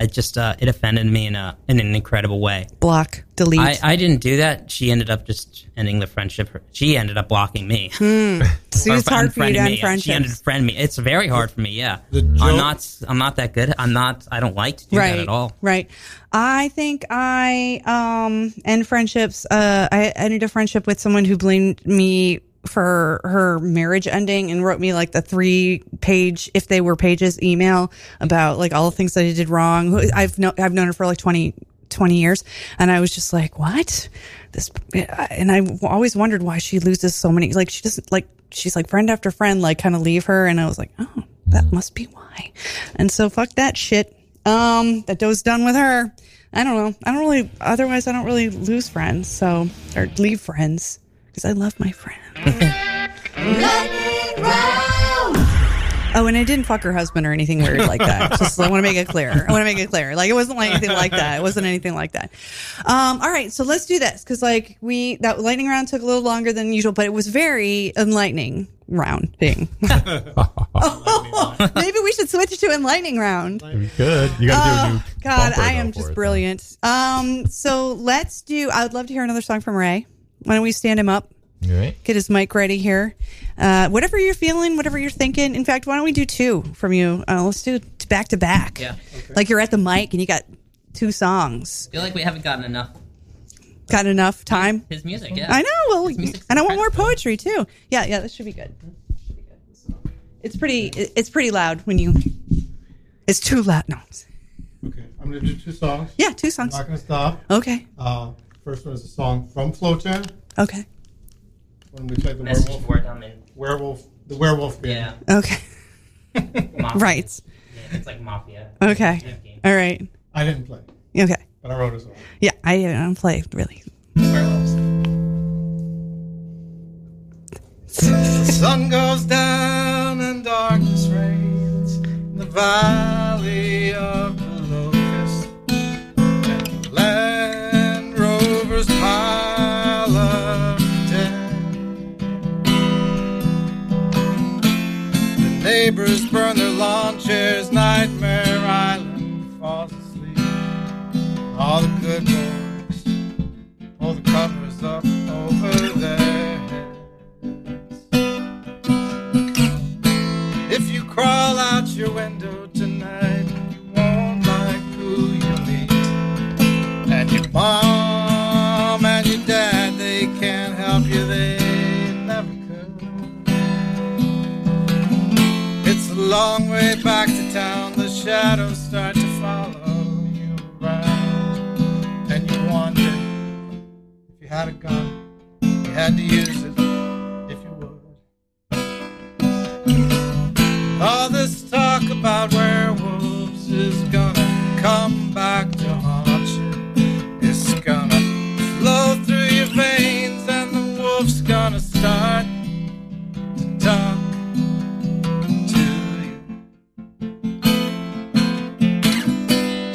Speaker 14: It just uh, it offended me in a in an incredible way.
Speaker 8: Block, delete.
Speaker 14: I, I didn't do that. She ended up just ending the friendship. She ended up blocking me. [laughs]
Speaker 8: Hmm. See,
Speaker 14: Or
Speaker 8: it's hard for you to
Speaker 14: unfriending
Speaker 8: end
Speaker 14: me. She ended
Speaker 8: friendships.
Speaker 14: up friend me. It's very hard for me. Yeah,
Speaker 8: joke-
Speaker 14: I'm not. I'm not that good. I'm not. I don't like to do
Speaker 8: right
Speaker 14: that at all.
Speaker 8: right i think i um end friendships uh i ended a friendship with someone who blamed me for her marriage ending and wrote me like the three page if they were pages email about like all the things that i did wrong Who- i've known i've known her for like 20 20 years and i was just like what this eh," and i always wondered why she loses so many like she doesn't like she's like friend after friend like kind of leave her and i was like oh that must be why and so fuck that shit um that doe's done with her i don't know i don't really otherwise i don't really lose friends so or leave friends because i love my friends oh and i didn't fuck her husband or anything weird like that just i want to make it clear i want to make it clear like it wasn't like anything like that it wasn't anything like that um all right so let's do this because like we that lightning round took a little longer than usual but it was very enlightening
Speaker 15: [laughs]
Speaker 8: round thing maybe we should switch to enlightening round
Speaker 4: We could. You got to do a new.
Speaker 8: Oh, God,
Speaker 4: bumper,
Speaker 8: I
Speaker 4: though,
Speaker 8: am
Speaker 4: for
Speaker 8: just
Speaker 4: it.
Speaker 8: brilliant. Um, so let's do. I would love to hear another song from Ray. Why don't we stand him up?
Speaker 4: All right.
Speaker 8: Get his mic ready here. Uh, whatever you're feeling, whatever you're thinking. In fact, why don't we do two from you? Uh, let's do t- back to back.
Speaker 14: Yeah.
Speaker 8: Like you're at the mic and you got two songs.
Speaker 14: I feel like we haven't gotten enough.
Speaker 8: Got enough time?
Speaker 14: His music, yeah.
Speaker 8: I know. Well, and I want more poetry too. Yeah, yeah. That should be good. It's pretty. it- It's pretty loud when you. It's too loud. No.
Speaker 13: I'm going to do two songs.
Speaker 8: Yeah, two songs.
Speaker 13: I'm not going to stop.
Speaker 8: Okay.
Speaker 13: Uh, first one is a song from Flowtown.
Speaker 8: Okay.
Speaker 13: When we played the
Speaker 14: Message
Speaker 13: werewolf.
Speaker 14: word I'm in.
Speaker 13: Werewolf. The werewolf game. Yeah.
Speaker 8: Okay.
Speaker 14: [laughs]
Speaker 8: [laughs]
Speaker 14: Mafia.
Speaker 8: Right.
Speaker 14: Yeah, it's like mafia.
Speaker 8: Okay.
Speaker 14: Yeah, game.
Speaker 8: All right.
Speaker 13: I didn't play.
Speaker 8: Okay.
Speaker 13: But I wrote a song.
Speaker 8: Yeah, I don't play really.
Speaker 16: The sun goes down and darkness reigns in the valley of the locust. And Land Rover's pile of dead. The neighbors burn their lawn chairs, Nightmare Island falls asleep. All the good boys, all the covers up over there. If you crawl out your window tonight, you won't like who you meet. And your mom and your dad, they can't help you, they never could. It's a long way back to town, the shadows start to follow you around. And you wonder if you had a gun, you had to use it if you would. All Oh, this talk about werewolves is gonna come back to haunt you. It's gonna flow through your veins, and the wolf's gonna start to talk to you.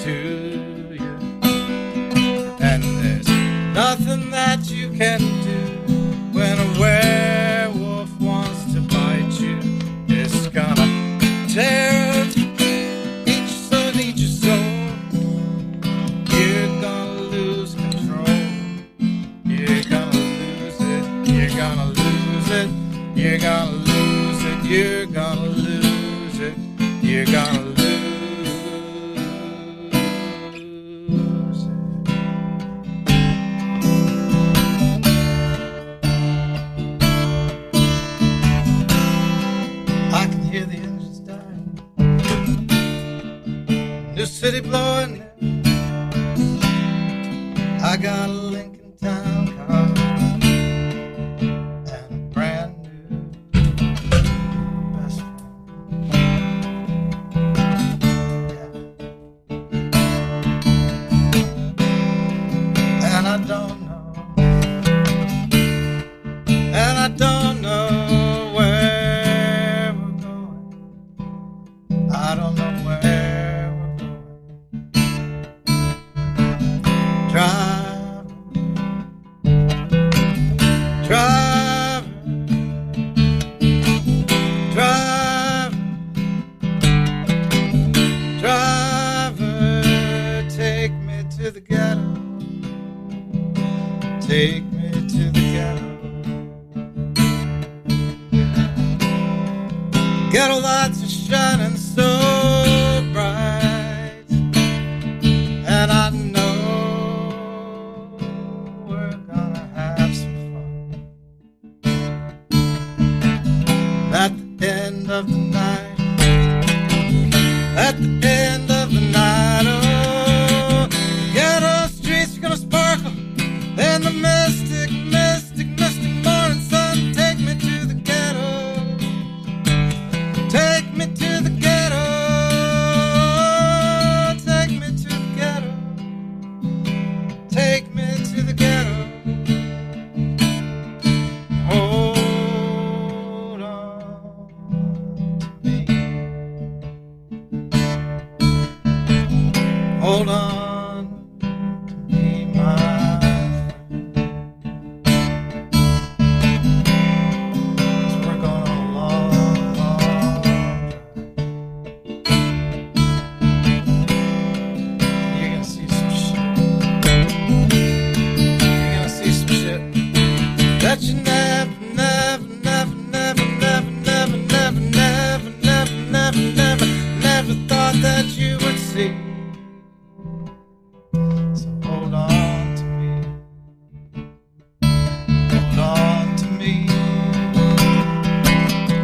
Speaker 16: To you. And there's
Speaker 13: uh,
Speaker 16: nothing that you can do when a werewolf wants to bite you. It's gonna tear each sun, each soul. You're gonna lose control. You're gonna lose it. You're gonna lose it. You're gonna lose it. You're gonna lose it. You're gonna lose it. I can hear the engines dying. New city blowing. I got a Lincoln Town car and a brand new best friend. Yeah. And I don't know. And I don't know where. I don't know where we're going. Drive,
Speaker 13: Take me to the ghetto. Ghetto lights are shining so bright, and I know we're gonna have some fun at the end of the night. At the end of the night, oh, ghetto streets are gonna sparkle in the mystic, mystic, mystic morning sun. Take me to the ghetto. Take me to the ghetto. Take me to the ghetto. Take me to the ghetto. Hold on. Hold on. to me, my friend. 'Cause We're going on a long, long You're gonna see some shit. You're gonna see some shit that you never, never, never, never, never, never, never, never, never, never, never, never thought that you would see. So hold on to me. Hold on to me.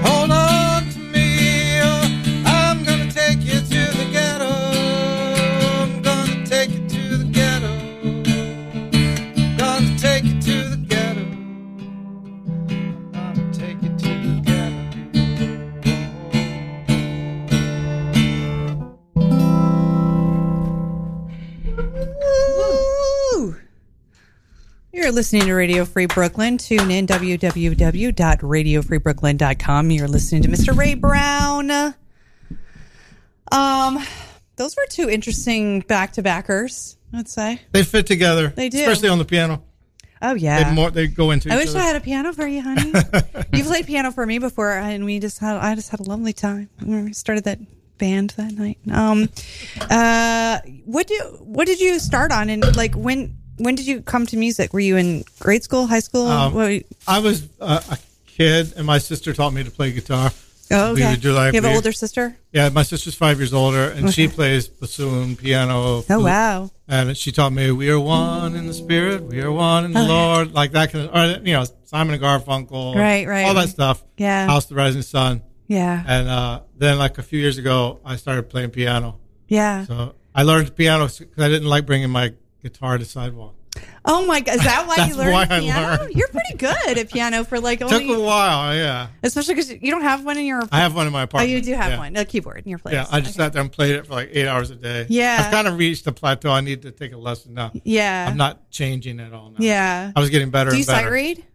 Speaker 13: Hold on to me. Oh, I'm gonna take you to the ghetto. I'm gonna take you to the ghetto. Gonna take you to the ghetto. I'm gonna take you to the ghetto.
Speaker 8: Woo! You're listening to Radio Free Brooklyn. Tune in www.radiofreebrooklyn.com. You're listening to Mr. Ray Brown. Um, those were two interesting back to backers. I'd say.
Speaker 13: They fit together.
Speaker 8: They do.
Speaker 13: Especially on the piano.
Speaker 8: Oh yeah.
Speaker 13: They, more, they go into
Speaker 8: I
Speaker 13: each
Speaker 8: wish
Speaker 13: other.
Speaker 8: I had a piano for you,
Speaker 13: [laughs]
Speaker 8: honey. you played piano for me before, and we just had I just had a lovely time. We started that band that night. Um, uh, what do what did you start on, and like when when did you come to music? Were you in grade school, high school?
Speaker 13: Um,
Speaker 8: What were Oh, you-
Speaker 13: I was uh, a kid, and my sister taught me to play guitar.
Speaker 8: Oh,
Speaker 13: We
Speaker 8: okay.
Speaker 13: would do like-
Speaker 8: You have an
Speaker 13: we-
Speaker 8: older sister?
Speaker 13: Yeah, my sister's five years older, and she
Speaker 8: Okay.
Speaker 13: plays bassoon, piano.
Speaker 8: Oh, wow.
Speaker 13: And she taught me, "We are one in the Spirit, we are one in the
Speaker 8: Oh, yeah.
Speaker 13: Lord," like that kind of, or you know, Simon and Garfunkel,
Speaker 8: Right, right,
Speaker 13: all
Speaker 8: right.
Speaker 13: that stuff.
Speaker 8: Yeah.
Speaker 13: House of the Rising Sun.
Speaker 8: Yeah.
Speaker 13: And uh, then, like a few years ago, I started playing piano.
Speaker 8: Yeah.
Speaker 13: So I learned piano because I didn't like bringing my guitar to sidewalk.
Speaker 8: oh my god, is that why
Speaker 13: That's
Speaker 8: you learned
Speaker 13: why I
Speaker 8: piano?
Speaker 13: learned.
Speaker 8: You're pretty good at piano for like
Speaker 13: Took
Speaker 8: only,
Speaker 13: a while, yeah.
Speaker 8: especially because you don't have one in your.
Speaker 13: I have one in my apartment.
Speaker 8: Oh, you do have
Speaker 13: yeah.
Speaker 8: one, a keyboard in your place.
Speaker 13: Yeah, I just sat there and played it for like eight hours a day.
Speaker 8: Yeah.
Speaker 13: I've kind of reached the plateau. I need to take a lesson now.
Speaker 8: Yeah.
Speaker 13: I'm not changing at all now.
Speaker 8: Yeah.
Speaker 13: I was getting better
Speaker 8: Do you
Speaker 13: and better.
Speaker 8: sight read?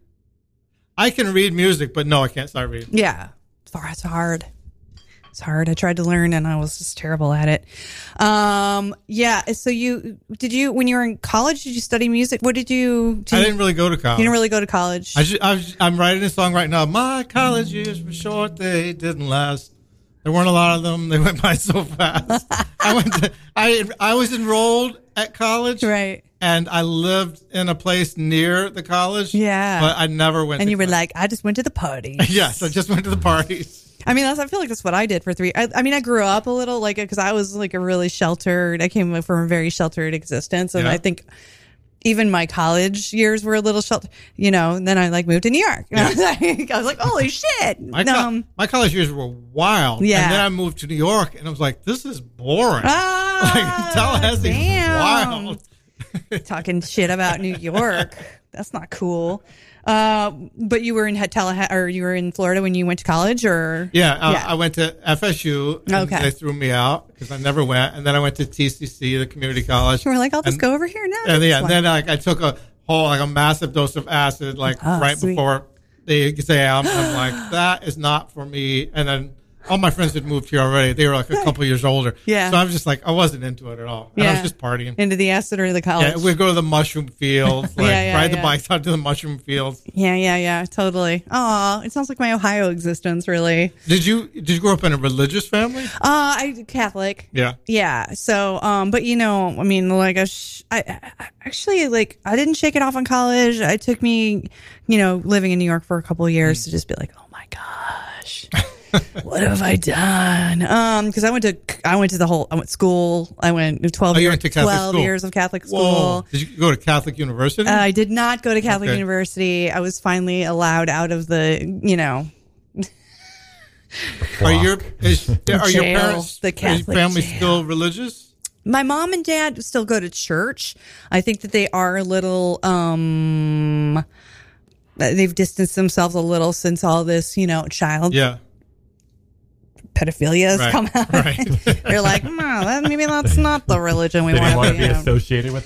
Speaker 13: I can read music, but no, I can't sight read.
Speaker 8: Yeah. It's far- It's hard. It's hard. I tried to learn and I was just terrible at it. Um, yeah. So you, did you, when you were in college, did you study music? What did you, did
Speaker 13: I didn't really go to
Speaker 8: you
Speaker 13: college.
Speaker 8: didn't really go to college.
Speaker 13: I ju- I was- I'm writing a song right now. My college years were short; they didn't last. There weren't a lot of them. [laughs] They went by so fast. I went. To, I I was enrolled at college,
Speaker 8: right?
Speaker 13: And I lived in a place near the college.
Speaker 8: Yeah.
Speaker 13: but I never went.
Speaker 8: And
Speaker 13: to
Speaker 8: you were like, I just went to the party.
Speaker 13: [laughs] Yes, I just went to the parties.
Speaker 8: I mean, that's, I feel like that's what I did for three. I, I mean, I grew up a little, like, because I was like a really sheltered. I came from a very sheltered existence, and
Speaker 13: Yeah.
Speaker 8: I think even my college years were a little sheltered. You know, and then I like moved to New York. [laughs] And I was like, I was like, holy shit!
Speaker 13: My, co- my college years were wild.
Speaker 8: Yeah.
Speaker 13: And then I moved to New York and I was like, this is boring. [laughs]
Speaker 8: Ah,
Speaker 13: like, Tallahassee
Speaker 8: damn.
Speaker 13: wild. [laughs]
Speaker 8: talking shit about New York. That's not cool. Uh, but you were in Tallahassee, or you were in Florida when you went to college, or
Speaker 13: Yeah, uh, I, I went to FSU. And
Speaker 8: Okay.
Speaker 13: They threw me out because I never went. And then I went to TCC, the community college.
Speaker 8: You were like, I'll just
Speaker 13: And-
Speaker 8: go over here now.
Speaker 13: And
Speaker 8: This
Speaker 13: yeah,
Speaker 8: one.
Speaker 13: then like I took a whole like a massive dose of acid like
Speaker 8: Oh,
Speaker 13: right
Speaker 8: sweet. [gasps]
Speaker 13: before the exam. I'm like, that is not for me. And then all my friends had moved here already. They were like a couple years older.
Speaker 8: Yeah.
Speaker 13: So I was just like, I wasn't into it at all. And I was
Speaker 8: Yeah.
Speaker 13: just partying.
Speaker 8: into the acid or the college.
Speaker 13: Yeah, we'd go to the mushroom fields,
Speaker 8: [laughs]
Speaker 13: like
Speaker 8: Yeah, yeah,
Speaker 13: ride
Speaker 8: yeah.
Speaker 13: the bikes out to the mushroom fields.
Speaker 8: yeah, yeah, yeah, totally. Oh, it sounds like my Ohio existence, really.
Speaker 13: Did you did you grow up in a religious family? Oh,
Speaker 8: Uh, I Catholic.
Speaker 13: Yeah.
Speaker 8: Yeah. So, um, but you know, I mean, like, I, sh- I, I actually like I didn't shake it off in college. It took me, you know, living in New York for a couple of years to just be like, oh my
Speaker 13: [laughs]
Speaker 8: gosh, what have I done? Um, because I went to I went to the whole I went school. I went twelve
Speaker 13: Oh, you
Speaker 8: years
Speaker 13: went to Catholic
Speaker 8: twelve
Speaker 13: school.
Speaker 8: years of Catholic school.
Speaker 13: Whoa. Did you go to Catholic university?
Speaker 8: Uh, I did not go to Catholic
Speaker 13: Okay.
Speaker 8: University. I was finally allowed out of the, you know,
Speaker 13: are your is, are
Speaker 8: [laughs]
Speaker 13: your
Speaker 8: Jail,
Speaker 13: parents
Speaker 8: the
Speaker 13: are your
Speaker 8: Catholic
Speaker 13: family
Speaker 8: jail.
Speaker 13: still religious?
Speaker 8: my mom and dad still go to church. I think that they are a little um they've distanced themselves a little since all this, you know, child
Speaker 13: Yeah.
Speaker 8: pedophilia has
Speaker 9: Right,
Speaker 8: come out. [laughs] They're like, no, that, maybe that's not the religion we
Speaker 9: They didn't
Speaker 8: want
Speaker 9: want to
Speaker 8: be
Speaker 9: be
Speaker 13: um,
Speaker 8: in."
Speaker 9: associated with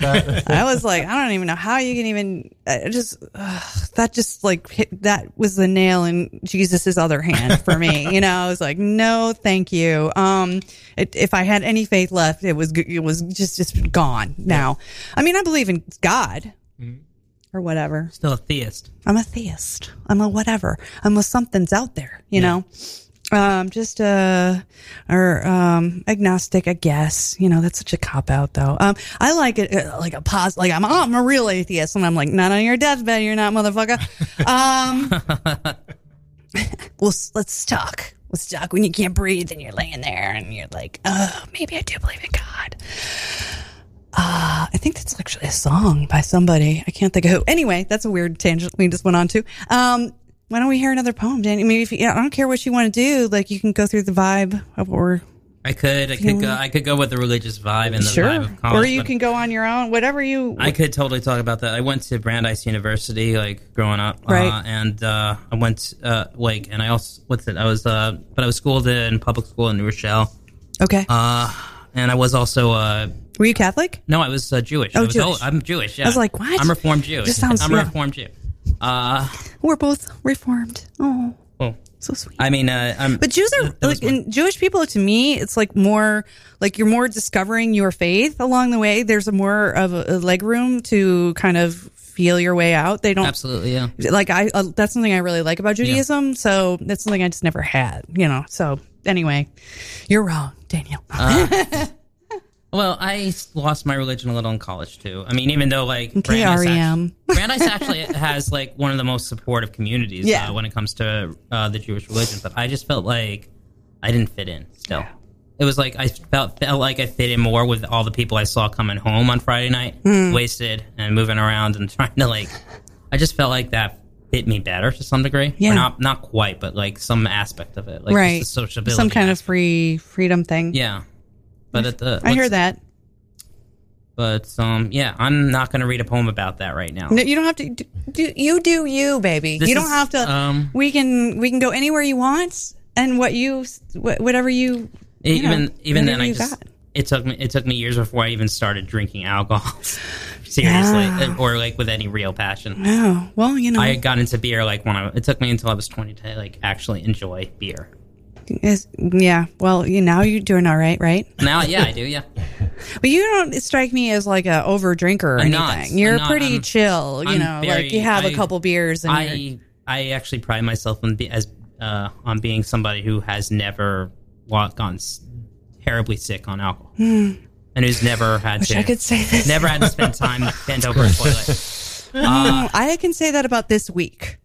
Speaker 8: [laughs]
Speaker 9: that.
Speaker 13: [laughs]
Speaker 8: I was like, I don't even know how you can even I just ugh, that just like hit, that was the nail in Jesus's other hand for me. you know, I was like, no, thank you. Um, it, if I had any faith left, it was g- it was just just gone now. I mean, I believe in God or whatever.
Speaker 14: Still a theist.
Speaker 8: I'm a theist. I'm a whatever. I'm a something's out there. You
Speaker 14: Yeah.
Speaker 8: know. Um, just uh, or um, agnostic, I guess. You know, that's such a cop out, though. Um, I like it uh, like a pos, like I'm, I'm a real atheist, and I'm like, not on your deathbed, you're not, motherfucker. Um, [laughs] well, s- let's talk. Let's talk when you can't breathe and you're laying there and you're like, oh, maybe I do believe in God. Uh, I think that's actually a song by somebody. I can't think of who. Anyway, that's a weird tangent we just went on to. Um, why don't we hear another poem, Danny? I mean, if you, I don't care what you want to do, like you can go through the vibe of what we're
Speaker 14: I could, I
Speaker 8: If you
Speaker 14: could, go,
Speaker 8: want-
Speaker 14: I could go with the religious vibe and the
Speaker 8: sure,
Speaker 14: vibe of college.
Speaker 8: or you
Speaker 14: but
Speaker 8: can go on your own, whatever you.
Speaker 14: I could totally talk about that. I went to Brandeis University, like growing up,
Speaker 8: Right.
Speaker 14: Uh, and uh, I went, uh, like, and I also what's it? I was, uh, but I was schooled in public school in New Rochelle.
Speaker 8: Okay.
Speaker 14: Uh, and I was also, uh,
Speaker 8: Were you Catholic?
Speaker 14: no, I was uh, Jewish.
Speaker 8: Oh,
Speaker 14: I was
Speaker 8: Jewish.
Speaker 14: old- I'm Jewish.
Speaker 8: I
Speaker 14: Yeah.
Speaker 8: was like, what?
Speaker 14: I'm Reformed Jew.
Speaker 8: Just sounds-
Speaker 14: I'm
Speaker 8: yeah.
Speaker 14: a Reformed Jew. Uh,
Speaker 8: We're both reformed. Oh,
Speaker 14: well,
Speaker 8: so sweet.
Speaker 14: I mean, uh, I'm.
Speaker 8: But Jews are like in Jewish people. To me, it's like more like you're more discovering your faith along the way. There's a more of a, a leg room to kind of feel your way out. They don't
Speaker 14: Absolutely, yeah.
Speaker 8: Like I, uh, that's something I really like about Judaism. So that's something I just never had, you know. So anyway, you're wrong, Daniel. [laughs]
Speaker 14: Uh, well, I s- lost my religion a little in college too. I mean, even though like
Speaker 8: Okay,
Speaker 14: Brandeis act-
Speaker 8: REM.
Speaker 14: Brandeis actually has like one of the most supportive communities
Speaker 8: Yeah.
Speaker 14: uh, when it comes to uh, the Jewish religion, but I just felt like I didn't fit in still. It was like I felt felt like I fit in more with all the people I saw coming home on Friday night,
Speaker 8: Hmm.
Speaker 14: wasted and moving around and [laughs] trying to like. I just felt like that fit me better to some degree. Or
Speaker 8: Yeah.
Speaker 14: not not quite, but like some aspect of it, like
Speaker 8: right,
Speaker 14: just the sociability.
Speaker 8: some kind of free freedom thing.
Speaker 14: yeah. But at the
Speaker 8: I hear that.
Speaker 14: but um, yeah, I'm not going to read a poem about that right now.
Speaker 8: No, you don't have to. Do, do, you do you, baby.
Speaker 14: This
Speaker 8: you don't
Speaker 14: is,
Speaker 8: have to.
Speaker 14: um,
Speaker 8: we can we can go anywhere you want, and what you wh- whatever you, you
Speaker 14: E, even
Speaker 8: know,
Speaker 14: even then,
Speaker 8: whatever
Speaker 14: I
Speaker 8: you
Speaker 14: just
Speaker 8: got.
Speaker 14: it took me it took me years before I even started drinking alcohol [laughs] seriously, Uh,
Speaker 8: Yeah.
Speaker 14: or like with any real passion.
Speaker 8: no. Oh, Well, you know,
Speaker 14: I got into beer like when I it took me until I was 20 to like actually enjoy beer.
Speaker 8: is- yeah. Well, you now you're doing all right, right?
Speaker 14: Now, yeah, I do, yeah.
Speaker 8: But you don't strike me as like a over drinker or
Speaker 14: I'm
Speaker 8: anything.
Speaker 14: not.
Speaker 8: You're
Speaker 14: I'm not.
Speaker 8: pretty
Speaker 14: I'm-
Speaker 8: chill. You
Speaker 14: I'm
Speaker 8: know,
Speaker 14: very-
Speaker 8: like you have a
Speaker 14: I-
Speaker 8: couple beers and you're-
Speaker 14: I I actually pride myself on be, as uh, on being somebody who has never wa- gone s- terribly sick on alcohol.
Speaker 8: Hmm.
Speaker 14: and who's never had
Speaker 8: Wish
Speaker 14: to
Speaker 8: I could say this.
Speaker 14: never had to
Speaker 8: [laughs]
Speaker 14: spend time bent over a toilet. Uh,
Speaker 8: Mm, [laughs] I can say that about this week.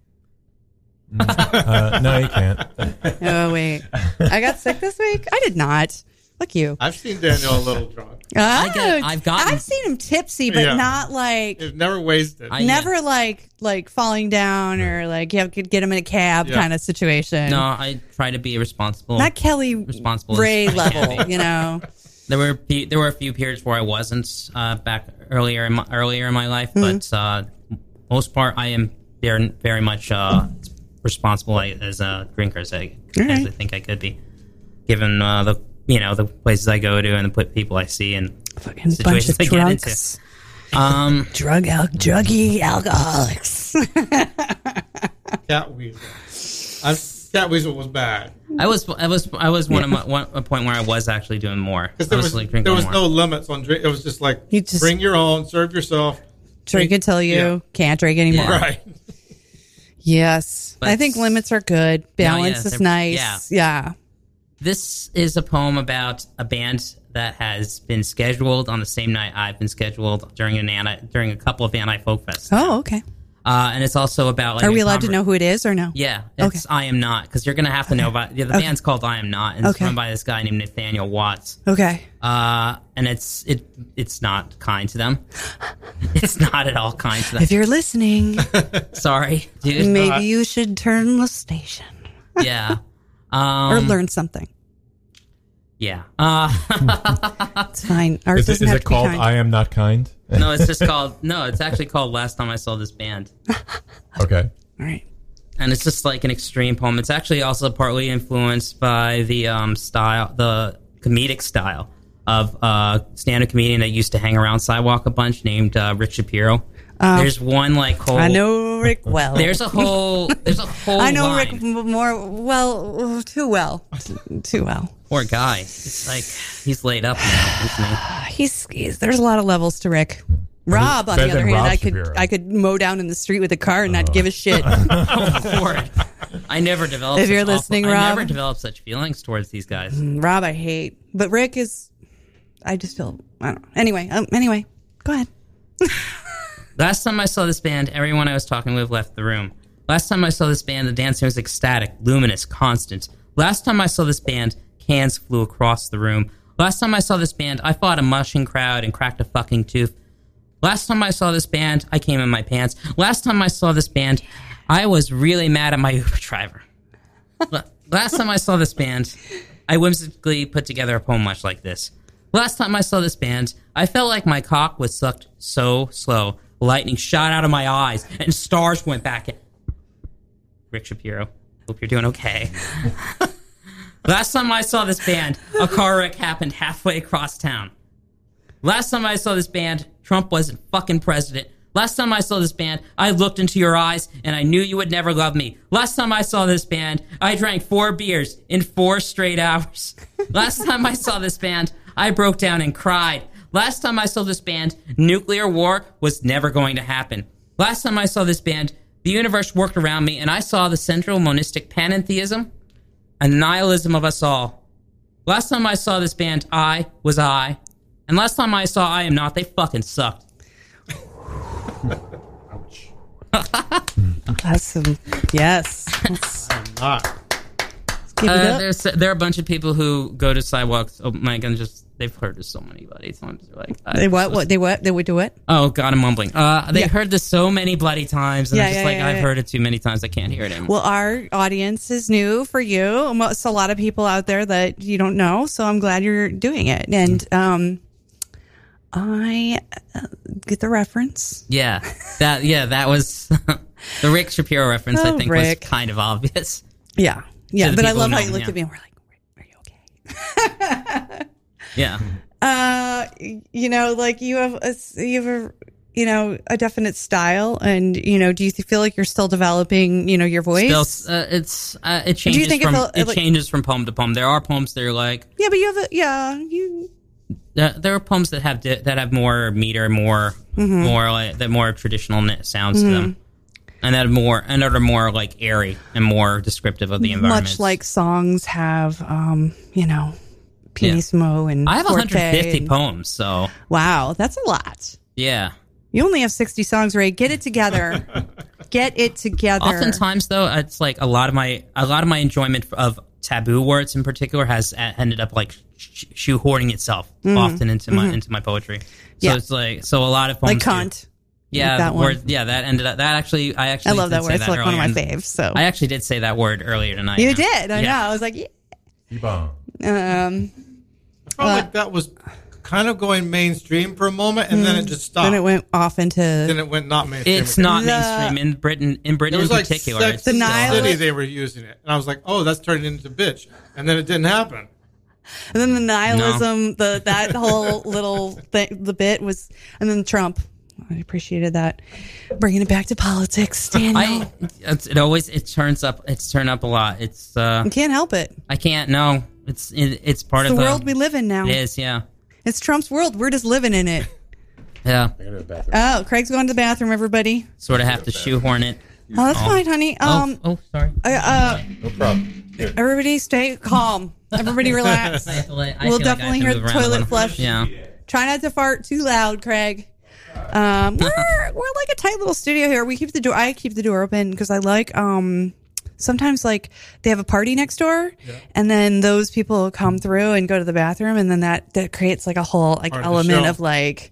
Speaker 9: uh, no, you can't.
Speaker 8: [laughs] Oh wait, I got sick this week. I did not. Look you.
Speaker 13: I've seen Daniel a little
Speaker 8: [laughs]
Speaker 13: drunk.
Speaker 8: Oh, I
Speaker 13: get- I've gotten-
Speaker 8: I've seen him tipsy, but
Speaker 13: Yeah.
Speaker 8: not like
Speaker 13: It's never wasted.
Speaker 8: never like like falling down or like you have to get him in a cab
Speaker 14: Yeah.
Speaker 8: kind of situation.
Speaker 14: no, I try to be responsible.
Speaker 8: not Kelly
Speaker 14: responsible as
Speaker 8: Ray
Speaker 14: [laughs] I can
Speaker 8: level,
Speaker 14: be.
Speaker 8: you know.
Speaker 14: There were pe- there were a few periods where I wasn't uh, back earlier in my, earlier in my life,
Speaker 8: Hmm.
Speaker 14: but uh, most part I am very very much uh, responsible as a drinker as I, as I think I could be, given uh, the you know the places I go to and the put people I see and
Speaker 8: Fucking bunch of drunks.
Speaker 14: Um,
Speaker 8: drug al- [laughs] druggy alcoholics.
Speaker 13: Cat weasel. I've Catweasel was bad
Speaker 14: I was I was I was one of
Speaker 13: [laughs]
Speaker 14: my one a point where I was actually doing more.
Speaker 13: because
Speaker 14: I
Speaker 13: there was,
Speaker 14: like
Speaker 13: there
Speaker 14: drinking
Speaker 13: was
Speaker 14: more.
Speaker 13: no limits on drink. It was just like you just bring your own, serve yourself.
Speaker 8: Drink until you
Speaker 13: Yeah.
Speaker 8: can't drink anymore.
Speaker 13: Yeah. Right.
Speaker 8: Yes.
Speaker 14: But
Speaker 8: I think limits are good. Balance
Speaker 14: yes,
Speaker 8: is
Speaker 14: they're-
Speaker 8: nice. Yeah.
Speaker 14: This is a poem about a band that has been scheduled on the same night I've been scheduled during an anti, during a couple of anti folk fests,
Speaker 8: Oh, okay.
Speaker 14: uh, and it's also about. Like,
Speaker 8: are
Speaker 14: a
Speaker 8: we allowed to
Speaker 14: conver-
Speaker 8: know who it is or no?
Speaker 14: Yeah, it's I am not because you're gonna have to know about yeah, the
Speaker 8: Okay.
Speaker 14: band's called I am not, and it's
Speaker 8: Okay.
Speaker 14: run by this guy named Nathaniel Watts.
Speaker 8: Okay.
Speaker 14: Uh, and it's it it's not kind
Speaker 8: [laughs]
Speaker 14: to them. It's not at all kind to them.
Speaker 8: If you're listening,
Speaker 14: [laughs] Sorry, dude. Uh,
Speaker 8: maybe you should turn the station
Speaker 14: yeah.
Speaker 8: [laughs]
Speaker 14: Um,
Speaker 8: or learn something.
Speaker 14: Yeah. Uh, [laughs]
Speaker 8: It's fine. Art
Speaker 9: Is it,
Speaker 8: doesn't
Speaker 9: is
Speaker 8: have
Speaker 9: it
Speaker 8: to be
Speaker 9: called
Speaker 8: kind.
Speaker 9: I Am Not Kind?
Speaker 14: no, it's just called. No, it's actually called Last Time I Saw This
Speaker 8: [laughs]
Speaker 14: Band.
Speaker 9: Okay.
Speaker 8: All right.
Speaker 14: And it's just like an extreme poem. It's actually also partly influenced by the um, style, the comedic style of uh, stand-up comedian that used to hang around Sidewalk a bunch named uh, Rick Shapiro.
Speaker 8: Um,
Speaker 14: there's one like whole.
Speaker 8: I know Rick well.
Speaker 14: There's a whole.
Speaker 8: [laughs]
Speaker 14: There's a whole.
Speaker 8: I know
Speaker 14: line.
Speaker 8: Rick m- more well, too well, too well.
Speaker 14: Poor guy. It's like he's laid up now, isn't he?
Speaker 8: [sighs] He's, he's there's a lot of levels to Rick. Rob, on
Speaker 14: Better
Speaker 8: the other
Speaker 14: than
Speaker 8: hand,
Speaker 14: Rob
Speaker 8: I could
Speaker 14: Shapiro.
Speaker 8: I could mow down in the street with a car and not give a
Speaker 14: [laughs]
Speaker 8: shit. [laughs]
Speaker 14: Lord. I never developed.
Speaker 8: If
Speaker 14: such
Speaker 8: you're
Speaker 14: awful-
Speaker 8: listening,
Speaker 14: I
Speaker 8: Rob.
Speaker 14: never developed such feelings towards these guys.
Speaker 8: Rob, I hate, but Rick is. I just feel I don't. Anyway, um, anyway, go ahead.
Speaker 14: Last time I saw this band, everyone I was talking with left the room. Last time I saw this band, the dancing was ecstatic, luminous, constant. Last time I saw this band, cans flew across the room. Last time I saw this band, I fought a mushing crowd and cracked a fucking tooth. Last time I saw this band, I came in my pants. Last time I saw this band, I was really mad at my Uber driver. La- Last time I saw this band, I whimsically put together a poem much like this. Last time I saw this band, I felt like my cock was sucked so slow. Lightning shot out of my eyes, and stars went back in. Rick Shapiro, hope you're doing okay. [laughs] Last time I saw this band, a car wreck happened halfway across town. Last time I saw this band, Trump wasn't fucking president. Last time I saw this band, I looked into your eyes and I knew you would never love me. Last time I saw this band, I drank four beers in four straight hours. [laughs] Last time I saw this band, I broke down and cried. Last time I saw this band, nuclear war was never going to happen. Last time I saw this band, the universe worked around me and I saw the central monistic panentheism and nihilism of us all. Last time I saw this band, I was I. And last time I saw I Am Not, they fucking sucked.
Speaker 8: That's some yes.
Speaker 14: [laughs]
Speaker 8: That's- Let's give it
Speaker 14: Uh,
Speaker 8: up.
Speaker 14: there's, there are a bunch of people who go to sidewalks. Oh my god, just they've heard of so many bloody times. They're like,
Speaker 8: They what? What they what? They would do what?
Speaker 14: Oh god, I'm mumbling. Uh, they
Speaker 8: Yeah.
Speaker 14: heard this so many bloody times, and
Speaker 8: Yeah,
Speaker 14: they're just
Speaker 8: yeah,
Speaker 14: like,
Speaker 8: yeah,
Speaker 14: I've
Speaker 8: yeah.
Speaker 14: heard it too many times. I can't hear it anymore.
Speaker 8: Well, our audience is new for you. Most a lot of people out there that you don't know. So I'm glad you're doing it, and um, I uh, get the reference.
Speaker 14: yeah, that yeah, that was [laughs] the Rick Shapiro reference. I
Speaker 8: Oh,
Speaker 14: think
Speaker 8: Rick.
Speaker 14: was kind of obvious.
Speaker 8: Yeah,
Speaker 14: To
Speaker 8: yeah.
Speaker 14: the
Speaker 8: But I
Speaker 14: people
Speaker 8: love
Speaker 14: who
Speaker 8: how
Speaker 14: know,
Speaker 8: you looked
Speaker 14: yeah.
Speaker 8: at me and were like,
Speaker 14: Yeah,
Speaker 8: uh, you know, like you have a s- you have a you know a definite style, and you know, do you feel like you're still developing? You know, your voice.
Speaker 14: Still, uh, it's uh, it
Speaker 8: Do you
Speaker 14: changes
Speaker 8: think it
Speaker 14: from
Speaker 8: felt-
Speaker 14: it
Speaker 8: like-
Speaker 14: changes from poem to poem. There are poems that are like
Speaker 8: yeah, but you have a yeah. You
Speaker 14: there, there are poems that have di- that have more meter, more
Speaker 8: Mhm.
Speaker 14: more like, that more traditional ni- sounds to
Speaker 8: Mhm.
Speaker 14: them, and that are more and that are more like airy and more descriptive of the environment.
Speaker 8: much like songs have, um, you know, pianissimo and
Speaker 14: I have
Speaker 8: forte
Speaker 14: 150
Speaker 8: and-
Speaker 14: poems, so
Speaker 8: Wow, that's a lot.
Speaker 14: yeah.
Speaker 8: You only have sixty songs, Ray. Get it
Speaker 14: [laughs]
Speaker 8: together. Get it together.
Speaker 14: Oftentimes, though, it's like a lot of my a lot of my enjoyment of taboo words in particular has a- ended up like sh- shoehorning itself
Speaker 8: Mhm.
Speaker 14: often into my
Speaker 8: Mhm.
Speaker 14: into my poetry. So
Speaker 8: Yeah.
Speaker 14: it's like so a lot of
Speaker 8: like
Speaker 14: poems do-
Speaker 8: cunt.
Speaker 14: Yeah,
Speaker 8: Like that
Speaker 14: the
Speaker 8: one.
Speaker 14: word- yeah, that ended up. That actually, I actually.
Speaker 8: I love
Speaker 14: did
Speaker 8: that
Speaker 14: say
Speaker 8: word. It's like one of
Speaker 14: earlier,
Speaker 8: my
Speaker 14: and
Speaker 8: faves. So
Speaker 14: I actually did say that word earlier tonight.
Speaker 8: you
Speaker 14: yeah.
Speaker 8: did. I
Speaker 14: Yeah.
Speaker 8: know. I was like, yeah. um, uh,
Speaker 13: I felt like Oh, that was kind of going mainstream for a moment, and then it just stopped.
Speaker 8: hmm. Then it went off into.
Speaker 13: Then it went not mainstream.
Speaker 14: It's not
Speaker 13: again.
Speaker 14: mainstream in Britain. In Britain,
Speaker 13: There was
Speaker 14: in
Speaker 13: like
Speaker 14: particular,
Speaker 13: Sex
Speaker 14: it's
Speaker 13: and
Speaker 14: still-
Speaker 13: the City they were using it, and I was like, "Oh, that's turning into bitch," and then it didn't happen.
Speaker 8: And
Speaker 14: [laughs]
Speaker 8: then the nihilism, the that whole little thing, the bit was, and then Trump. I appreciated that. Bringing it back to politics, Daniel.
Speaker 14: It's, it always it turns up. It's turned up a lot. It's uh,
Speaker 8: I can't help it.
Speaker 14: I can't. No, it's it, it's part
Speaker 8: It's the
Speaker 14: of the
Speaker 8: world we live in now.
Speaker 14: It is. Yeah.
Speaker 8: It's Trump's world. We're just living in it.
Speaker 14: Yeah.
Speaker 8: Oh, Craig's going to the bathroom, everybody.
Speaker 14: Sort of have to shoehorn it.
Speaker 8: Oh, that's fine, honey.
Speaker 14: Oh,
Speaker 8: Um,
Speaker 14: oh, sorry.
Speaker 8: Uh,
Speaker 9: No problem.
Speaker 8: uh, everybody stay calm. Everybody relax.
Speaker 14: [laughs] I feel like- I
Speaker 8: we'll
Speaker 14: feel like I
Speaker 8: definitely
Speaker 14: have
Speaker 8: hear
Speaker 14: to
Speaker 8: the
Speaker 14: move around a
Speaker 8: toilet
Speaker 14: little.
Speaker 8: flush.
Speaker 14: Yeah.
Speaker 8: Try not to fart too loud, Craig.
Speaker 14: [laughs]
Speaker 8: Um, we're we're like a tight little studio here. We keep the door. I keep the door open because I like um. Sometimes like they have a party next door, and then those people come through and go to the bathroom, and then that that creates like a whole like
Speaker 5: Part of the
Speaker 8: element
Speaker 5: show.
Speaker 8: of like,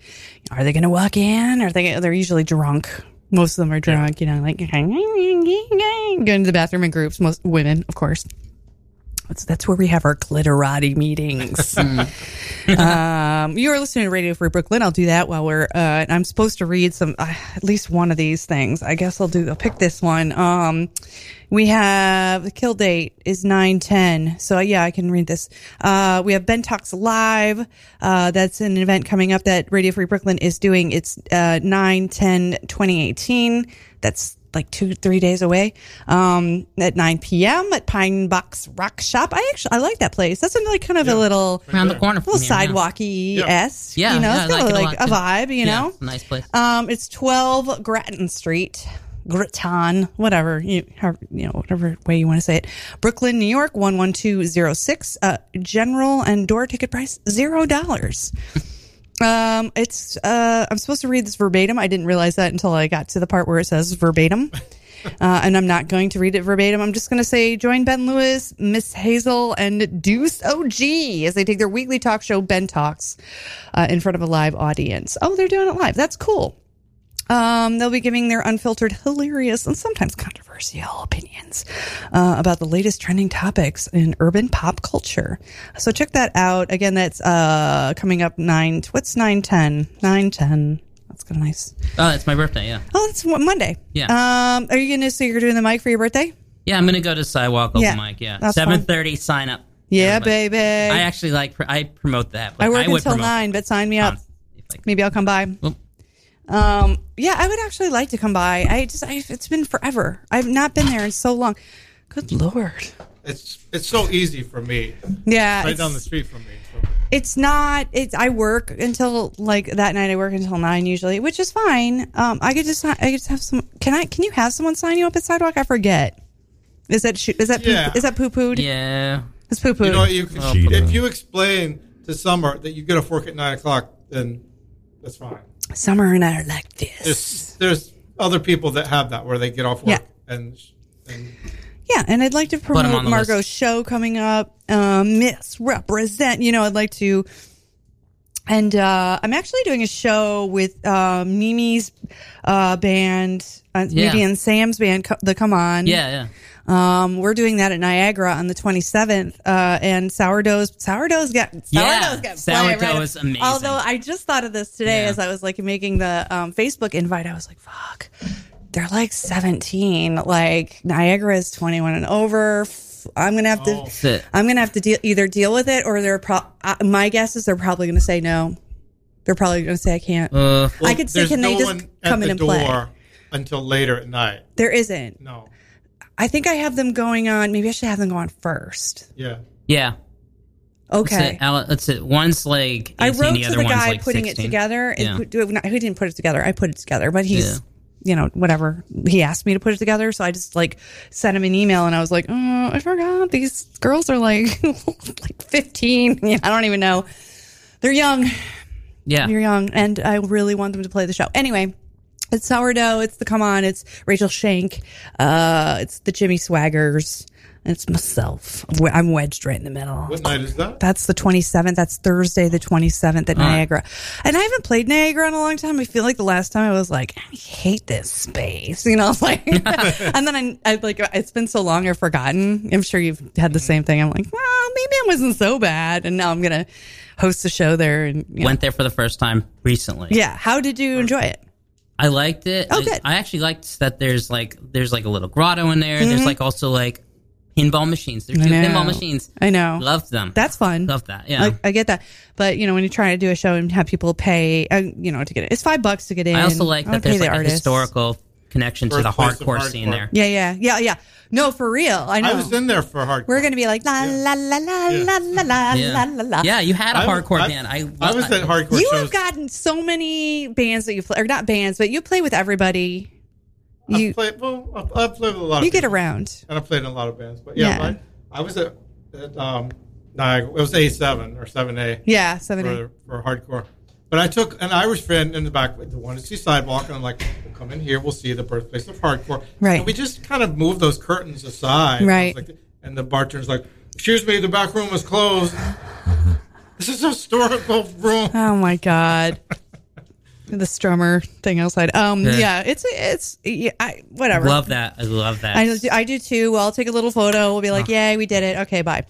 Speaker 8: are they going to walk in? Are they? They're usually drunk. Most of them are drunk. You know, like going to the bathroom in groups. Most women, of course. That's, that's where we have our glitterati meetings. um, you are listening to Radio Free Brooklyn. I'll do that while we're. Uh, and I'm supposed to read some, uh, at least one of these things. I guess I'll do. I'll pick this one. Um, we have the kill date is nine ten. So yeah, I can read this. Uh, we have Ben Talks Live. Uh, that's an event coming up that Radio Free Brooklyn is doing. It's uh, 9 2018. That's like two three days away um at 9 p.m at pine box rock shop i actually i like that place that's in, like kind of a little
Speaker 14: Around the corner from
Speaker 8: little
Speaker 14: here, yeah.
Speaker 8: sidewalky s
Speaker 14: Yeah,
Speaker 8: you know
Speaker 14: yeah, I
Speaker 8: it's got
Speaker 14: like it a
Speaker 8: like a,
Speaker 14: lot,
Speaker 8: vibe you
Speaker 14: Yeah,
Speaker 8: know
Speaker 14: it's a nice place.
Speaker 8: um it's 12 grattan street Grattan, whatever you, however, you know, whatever way you want to say it. Brooklyn, New York, one one two zero six. Uh, general and door ticket price zero dollars. Um, it's uh, I'm supposed to read this verbatim. I didn't realize that until I got to the part where it says verbatim. Uh, and I'm not going to read it verbatim. I'm just going to say join Ben Lewis, Miss Hazel, and Deuce OG as they take their weekly talk show, Ben Talks, uh, in front of a live audience. Oh, they're doing it live. That's cool. Um, they'll be giving their unfiltered, hilarious, and sometimes controversial opinions uh, about the latest trending topics in urban pop culture. So check that out. Again, that's uh, coming up nine. What's nine ten? Nine ten. That's kind of nice.
Speaker 14: Oh, it's my birthday. Yeah.
Speaker 8: Oh, it's Mo- Monday.
Speaker 14: Yeah.
Speaker 8: Um, are you gonna say you're doing the mic for your birthday?
Speaker 14: Yeah, I'm gonna go to sidewalk open
Speaker 8: Yeah,
Speaker 14: mic. Yeah,
Speaker 8: that's fine.
Speaker 14: seven thirty. Sign up.
Speaker 8: Yeah, baby.
Speaker 14: I actually like. pr- I promote that. but
Speaker 8: I work
Speaker 14: would
Speaker 8: until
Speaker 14: promote
Speaker 8: nine, but sign me up. Maybe I'll come by. Um, yeah, I would actually like to come by. I just, I, it's been forever. I've not been there in so long. Good lord.
Speaker 13: It's it's so easy for me.
Speaker 8: Yeah,
Speaker 13: right
Speaker 8: it's-
Speaker 13: down the street from me.
Speaker 8: It's not. It's I work until like that night. I work until nine usually, which is fine. Um, I could just I could just have some. Can I? Can you have someone sign you up at sidewalk? I forget. Is that shoo- is that poo,
Speaker 13: Yeah.
Speaker 8: is that poo pooed?
Speaker 14: Yeah.
Speaker 8: It's poo pooed.
Speaker 13: You know, what, you, if you explain to Summer that you get a fork at nine o'clock, then that's fine.
Speaker 8: Summer and I are like this.
Speaker 13: There's, there's other people that have that where they get off work and
Speaker 8: Yeah, and I'd like to
Speaker 13: 'em on
Speaker 8: promote
Speaker 13: the
Speaker 8: Margot's show coming up. Um, misrepresent, you know, I'd like to. And uh, I'm actually doing a show with uh, Mimi's uh, band, uh,
Speaker 14: Yeah.
Speaker 8: Mimi and Sam's band, Co- the Come On.
Speaker 14: Yeah, yeah.
Speaker 8: Um, we're doing that at Niagara on the 27th, uh, and sourdoughs, sourdoughs got sourdoughs
Speaker 14: Yeah,
Speaker 8: got
Speaker 14: sourdough
Speaker 8: fly right-
Speaker 14: is amazing.
Speaker 8: Although I just thought of this today as I was like making the um, Facebook invite, I was like, fuck, they're like 17. Like Niagara is 21 and over. F- I'm gonna have to,
Speaker 13: Oh.
Speaker 14: That's it.
Speaker 8: I'm gonna have to deal either deal with it or they're pro. Uh, my guess is they're probably gonna say no. They're probably gonna say I can't.
Speaker 13: Uh,
Speaker 8: I could say,
Speaker 13: there's
Speaker 8: can they
Speaker 13: no
Speaker 8: just
Speaker 13: one at
Speaker 8: come in
Speaker 13: the
Speaker 8: and play?
Speaker 13: door until later at night?
Speaker 8: There isn't.
Speaker 13: No.
Speaker 8: I think I have them going on. Maybe I should have them go on first.
Speaker 13: Yeah.
Speaker 14: Yeah. That's
Speaker 8: Okay.
Speaker 14: it. Ale- That's it. One's like 18,
Speaker 8: I wrote
Speaker 14: the
Speaker 8: to
Speaker 14: other
Speaker 8: the
Speaker 14: one's
Speaker 8: guy
Speaker 14: like
Speaker 8: putting
Speaker 14: 16.
Speaker 8: it together, and
Speaker 14: Yeah.
Speaker 8: who, do- not- who didn't put it together. I put it together, but he's, you know, whatever. He asked me to put it together, so I just like sent him an email, and I was like, oh, I forgot these girls are like [laughs] like fifteen. [laughs] I don't even know. They're young.
Speaker 14: Yeah.
Speaker 8: You're young, and I really want them to play the show. Anyway, it's sourdough. It's the come on. It's Rachel Shank. Uh, it's the Jimmy Swaggers. It's myself. I'm we- I'm wedged right in the middle.
Speaker 13: What night is that?
Speaker 8: Oh. That's the 27th. That's Thursday, the 27th at
Speaker 13: All right.
Speaker 8: Niagara. And I haven't played Niagara in a long time. I feel like the last time I was like, I hate this space, you know, [laughs] it's like, and then I, I like, it's been so long I've forgotten. I'm sure you've had the same thing. I'm like, well, maybe I wasn't so bad. And now I'm going to host a show there. And you know.
Speaker 14: Went there for the first time recently.
Speaker 8: yeah. How did you enjoy it?
Speaker 14: I liked it.
Speaker 8: Oh,
Speaker 14: I-
Speaker 8: good.
Speaker 14: I actually liked that there's like there's like a little grotto in there. There's
Speaker 8: Mhm.
Speaker 14: like also like pinball machines. There's
Speaker 8: I
Speaker 14: two
Speaker 8: know.
Speaker 14: pinball machines.
Speaker 8: I know.
Speaker 14: Loved them.
Speaker 8: That's fun.
Speaker 14: Love that. Yeah.
Speaker 8: I, I get that. But you know, when you try to do a show and have people pay, uh, you know, to get it, it's five bucks to get in.
Speaker 14: I also like
Speaker 8: would
Speaker 14: that
Speaker 8: pay
Speaker 14: there's
Speaker 8: the
Speaker 14: like a
Speaker 8: artist.
Speaker 14: historical connection to the
Speaker 13: Birthplace of
Speaker 14: hardcore scene
Speaker 13: hardcore.
Speaker 14: there.
Speaker 8: Yeah, yeah, yeah, yeah. No, for real. I know.
Speaker 13: I was in there for hard.
Speaker 8: We're gonna be like la la la la la la la la la la.
Speaker 14: Yeah, you had a
Speaker 13: I-
Speaker 14: hardcore
Speaker 13: I-
Speaker 14: band. I,
Speaker 13: I was at hardcore
Speaker 8: You
Speaker 13: shows.
Speaker 8: have gotten so many bands that you play, or not bands, but you play with everybody. You
Speaker 13: play, well, I, I played with a lot.
Speaker 8: You
Speaker 13: of
Speaker 8: get
Speaker 13: people.
Speaker 8: around.
Speaker 13: and I played in a lot of bands. But yeah,
Speaker 8: Yeah.
Speaker 13: my- I was at, at um, Niagara. It was A seven or seven A.
Speaker 8: Yeah, 7A.
Speaker 13: for, for hardcore. But I took an Irish friend in the back, the one to see sidewalk, and I'm like, we'll "Come in here, we'll see the birthplace of hardcore."
Speaker 8: Right.
Speaker 13: And we just kind of moved those curtains aside. I was
Speaker 8: Right.
Speaker 13: like- and the bartender's like, "Excuse me, the back room is closed." this is a historical room.
Speaker 8: Oh my
Speaker 13: [laughs]
Speaker 8: god. the strummer thing outside. Um
Speaker 14: Yeah.
Speaker 8: yeah, it's it's yeah, I whatever.
Speaker 14: love that. I love that.
Speaker 8: I do, I do too. Well, I'll take a little photo. We'll be
Speaker 13: Oh.
Speaker 8: like,
Speaker 14: Huh.
Speaker 8: "Yay, we did it." Okay,
Speaker 13: [laughs]
Speaker 8: bye.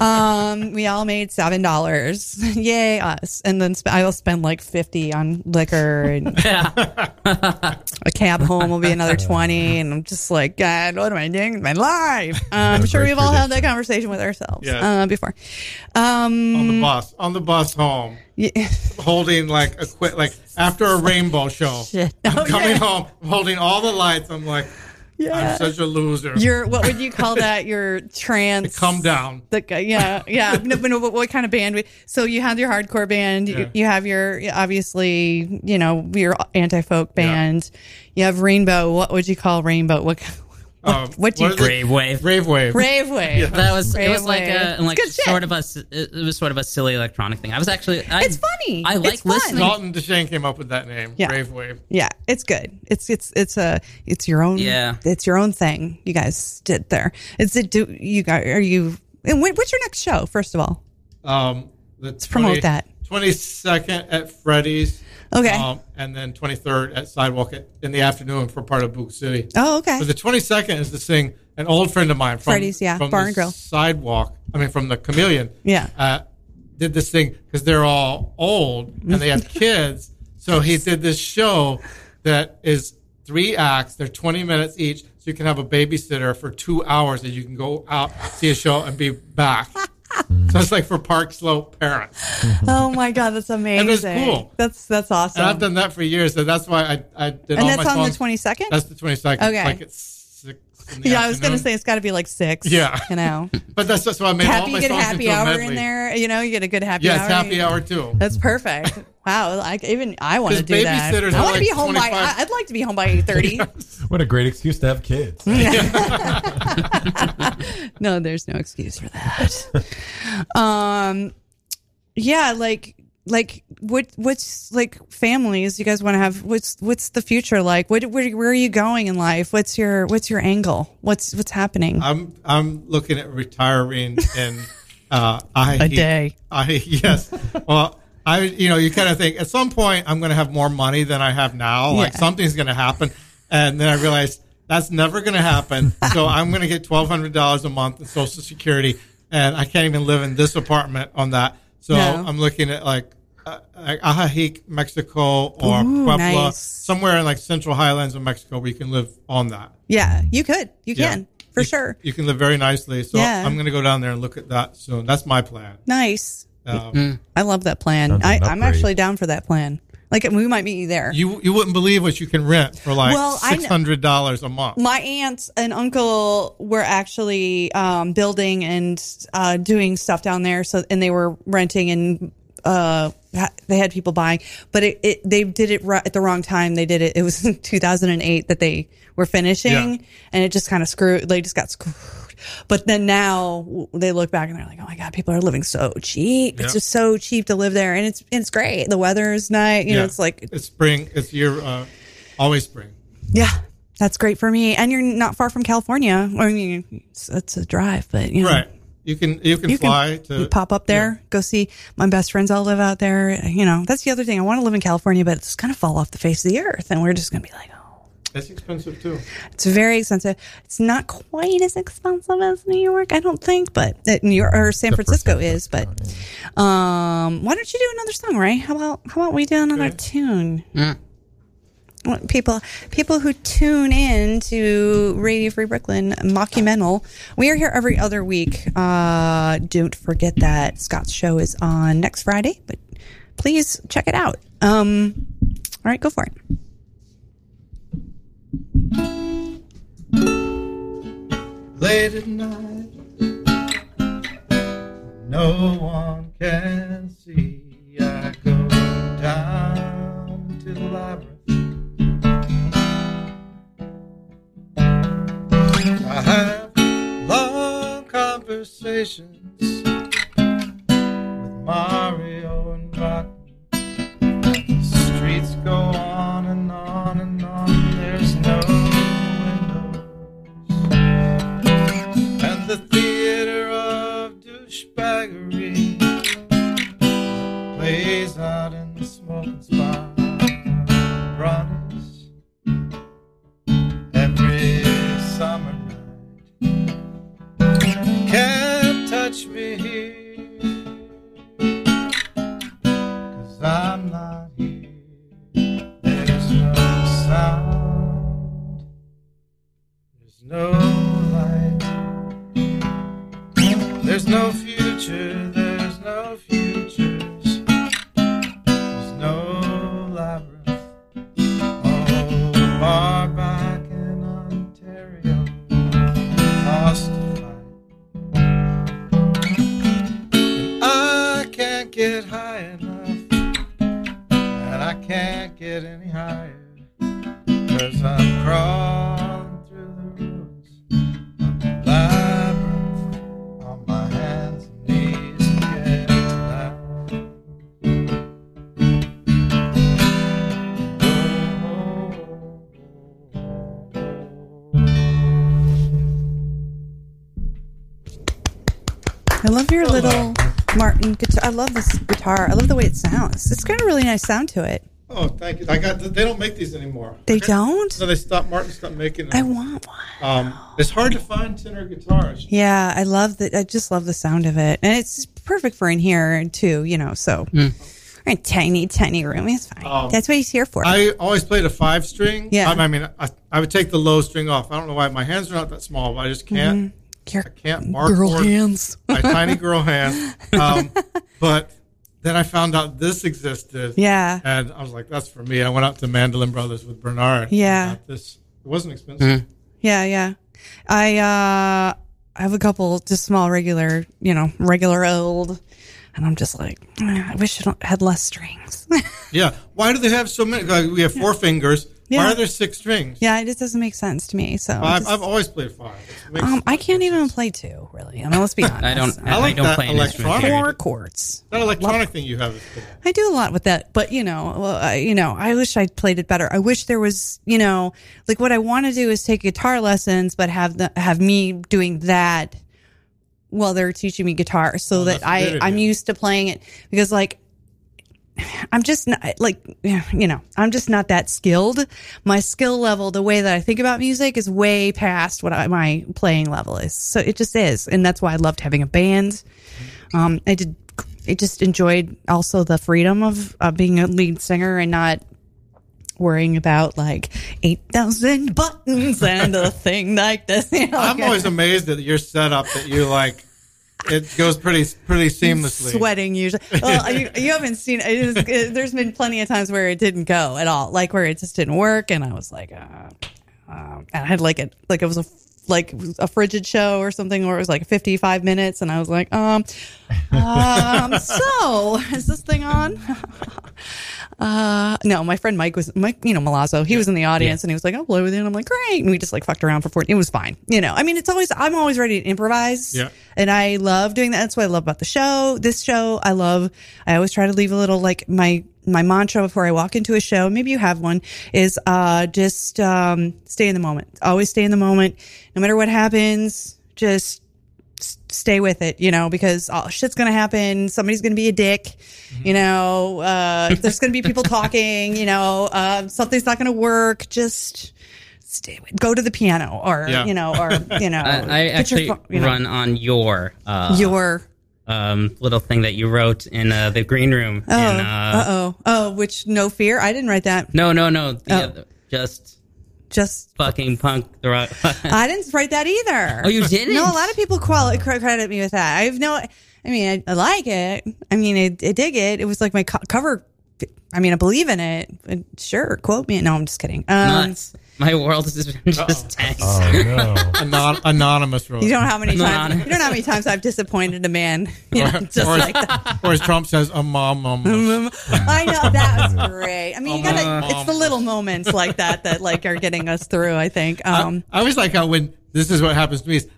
Speaker 8: um, we all made seven dollars. [laughs] Yay, us! And then sp- I will spend like fifty on liquor
Speaker 13: [laughs]
Speaker 8: and a cab home will be another twenty. And I'm just like, God, what am I doing with my life? Uh, I'm sure
Speaker 13: great
Speaker 8: we've all had that conversation with ourselves
Speaker 13: Yes.
Speaker 8: uh, before. Um,
Speaker 13: on the bus, on the bus home,
Speaker 8: [laughs]
Speaker 13: holding like a quit, like after a rainbow show.
Speaker 8: Shit.
Speaker 13: I'm
Speaker 8: Oh,
Speaker 13: coming
Speaker 8: yeah.
Speaker 13: home, I'm holding all the lights. I'm like,
Speaker 8: Yeah.
Speaker 13: I'm such a loser.
Speaker 8: Your what would you call
Speaker 13: [laughs]
Speaker 8: that? Your trans
Speaker 13: come down.
Speaker 8: The, yeah,
Speaker 13: [laughs]
Speaker 8: yeah. No, but no, what, what kind of band? Would, so you have your hardcore band.
Speaker 13: Yeah.
Speaker 8: You, you have your obviously, you know, your anti folk band. You have Rainbow. What would you call Rainbow? What what,
Speaker 13: Um,
Speaker 8: what do you
Speaker 13: what is it?
Speaker 14: Brave wave.
Speaker 13: Brave wave.
Speaker 8: Brave wave. Yeah.
Speaker 14: That was
Speaker 8: Brave
Speaker 14: it was like
Speaker 8: wave.
Speaker 14: a
Speaker 8: It's
Speaker 14: like
Speaker 8: good shit.
Speaker 14: sort of a s- it was sort of a silly electronic thing. I was actually I,
Speaker 8: It's funny.
Speaker 14: I like
Speaker 8: It's fun.
Speaker 14: listening.
Speaker 13: Dalton Deshane came up with that name.
Speaker 8: Yeah.
Speaker 13: Brave wave.
Speaker 8: Yeah, it's good. It's it's it's a it's your own.
Speaker 13: Yeah.
Speaker 8: it's your own thing. You guys did there. Is it? Do you guys are you? And when, what's your next show? First of all,
Speaker 13: Um, the
Speaker 8: promote that.
Speaker 13: Twenty second at Freddy's.
Speaker 8: Okay.
Speaker 13: Um, and then twenty third at Sidewalk at, in the afternoon for part of Book City.
Speaker 8: Oh, okay.
Speaker 13: So the twenty second is to sing an old friend of mine from
Speaker 8: Freddy's, yeah,
Speaker 13: from
Speaker 8: Bar
Speaker 13: the
Speaker 8: and Grill.
Speaker 13: Sidewalk. I mean, from the Chameleon.
Speaker 8: Yeah.
Speaker 13: Uh, did this thing because they're all old and they have kids. So he did this show that is three acts. They're twenty minutes each, so you can have a babysitter for two hours, and you can go out see a show and be back. so it's like for Park Slope parents.
Speaker 8: oh my god, that's amazing.
Speaker 13: cool.
Speaker 8: That's that's awesome.
Speaker 13: And I've done that for years, so that's why I, I did
Speaker 8: And
Speaker 13: all
Speaker 8: that's
Speaker 13: my
Speaker 8: on the
Speaker 13: songs-
Speaker 8: 22nd?
Speaker 13: That's the 22nd. It's
Speaker 8: Okay.
Speaker 13: Like it's six in the
Speaker 8: yeah, I was gonna
Speaker 13: afternoon.
Speaker 8: say it's got to be like six.
Speaker 13: Yeah.
Speaker 8: you know,
Speaker 13: [laughs] But that's that's why I made all
Speaker 8: happy
Speaker 13: my
Speaker 8: you get a
Speaker 13: songs
Speaker 8: happy
Speaker 13: into a
Speaker 8: hour
Speaker 13: medley.
Speaker 8: in there. You know, you get a good happy
Speaker 13: Yes,
Speaker 8: hour.
Speaker 13: happy hour too.
Speaker 8: That's perfect. wow, like even I want to
Speaker 13: 'Cause
Speaker 8: do that.
Speaker 13: babysitters
Speaker 8: I
Speaker 13: are
Speaker 8: want to
Speaker 13: like
Speaker 8: be home by.
Speaker 13: 25.
Speaker 8: I- I'd like to be home by eight thirty.
Speaker 9: What a great excuse to have kids.
Speaker 8: [laughs] no, there's no excuse for that. um, yeah, like like what what's like families you guys want to have? What's what's the future like? What where, where are you going in life? What's your what's your angle? What's what's happening?
Speaker 13: I'm I'm looking at retiring in uh, I
Speaker 8: A day.
Speaker 13: I yes. Well, I you know you kind of think at some point I'm going to have more money than I have now. Like
Speaker 8: Yeah.
Speaker 13: something's going to happen, and then I realized that's never going
Speaker 8: [laughs]
Speaker 13: to happen. so I'm going to get twelve hundred dollars a month in Social Security, and I can't even live in this apartment on that. So
Speaker 9: No.
Speaker 13: I'm looking at like. Uh, like Ajijic, Mexico, or
Speaker 8: Ooh,
Speaker 13: Puebla,
Speaker 8: nice.
Speaker 13: somewhere in like central highlands of Mexico, where you can live on that.
Speaker 8: yeah, you could, you
Speaker 13: Yeah.
Speaker 8: can for sure.
Speaker 13: You can live very nicely. So
Speaker 8: Yeah.
Speaker 13: I'm going to go down there and look at that soon. That's my plan.
Speaker 8: Nice.
Speaker 13: Um,
Speaker 8: I love that plan.
Speaker 13: Sounds
Speaker 8: I,
Speaker 13: like an
Speaker 8: I'm
Speaker 13: upgrade.
Speaker 8: actually down for that plan. Like we might meet you there.
Speaker 13: You you wouldn't believe what you can rent for like
Speaker 8: Well, I kn-
Speaker 13: six hundred dollars a month.
Speaker 8: my aunt and uncle were actually um, building and uh, doing stuff down there so and they were renting and uh, ha- they had people buying but it, it they did it right at the wrong time they did it it was in [laughs] 2008 that they were finishing
Speaker 11: Yeah.
Speaker 8: and it just kind of screwed they just got screwed but then now w- they look back and they're like oh my god people are living so cheap
Speaker 13: Yeah.
Speaker 8: it's just so cheap to live there and it's it's great the weather is nice you know
Speaker 13: Yeah.
Speaker 8: it's like
Speaker 13: it's spring. It's year uh, always spring.
Speaker 8: yeah, that's great for me. And you're not far from California. I mean, it's, it's a drive, but Uh, you know,
Speaker 13: Right. You can you can
Speaker 8: You can-
Speaker 13: fly to
Speaker 8: you pop up there, go see my best friends all live out there. You know, that's the other thing. I want to live in California, but it's going to fall off the face of the earth, and we're just going to be like,
Speaker 13: That's expensive too.
Speaker 8: it's very expensive. It's not quite as expensive as New York, I don't think, but uh, New York or San Francisco is. But um, why don't you do another song, Ray? How about how about we do another tune? want people people who tune in to Radio Free Brooklyn mockumental. We are here every other week. Uh, don't forget that Scott's show is on next Friday, but please check it out. Um, all right, go for it.
Speaker 13: Late at night, no one can see. I go down to the library. I have long conversations with Mario and Rock. The streets go on and on and on. There's no windows. And the theater of douchebaggery plays out in the smoking spot. Brownies every summer night. Can't touch me here, cause I'm not here. There's no sound, there's no light, there's no future, there's no futures, there's no labyrinth. Oh, bar back in Ontario, lost a fight. And I can't get high enough, and I can't get any higher, cause I'm crawling through the roots of labyrinth on my hands and knees again tonight.
Speaker 8: I love your little Martin guitar. I love this guitar. I love the way it sounds. It's got a really nice sound to it.
Speaker 13: Oh, thank you. I got. They don't make these anymore.
Speaker 8: They don't.
Speaker 13: No, they stopped. Martin stopped making them.
Speaker 8: I want one.
Speaker 13: Um, it's hard to find tenor guitars.
Speaker 8: Yeah, I love that. I just love the sound of it, and it's perfect for in here too. You know, so
Speaker 13: Hmm.
Speaker 8: we're in a tiny, tiny room. It's fine.
Speaker 13: Um,
Speaker 8: That's what he's here for.
Speaker 13: I always played a five string.
Speaker 8: Yeah.
Speaker 13: I, I mean, I, I would take the low string off. I don't know why my hands are not that small, but I
Speaker 8: Mm-hmm.
Speaker 13: just can't. I can't mark
Speaker 8: girl
Speaker 13: or-
Speaker 8: hands. [laughs]
Speaker 13: my tiny girl hands. Um, but then I found out this existed.
Speaker 8: Yeah.
Speaker 13: And I was like, that's for me. I went out to Mandolin Brothers with Bernard. and
Speaker 8: Yeah.
Speaker 13: got This it wasn't
Speaker 14: Mm.
Speaker 13: expensive.
Speaker 8: [laughs] Yeah, yeah. I uh, I have a couple just small, regular, you know, regular old, and I'm just like, "Ah, I wish it had less strings.
Speaker 13: Yeah. Why do they have so many? Like, we have four fingers.
Speaker 8: Yeah.
Speaker 13: Why are there six strings?
Speaker 8: yeah, it just doesn't make sense to me. So
Speaker 13: Five.
Speaker 8: just-
Speaker 13: I've always played five. It makes-
Speaker 8: um, I can't even play two, really. I mean, let's be honest.
Speaker 14: [laughs] I don't. I,
Speaker 13: I like
Speaker 14: don't
Speaker 13: that
Speaker 14: play an instrument.
Speaker 13: electronic-
Speaker 8: Four chords.
Speaker 13: that electronic thing you have is cool.
Speaker 8: I do a lot with that, but you know, well, I, you know, I wish I played it better. I wish there was, you know, like what I want to do is take guitar lessons, but have the have me doing that while they're teaching me guitar,
Speaker 13: Oh,
Speaker 8: so that
Speaker 11: good
Speaker 8: I
Speaker 11: idea.
Speaker 8: I'm used to playing it because like I'm just not like you know I'm just not that skilled. My skill level, the way that I think about music, is way past what I, my playing level is. So it just is, and that's why I loved having a band. Um, I did. I just enjoyed also the freedom of uh, being a lead singer and not worrying about like eight thousand buttons and a thing like this. You know,
Speaker 13: I'm
Speaker 8: like-
Speaker 13: always amazed at your setup that you like. It goes pretty pretty seamlessly.
Speaker 8: sweating usually. Well, you, you haven't seen. It is, it, there's been plenty of times where it didn't go at all, like where it just didn't work, and I was like, uh, uh, and I had like a like it was a like a frigid show or something where it was like 55 minutes, and I was like, um,
Speaker 15: [laughs]
Speaker 8: um, so [laughs] is this thing [laughs] on? Uh, no, my friend Mike was Mike, you know, Malazzo. He was in the audience and he was like, "I'll play with you." And I'm like, "Great!" And we just like fucked around for 40. It was fine, you know. I mean, it's always I'm always ready to improvise,
Speaker 11: Yeah.
Speaker 8: And I love doing that. That's what I love about the show. This show, I love. I always try to leave a little like my my mantra before I walk into a show. Maybe you have one. Is uh just um stay in the moment. Always stay in the moment, no matter what happens. Just s- stay with it, you know, because all shit's gonna happen. Somebody's gonna be a dick, you know. Uh, there's gonna be people talking, you know. Uh, something's not gonna work. Just stay. With, go to the piano, or
Speaker 14: Yeah.
Speaker 13: [laughs]
Speaker 8: you know, or you know,
Speaker 14: I, I
Speaker 8: get your
Speaker 14: actually
Speaker 8: pho- you know,
Speaker 14: run on your uh,
Speaker 8: your
Speaker 14: um, little thing that you wrote in uh, the green room.
Speaker 8: Oh,
Speaker 14: in,
Speaker 8: uh
Speaker 14: uh,
Speaker 8: oh, oh. Which no fear. I didn't write
Speaker 14: [laughs]
Speaker 8: that.
Speaker 14: no, no, no. The other, just,
Speaker 8: Oh. just
Speaker 14: fucking punk [laughs] the rock.
Speaker 8: I didn't write that either.
Speaker 14: Oh, you didn't?
Speaker 8: No, a lot of people quali- cr- credit me with that. I have no. I mean, I, I like it. I mean, I, I dig it. It was like my co- cover. I mean, I believe in it. And Sure, quote me. No, I'm just kidding. Um,
Speaker 14: Nuts. My world is [laughs] just tanks.
Speaker 13: Oh, [laughs] Anon- anonymous wrote.
Speaker 8: you don't know how many times.
Speaker 13: Anon-
Speaker 8: [laughs] You don't know how many times I've disappointed a man. [laughs] You know, just
Speaker 13: or, as-
Speaker 8: like that.
Speaker 13: [laughs]
Speaker 8: Um,
Speaker 13: or as Trump says, a
Speaker 8: [laughs]
Speaker 13: mom, mom.
Speaker 8: I know that was great. I mean,
Speaker 13: Oh,
Speaker 8: you gotta. It's the little moments like that that like are getting us through. I think. Um,
Speaker 13: I always like how when this is what happens to me, is,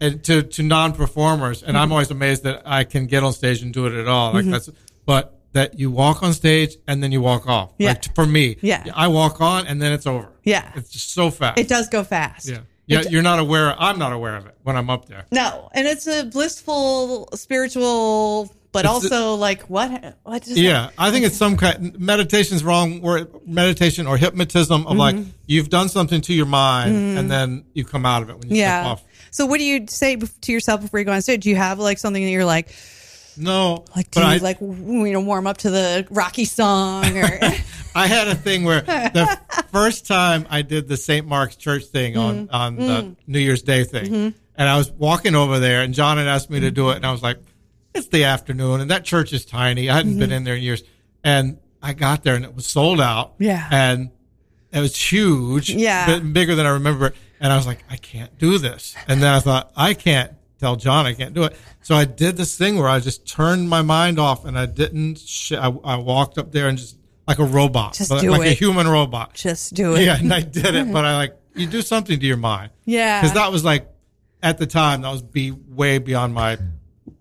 Speaker 13: and to to non performers, and
Speaker 8: Mm-hmm.
Speaker 13: I'm always amazed that I can get on stage and do it at all. Like
Speaker 8: Mhm.
Speaker 13: that's, but that you walk on stage and then you walk off.
Speaker 8: Yeah.
Speaker 13: Like, t- for me,
Speaker 8: Yeah.
Speaker 13: I walk on and then it's over.
Speaker 8: Yeah.
Speaker 13: it's just so fast.
Speaker 8: it does go fast.
Speaker 13: Yeah, yeah. You're not aware. I'm not aware of it when I'm up there.
Speaker 8: No, and it's a blissful, spiritual, but
Speaker 13: It's
Speaker 8: also like what? What? Just
Speaker 13: yeah, I think it's some kind. Meditation's wrong. Word meditation or hypnotism of like
Speaker 8: Mhm.
Speaker 13: you've done something to your mind,
Speaker 8: Mhm.
Speaker 13: and then you come out of it when you step
Speaker 8: yeah.
Speaker 13: off.
Speaker 8: So, what do you say bef- to yourself before you go on stage? Do you have like something that you're like?
Speaker 13: No,
Speaker 8: like do
Speaker 13: but
Speaker 8: you
Speaker 13: I-
Speaker 8: like w- you know warm up to the Rocky song or
Speaker 13: [laughs] I had a thing where
Speaker 8: [laughs]
Speaker 13: the first time I did the St. Mark's Church thing on
Speaker 8: Mm.
Speaker 13: on
Speaker 8: Mm.
Speaker 13: the New Year's Day thing,
Speaker 8: Mhm.
Speaker 13: and I was walking over there, and John had asked me to do it, and I was like, "It's the afternoon, and that church is tiny. I hadn't been
Speaker 8: Mhm.
Speaker 13: in there in years." And I got there, and it was sold out.
Speaker 8: Yeah.
Speaker 13: and it was huge.
Speaker 8: Yeah.
Speaker 13: bit bigger than I remember. it. And I was like, "I can't do this." And then I thought, "I can't." Tell John I can't do it. So I did this thing where I just turned my mind off and I didn't. Sh- I, I walked up there and just like a robot,
Speaker 8: Just
Speaker 13: like,
Speaker 8: do
Speaker 13: like a
Speaker 8: it.
Speaker 13: human robot.
Speaker 8: Just do it.
Speaker 13: Yeah, and I did it,
Speaker 8: [laughs]
Speaker 13: but I like you do something to your mind.
Speaker 8: Yeah.
Speaker 13: because that was like at the time that was be way beyond my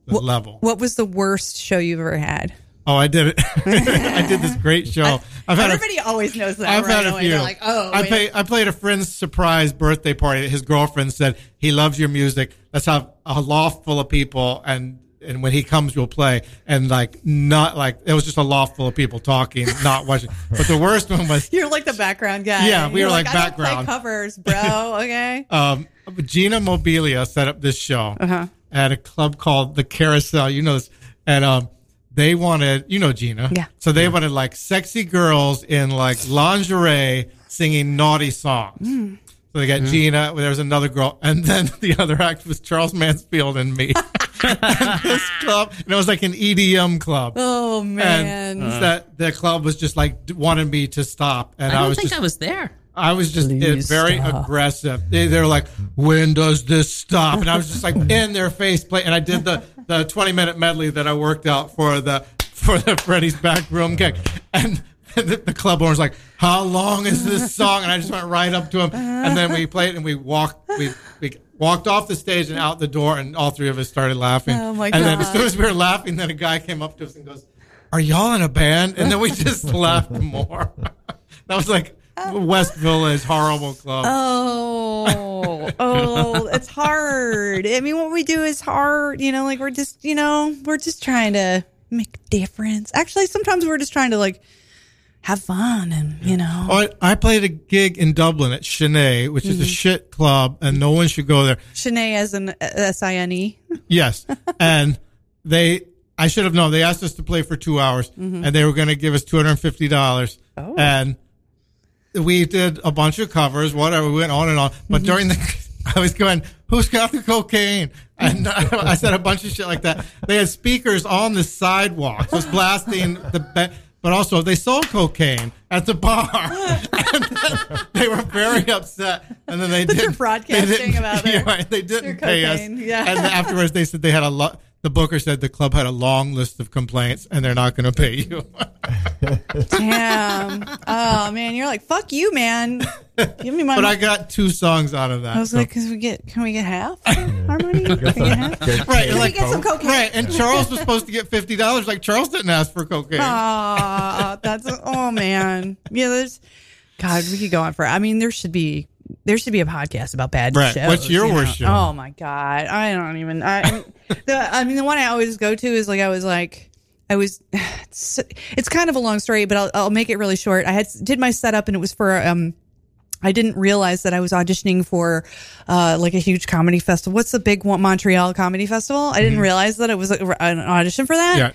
Speaker 13: level.
Speaker 8: what was the worst show you've ever had?
Speaker 13: Oh, I did it. [laughs] I did this great show. I, have had a-
Speaker 8: Everybody always knows that.
Speaker 13: I've
Speaker 8: right
Speaker 13: had a
Speaker 8: away.
Speaker 13: few.
Speaker 8: They're like, oh,
Speaker 13: I,
Speaker 8: wait.
Speaker 13: play, I played a friend's surprise birthday party. His girlfriend said he loves your music. Let's have a loft full of people, and and when he comes, we'll play. And like not like it was just a loft full of people talking, not watching. But the worst one was
Speaker 8: You're like the background guy.
Speaker 13: Yeah, we
Speaker 8: You're
Speaker 13: were like
Speaker 8: I don't play
Speaker 13: background.
Speaker 8: covers,
Speaker 13: [laughs]
Speaker 8: bro. Okay.
Speaker 13: um, Gina Mobilia set up this show
Speaker 8: Uh-huh.
Speaker 13: at a club called the Carousel. You know this, and um, they wanted you know Gina,
Speaker 8: Yeah.
Speaker 13: So they wanted like sexy girls in like lingerie singing naughty songs.
Speaker 14: Mm-hmm.
Speaker 8: Mm.
Speaker 13: So they got
Speaker 8: Mhm.
Speaker 13: Gina. There was another girl, and then [laughs] the other act was Charles Mansfield and
Speaker 14: [laughs]
Speaker 13: me. [laughs] And this club, and it was like an EDM club.
Speaker 8: Oh, man.
Speaker 13: And that the club was just like wanted me to stop, and
Speaker 14: I
Speaker 13: I,
Speaker 14: don't
Speaker 13: was
Speaker 14: think
Speaker 13: just,
Speaker 14: I was there.
Speaker 13: I was just
Speaker 14: Please
Speaker 13: uh, very
Speaker 14: stop.
Speaker 13: aggressive. They, they were like, "When does this stop?" And I was
Speaker 8: [laughs]
Speaker 13: just like in their face play. And I did the the twenty minute medley that I worked out for the for the Freddy's back room gig. And the, the club owner's like, "How long is this song?" And I just went right up to him. And then we played and we walked we. we Walked off the stage and out the door, and all three of us started laughing.
Speaker 8: Oh, my
Speaker 13: And then as
Speaker 8: God.
Speaker 13: soon as we were laughing, then a guy came up to us and goes, "Are y'all in a band?" And then we just [laughs] laughed more. [laughs] That was like West Village horrible club. Um, [laughs]
Speaker 8: Oh, oh, it's hard. I mean, what we do is hard. You know, like we're just, you know, we're just trying to make a difference. Actually, sometimes we're just trying to like have fun and, you know.
Speaker 13: Oh, I, I played a gig in Dublin at Chennai, which is a
Speaker 8: Mhm.
Speaker 13: shit club, and no one should go there.
Speaker 8: Shanae as an S I N E.
Speaker 13: Yes, and they, I should have known. They asked us to play for two hours,
Speaker 8: Mhm.
Speaker 13: and they were going to give us two hundred and fifty dollars.
Speaker 8: Oh.
Speaker 13: And we did a bunch of covers, whatever. We went on and on, but during the, [laughs] I was going, "Who's got the cocaine?" And [laughs] I, I said a bunch of shit like that. They had speakers on the sidewalk, just blasting the. Be- but also, they sold cocaine at the bar. And then [laughs] they
Speaker 8: [laughs]
Speaker 13: were very upset, and then they
Speaker 8: That you're
Speaker 13: did
Speaker 8: broadcasting
Speaker 13: [laughs]
Speaker 8: about their-
Speaker 13: They
Speaker 8: their
Speaker 13: didn't pay us,
Speaker 8: cocaine, yeah.
Speaker 13: and afterwards they said they had a lot. The booker said the club had a long list of complaints, and they're not going to pay you.
Speaker 8: Damn. Oh, man. You're like, fuck you,
Speaker 13: [laughs]
Speaker 8: man. Give me my
Speaker 13: [laughs] But I got two songs out of that.
Speaker 8: I was
Speaker 13: so-
Speaker 8: like, can we get, can we get half? Harmony? Can we get half?
Speaker 13: [laughs]
Speaker 8: Can
Speaker 13: right, and
Speaker 8: we
Speaker 13: like,
Speaker 8: get some cocaine?
Speaker 13: Right, and Charles was supposed to get fifty dollars. Like Charles didn't ask for cocaine.
Speaker 8: Oh, that's oh man. Yeah, there's God, we could go on for I mean, there should be there should be a podcast about bad
Speaker 13: Right.
Speaker 8: shows.
Speaker 13: What's your
Speaker 8: you
Speaker 13: worst
Speaker 8: know?
Speaker 13: show?
Speaker 8: Oh my god. I don't even I the I mean the one I always go to is like I was like I was [sighs] it's, it's kind of a long story, but I'll I'll make it really short. I had did my setup and it was for um I didn't realize that I was auditioning for uh, like a huge comedy festival. What's the big one? Montreal Comedy Festival. I didn't
Speaker 13: Mm-hmm.
Speaker 16: Mhm.
Speaker 8: realize that it was a, an audition for that.
Speaker 16: Yeah.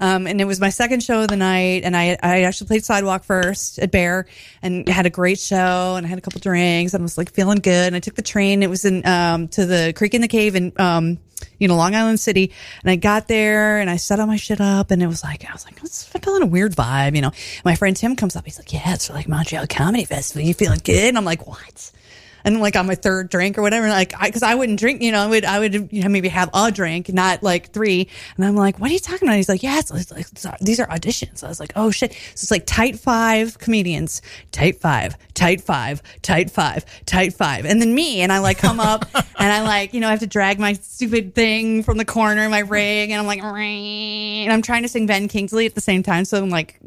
Speaker 8: Um, and it was my second show of the night, and I I actually played sidewalk first at Bear, and had a great show, and I had a couple drinks, and was like feeling good, and I took the train. It was in um, to the Creek in the Cave in um, you know Long Island City, and I got there, and I set all my shit up, and it was like I was like I was feeling a weird vibe, you know. My friend Tim comes up, he's like, yeah, it's for like Montreal Comedy Festival, you feeling good? And I'm like, what? and like on my third drink or whatever, like I, cause I wouldn't drink, you know, I would, I would you know, maybe have a drink, not like three. And I'm like, what are you talking about? He's like, yeah, it's, it's like, it's- these are auditions. I was like, oh shit. So it's like tight five comedians, tight five, tight five, tight five, tight five. And then me, and I like come up and I like, you know, I have to drag my stupid thing from the corner, my rig, and I'm like, and I'm trying to sing Ben Kingsley at the same time. So I'm like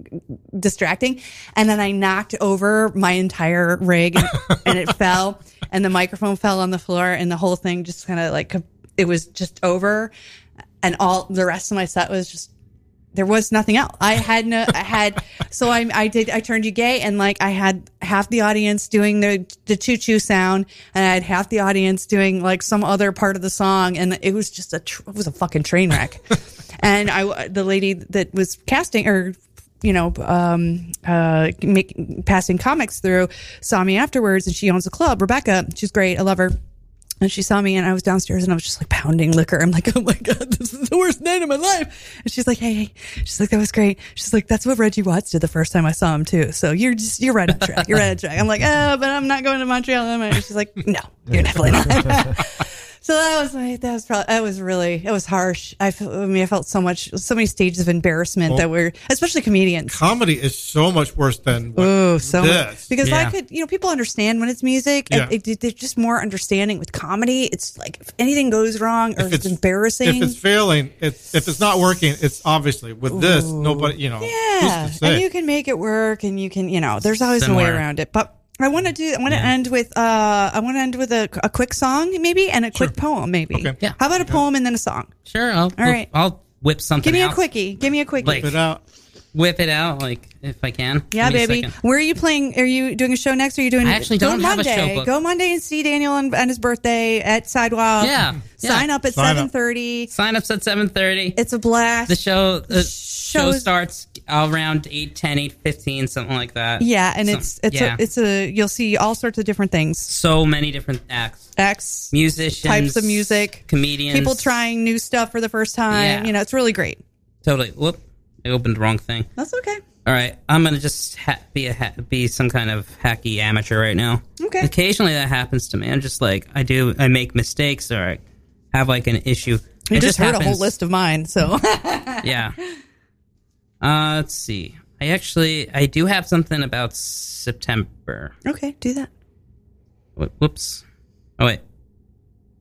Speaker 8: distracting. And then I knocked over my entire rig and, and it fell and the microphone fell on the floor and the whole thing just kind of like, it was just over. And all the rest of my set was just, there was nothing else. I had no, I had, so I, I did, I turned you gay and like I had half the audience doing the, the choo choo sound and I had half the audience doing like some other part of the song. And it was just a, tr- it was a fucking train wreck. and I, the lady that was casting or you know, um, uh, make, passing comics through, saw me afterwards, and she owns a club. Rebecca, she's great. I love her. And she saw me, and I was downstairs, and I was just like pounding liquor. I'm like, [laughs] oh my god, this is the worst night of my life. And she's like, hey, hey. She's like, that was great. She's like, that's what Reggie Watts did the first time I saw him too. So you're just you're right on track. You're right on track. I'm like, oh, but I'm not going to Montreal. Am I? And she's like, no, you're definitely not. So that was my, that was probably, that was really, it was harsh. I, fe- I mean, I felt so much, so many stages of embarrassment
Speaker 13: Well-
Speaker 8: that were, especially comedians.
Speaker 13: Comedy is so much worse than what
Speaker 8: Oh, so much.
Speaker 13: this.
Speaker 8: because I could, you know, people understand when it's music. And
Speaker 13: Yeah.
Speaker 8: it, they're just more understanding with comedy. It's like if anything goes wrong or if it's, embarrassing,
Speaker 13: If it's failing, it's, if it's not working, it's obviously with this nobody. You know,
Speaker 8: yeah,
Speaker 13: who's to
Speaker 8: and
Speaker 13: say?
Speaker 8: you can make it work, and you can, you know, there's always a way
Speaker 13: Somewhere.
Speaker 8: around it. But I want to do, I want to end with, uh, I want to end with a, a quick song maybe and a quick poem maybe. Yeah. How about a poem and then a song?
Speaker 14: Sure. I'll,
Speaker 8: All right.
Speaker 14: I'll whip something
Speaker 8: Give me
Speaker 14: out.
Speaker 8: a quickie. Give me a quickie.
Speaker 14: Like, Whip it out, like, if I can.
Speaker 8: Yeah,
Speaker 14: Give me a
Speaker 8: baby.
Speaker 14: second.
Speaker 8: Where are you playing? Are you doing a show next? Or are you doing?
Speaker 14: I actually
Speaker 8: go
Speaker 14: don't have a
Speaker 8: Monday.
Speaker 14: show booked.
Speaker 8: Go Monday and see Daniel on, on his birthday at Sidewalk.
Speaker 14: Yeah,
Speaker 8: Sign
Speaker 14: yeah.
Speaker 8: up at
Speaker 14: Sign up.
Speaker 8: seven thirty.
Speaker 14: Sign ups at 7.30.
Speaker 8: It's a blast.
Speaker 14: The show, the show
Speaker 8: shows-
Speaker 14: starts around 8, 15, something like that.
Speaker 8: yeah, and
Speaker 14: So-
Speaker 8: it's it's
Speaker 14: yeah.
Speaker 8: a it's a you'll see all sorts of different things.
Speaker 14: so many different acts.
Speaker 8: Acts,
Speaker 14: musicians,
Speaker 8: types of music,
Speaker 14: comedians.
Speaker 8: People trying new stuff for the first time.
Speaker 14: Yeah.
Speaker 8: You know, it's really great.
Speaker 14: Totally. Whoop! I opened the wrong thing.
Speaker 8: That's okay.
Speaker 14: All right, I'm gonna just ha- be a ha- be some kind of hacky amateur right now.
Speaker 8: Okay.
Speaker 14: Occasionally that happens to me. I'm just like I do. I make mistakes or I have like an issue.
Speaker 8: You
Speaker 14: It
Speaker 8: just, heard a whole
Speaker 14: happens.
Speaker 8: list of mine, so
Speaker 14: [laughs] yeah. Uh, let's see. I actually I do have something about September.
Speaker 8: okay, do that.
Speaker 14: Wh- Whoops. Oh wait.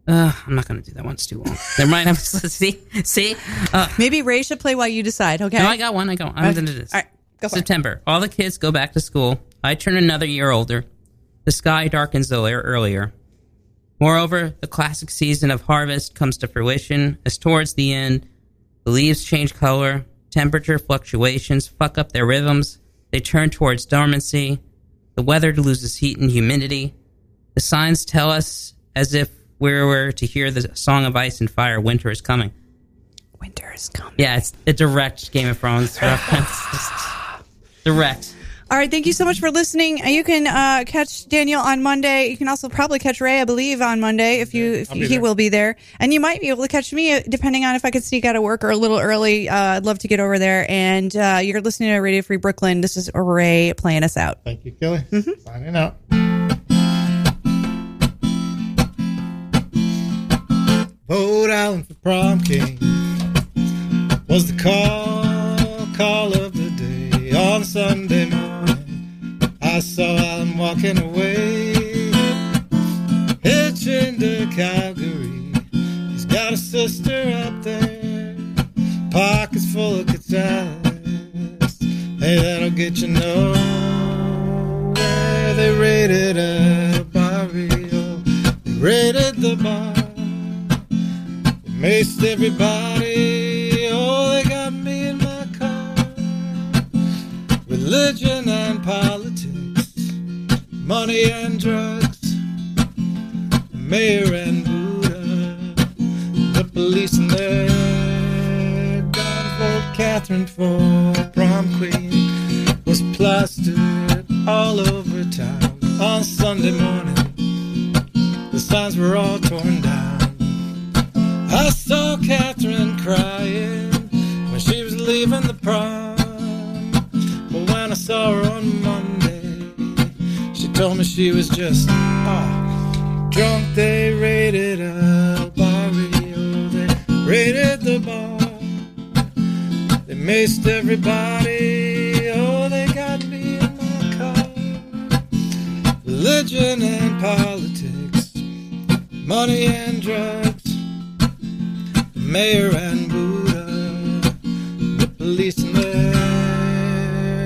Speaker 14: Uh, I'm not gonna do that one. It's too long. Never mind. [laughs] I'm see see. Uh,
Speaker 8: Maybe Ray should play while you decide. Okay.
Speaker 14: No, I got one. I got. One. I'm
Speaker 8: Okay.
Speaker 14: gonna do this.
Speaker 8: All right, go for it.
Speaker 14: September. All the kids go back to school. I turn another year older. The sky darkens the layer earlier. Moreover, the classic season of harvest comes to fruition as towards the end, the leaves change color, temperature fluctuations fuck up their rhythms, they turn towards dormancy, the weather loses heat and humidity. The signs tell us as if we were to hear the song of ice and fire, winter is coming.
Speaker 8: Winter is coming.
Speaker 14: Yeah, it's a direct Game of Thrones reference. Just direct.
Speaker 8: All right, thank you so much for listening. You can uh, catch Daniel on Monday. You can also probably catch Ray, I believe, on Monday if you if
Speaker 14: I'll be
Speaker 8: he
Speaker 14: there.
Speaker 8: will be there, and you might be able to catch me uh, depending on if I could sneak out of work or a little early. Uh, I'd love to get over there. And uh, you're listening to Radio Free Brooklyn. This is Ray playing us out.
Speaker 13: Thank you, Kelly. Signing out. Rhode Island for prom king was the call call of the day on Sunday morning. I saw Alan walking away, hitching to Calgary. He's got a sister up there, pockets full of guitars. Hey, that'll get you nowhere. They raided a barrio, they raided the bar. Maced everybody. Oh, they got me in my car. Religion and politics.
Speaker 16: money and drugs, mayor and Buddha, the police and their gun for Catherine for prom queen was plastered all over town on Sunday morning. The signs were all torn down. I saw Catherine crying when she was leaving the prom. But when I saw her on Monday, she told me she was just ah, drunk. They raided a barrio, they raided the bar, they maced everybody. Oh, they got me in my car. Religion and politics, money and drugs, the mayor and Buddha, the police and the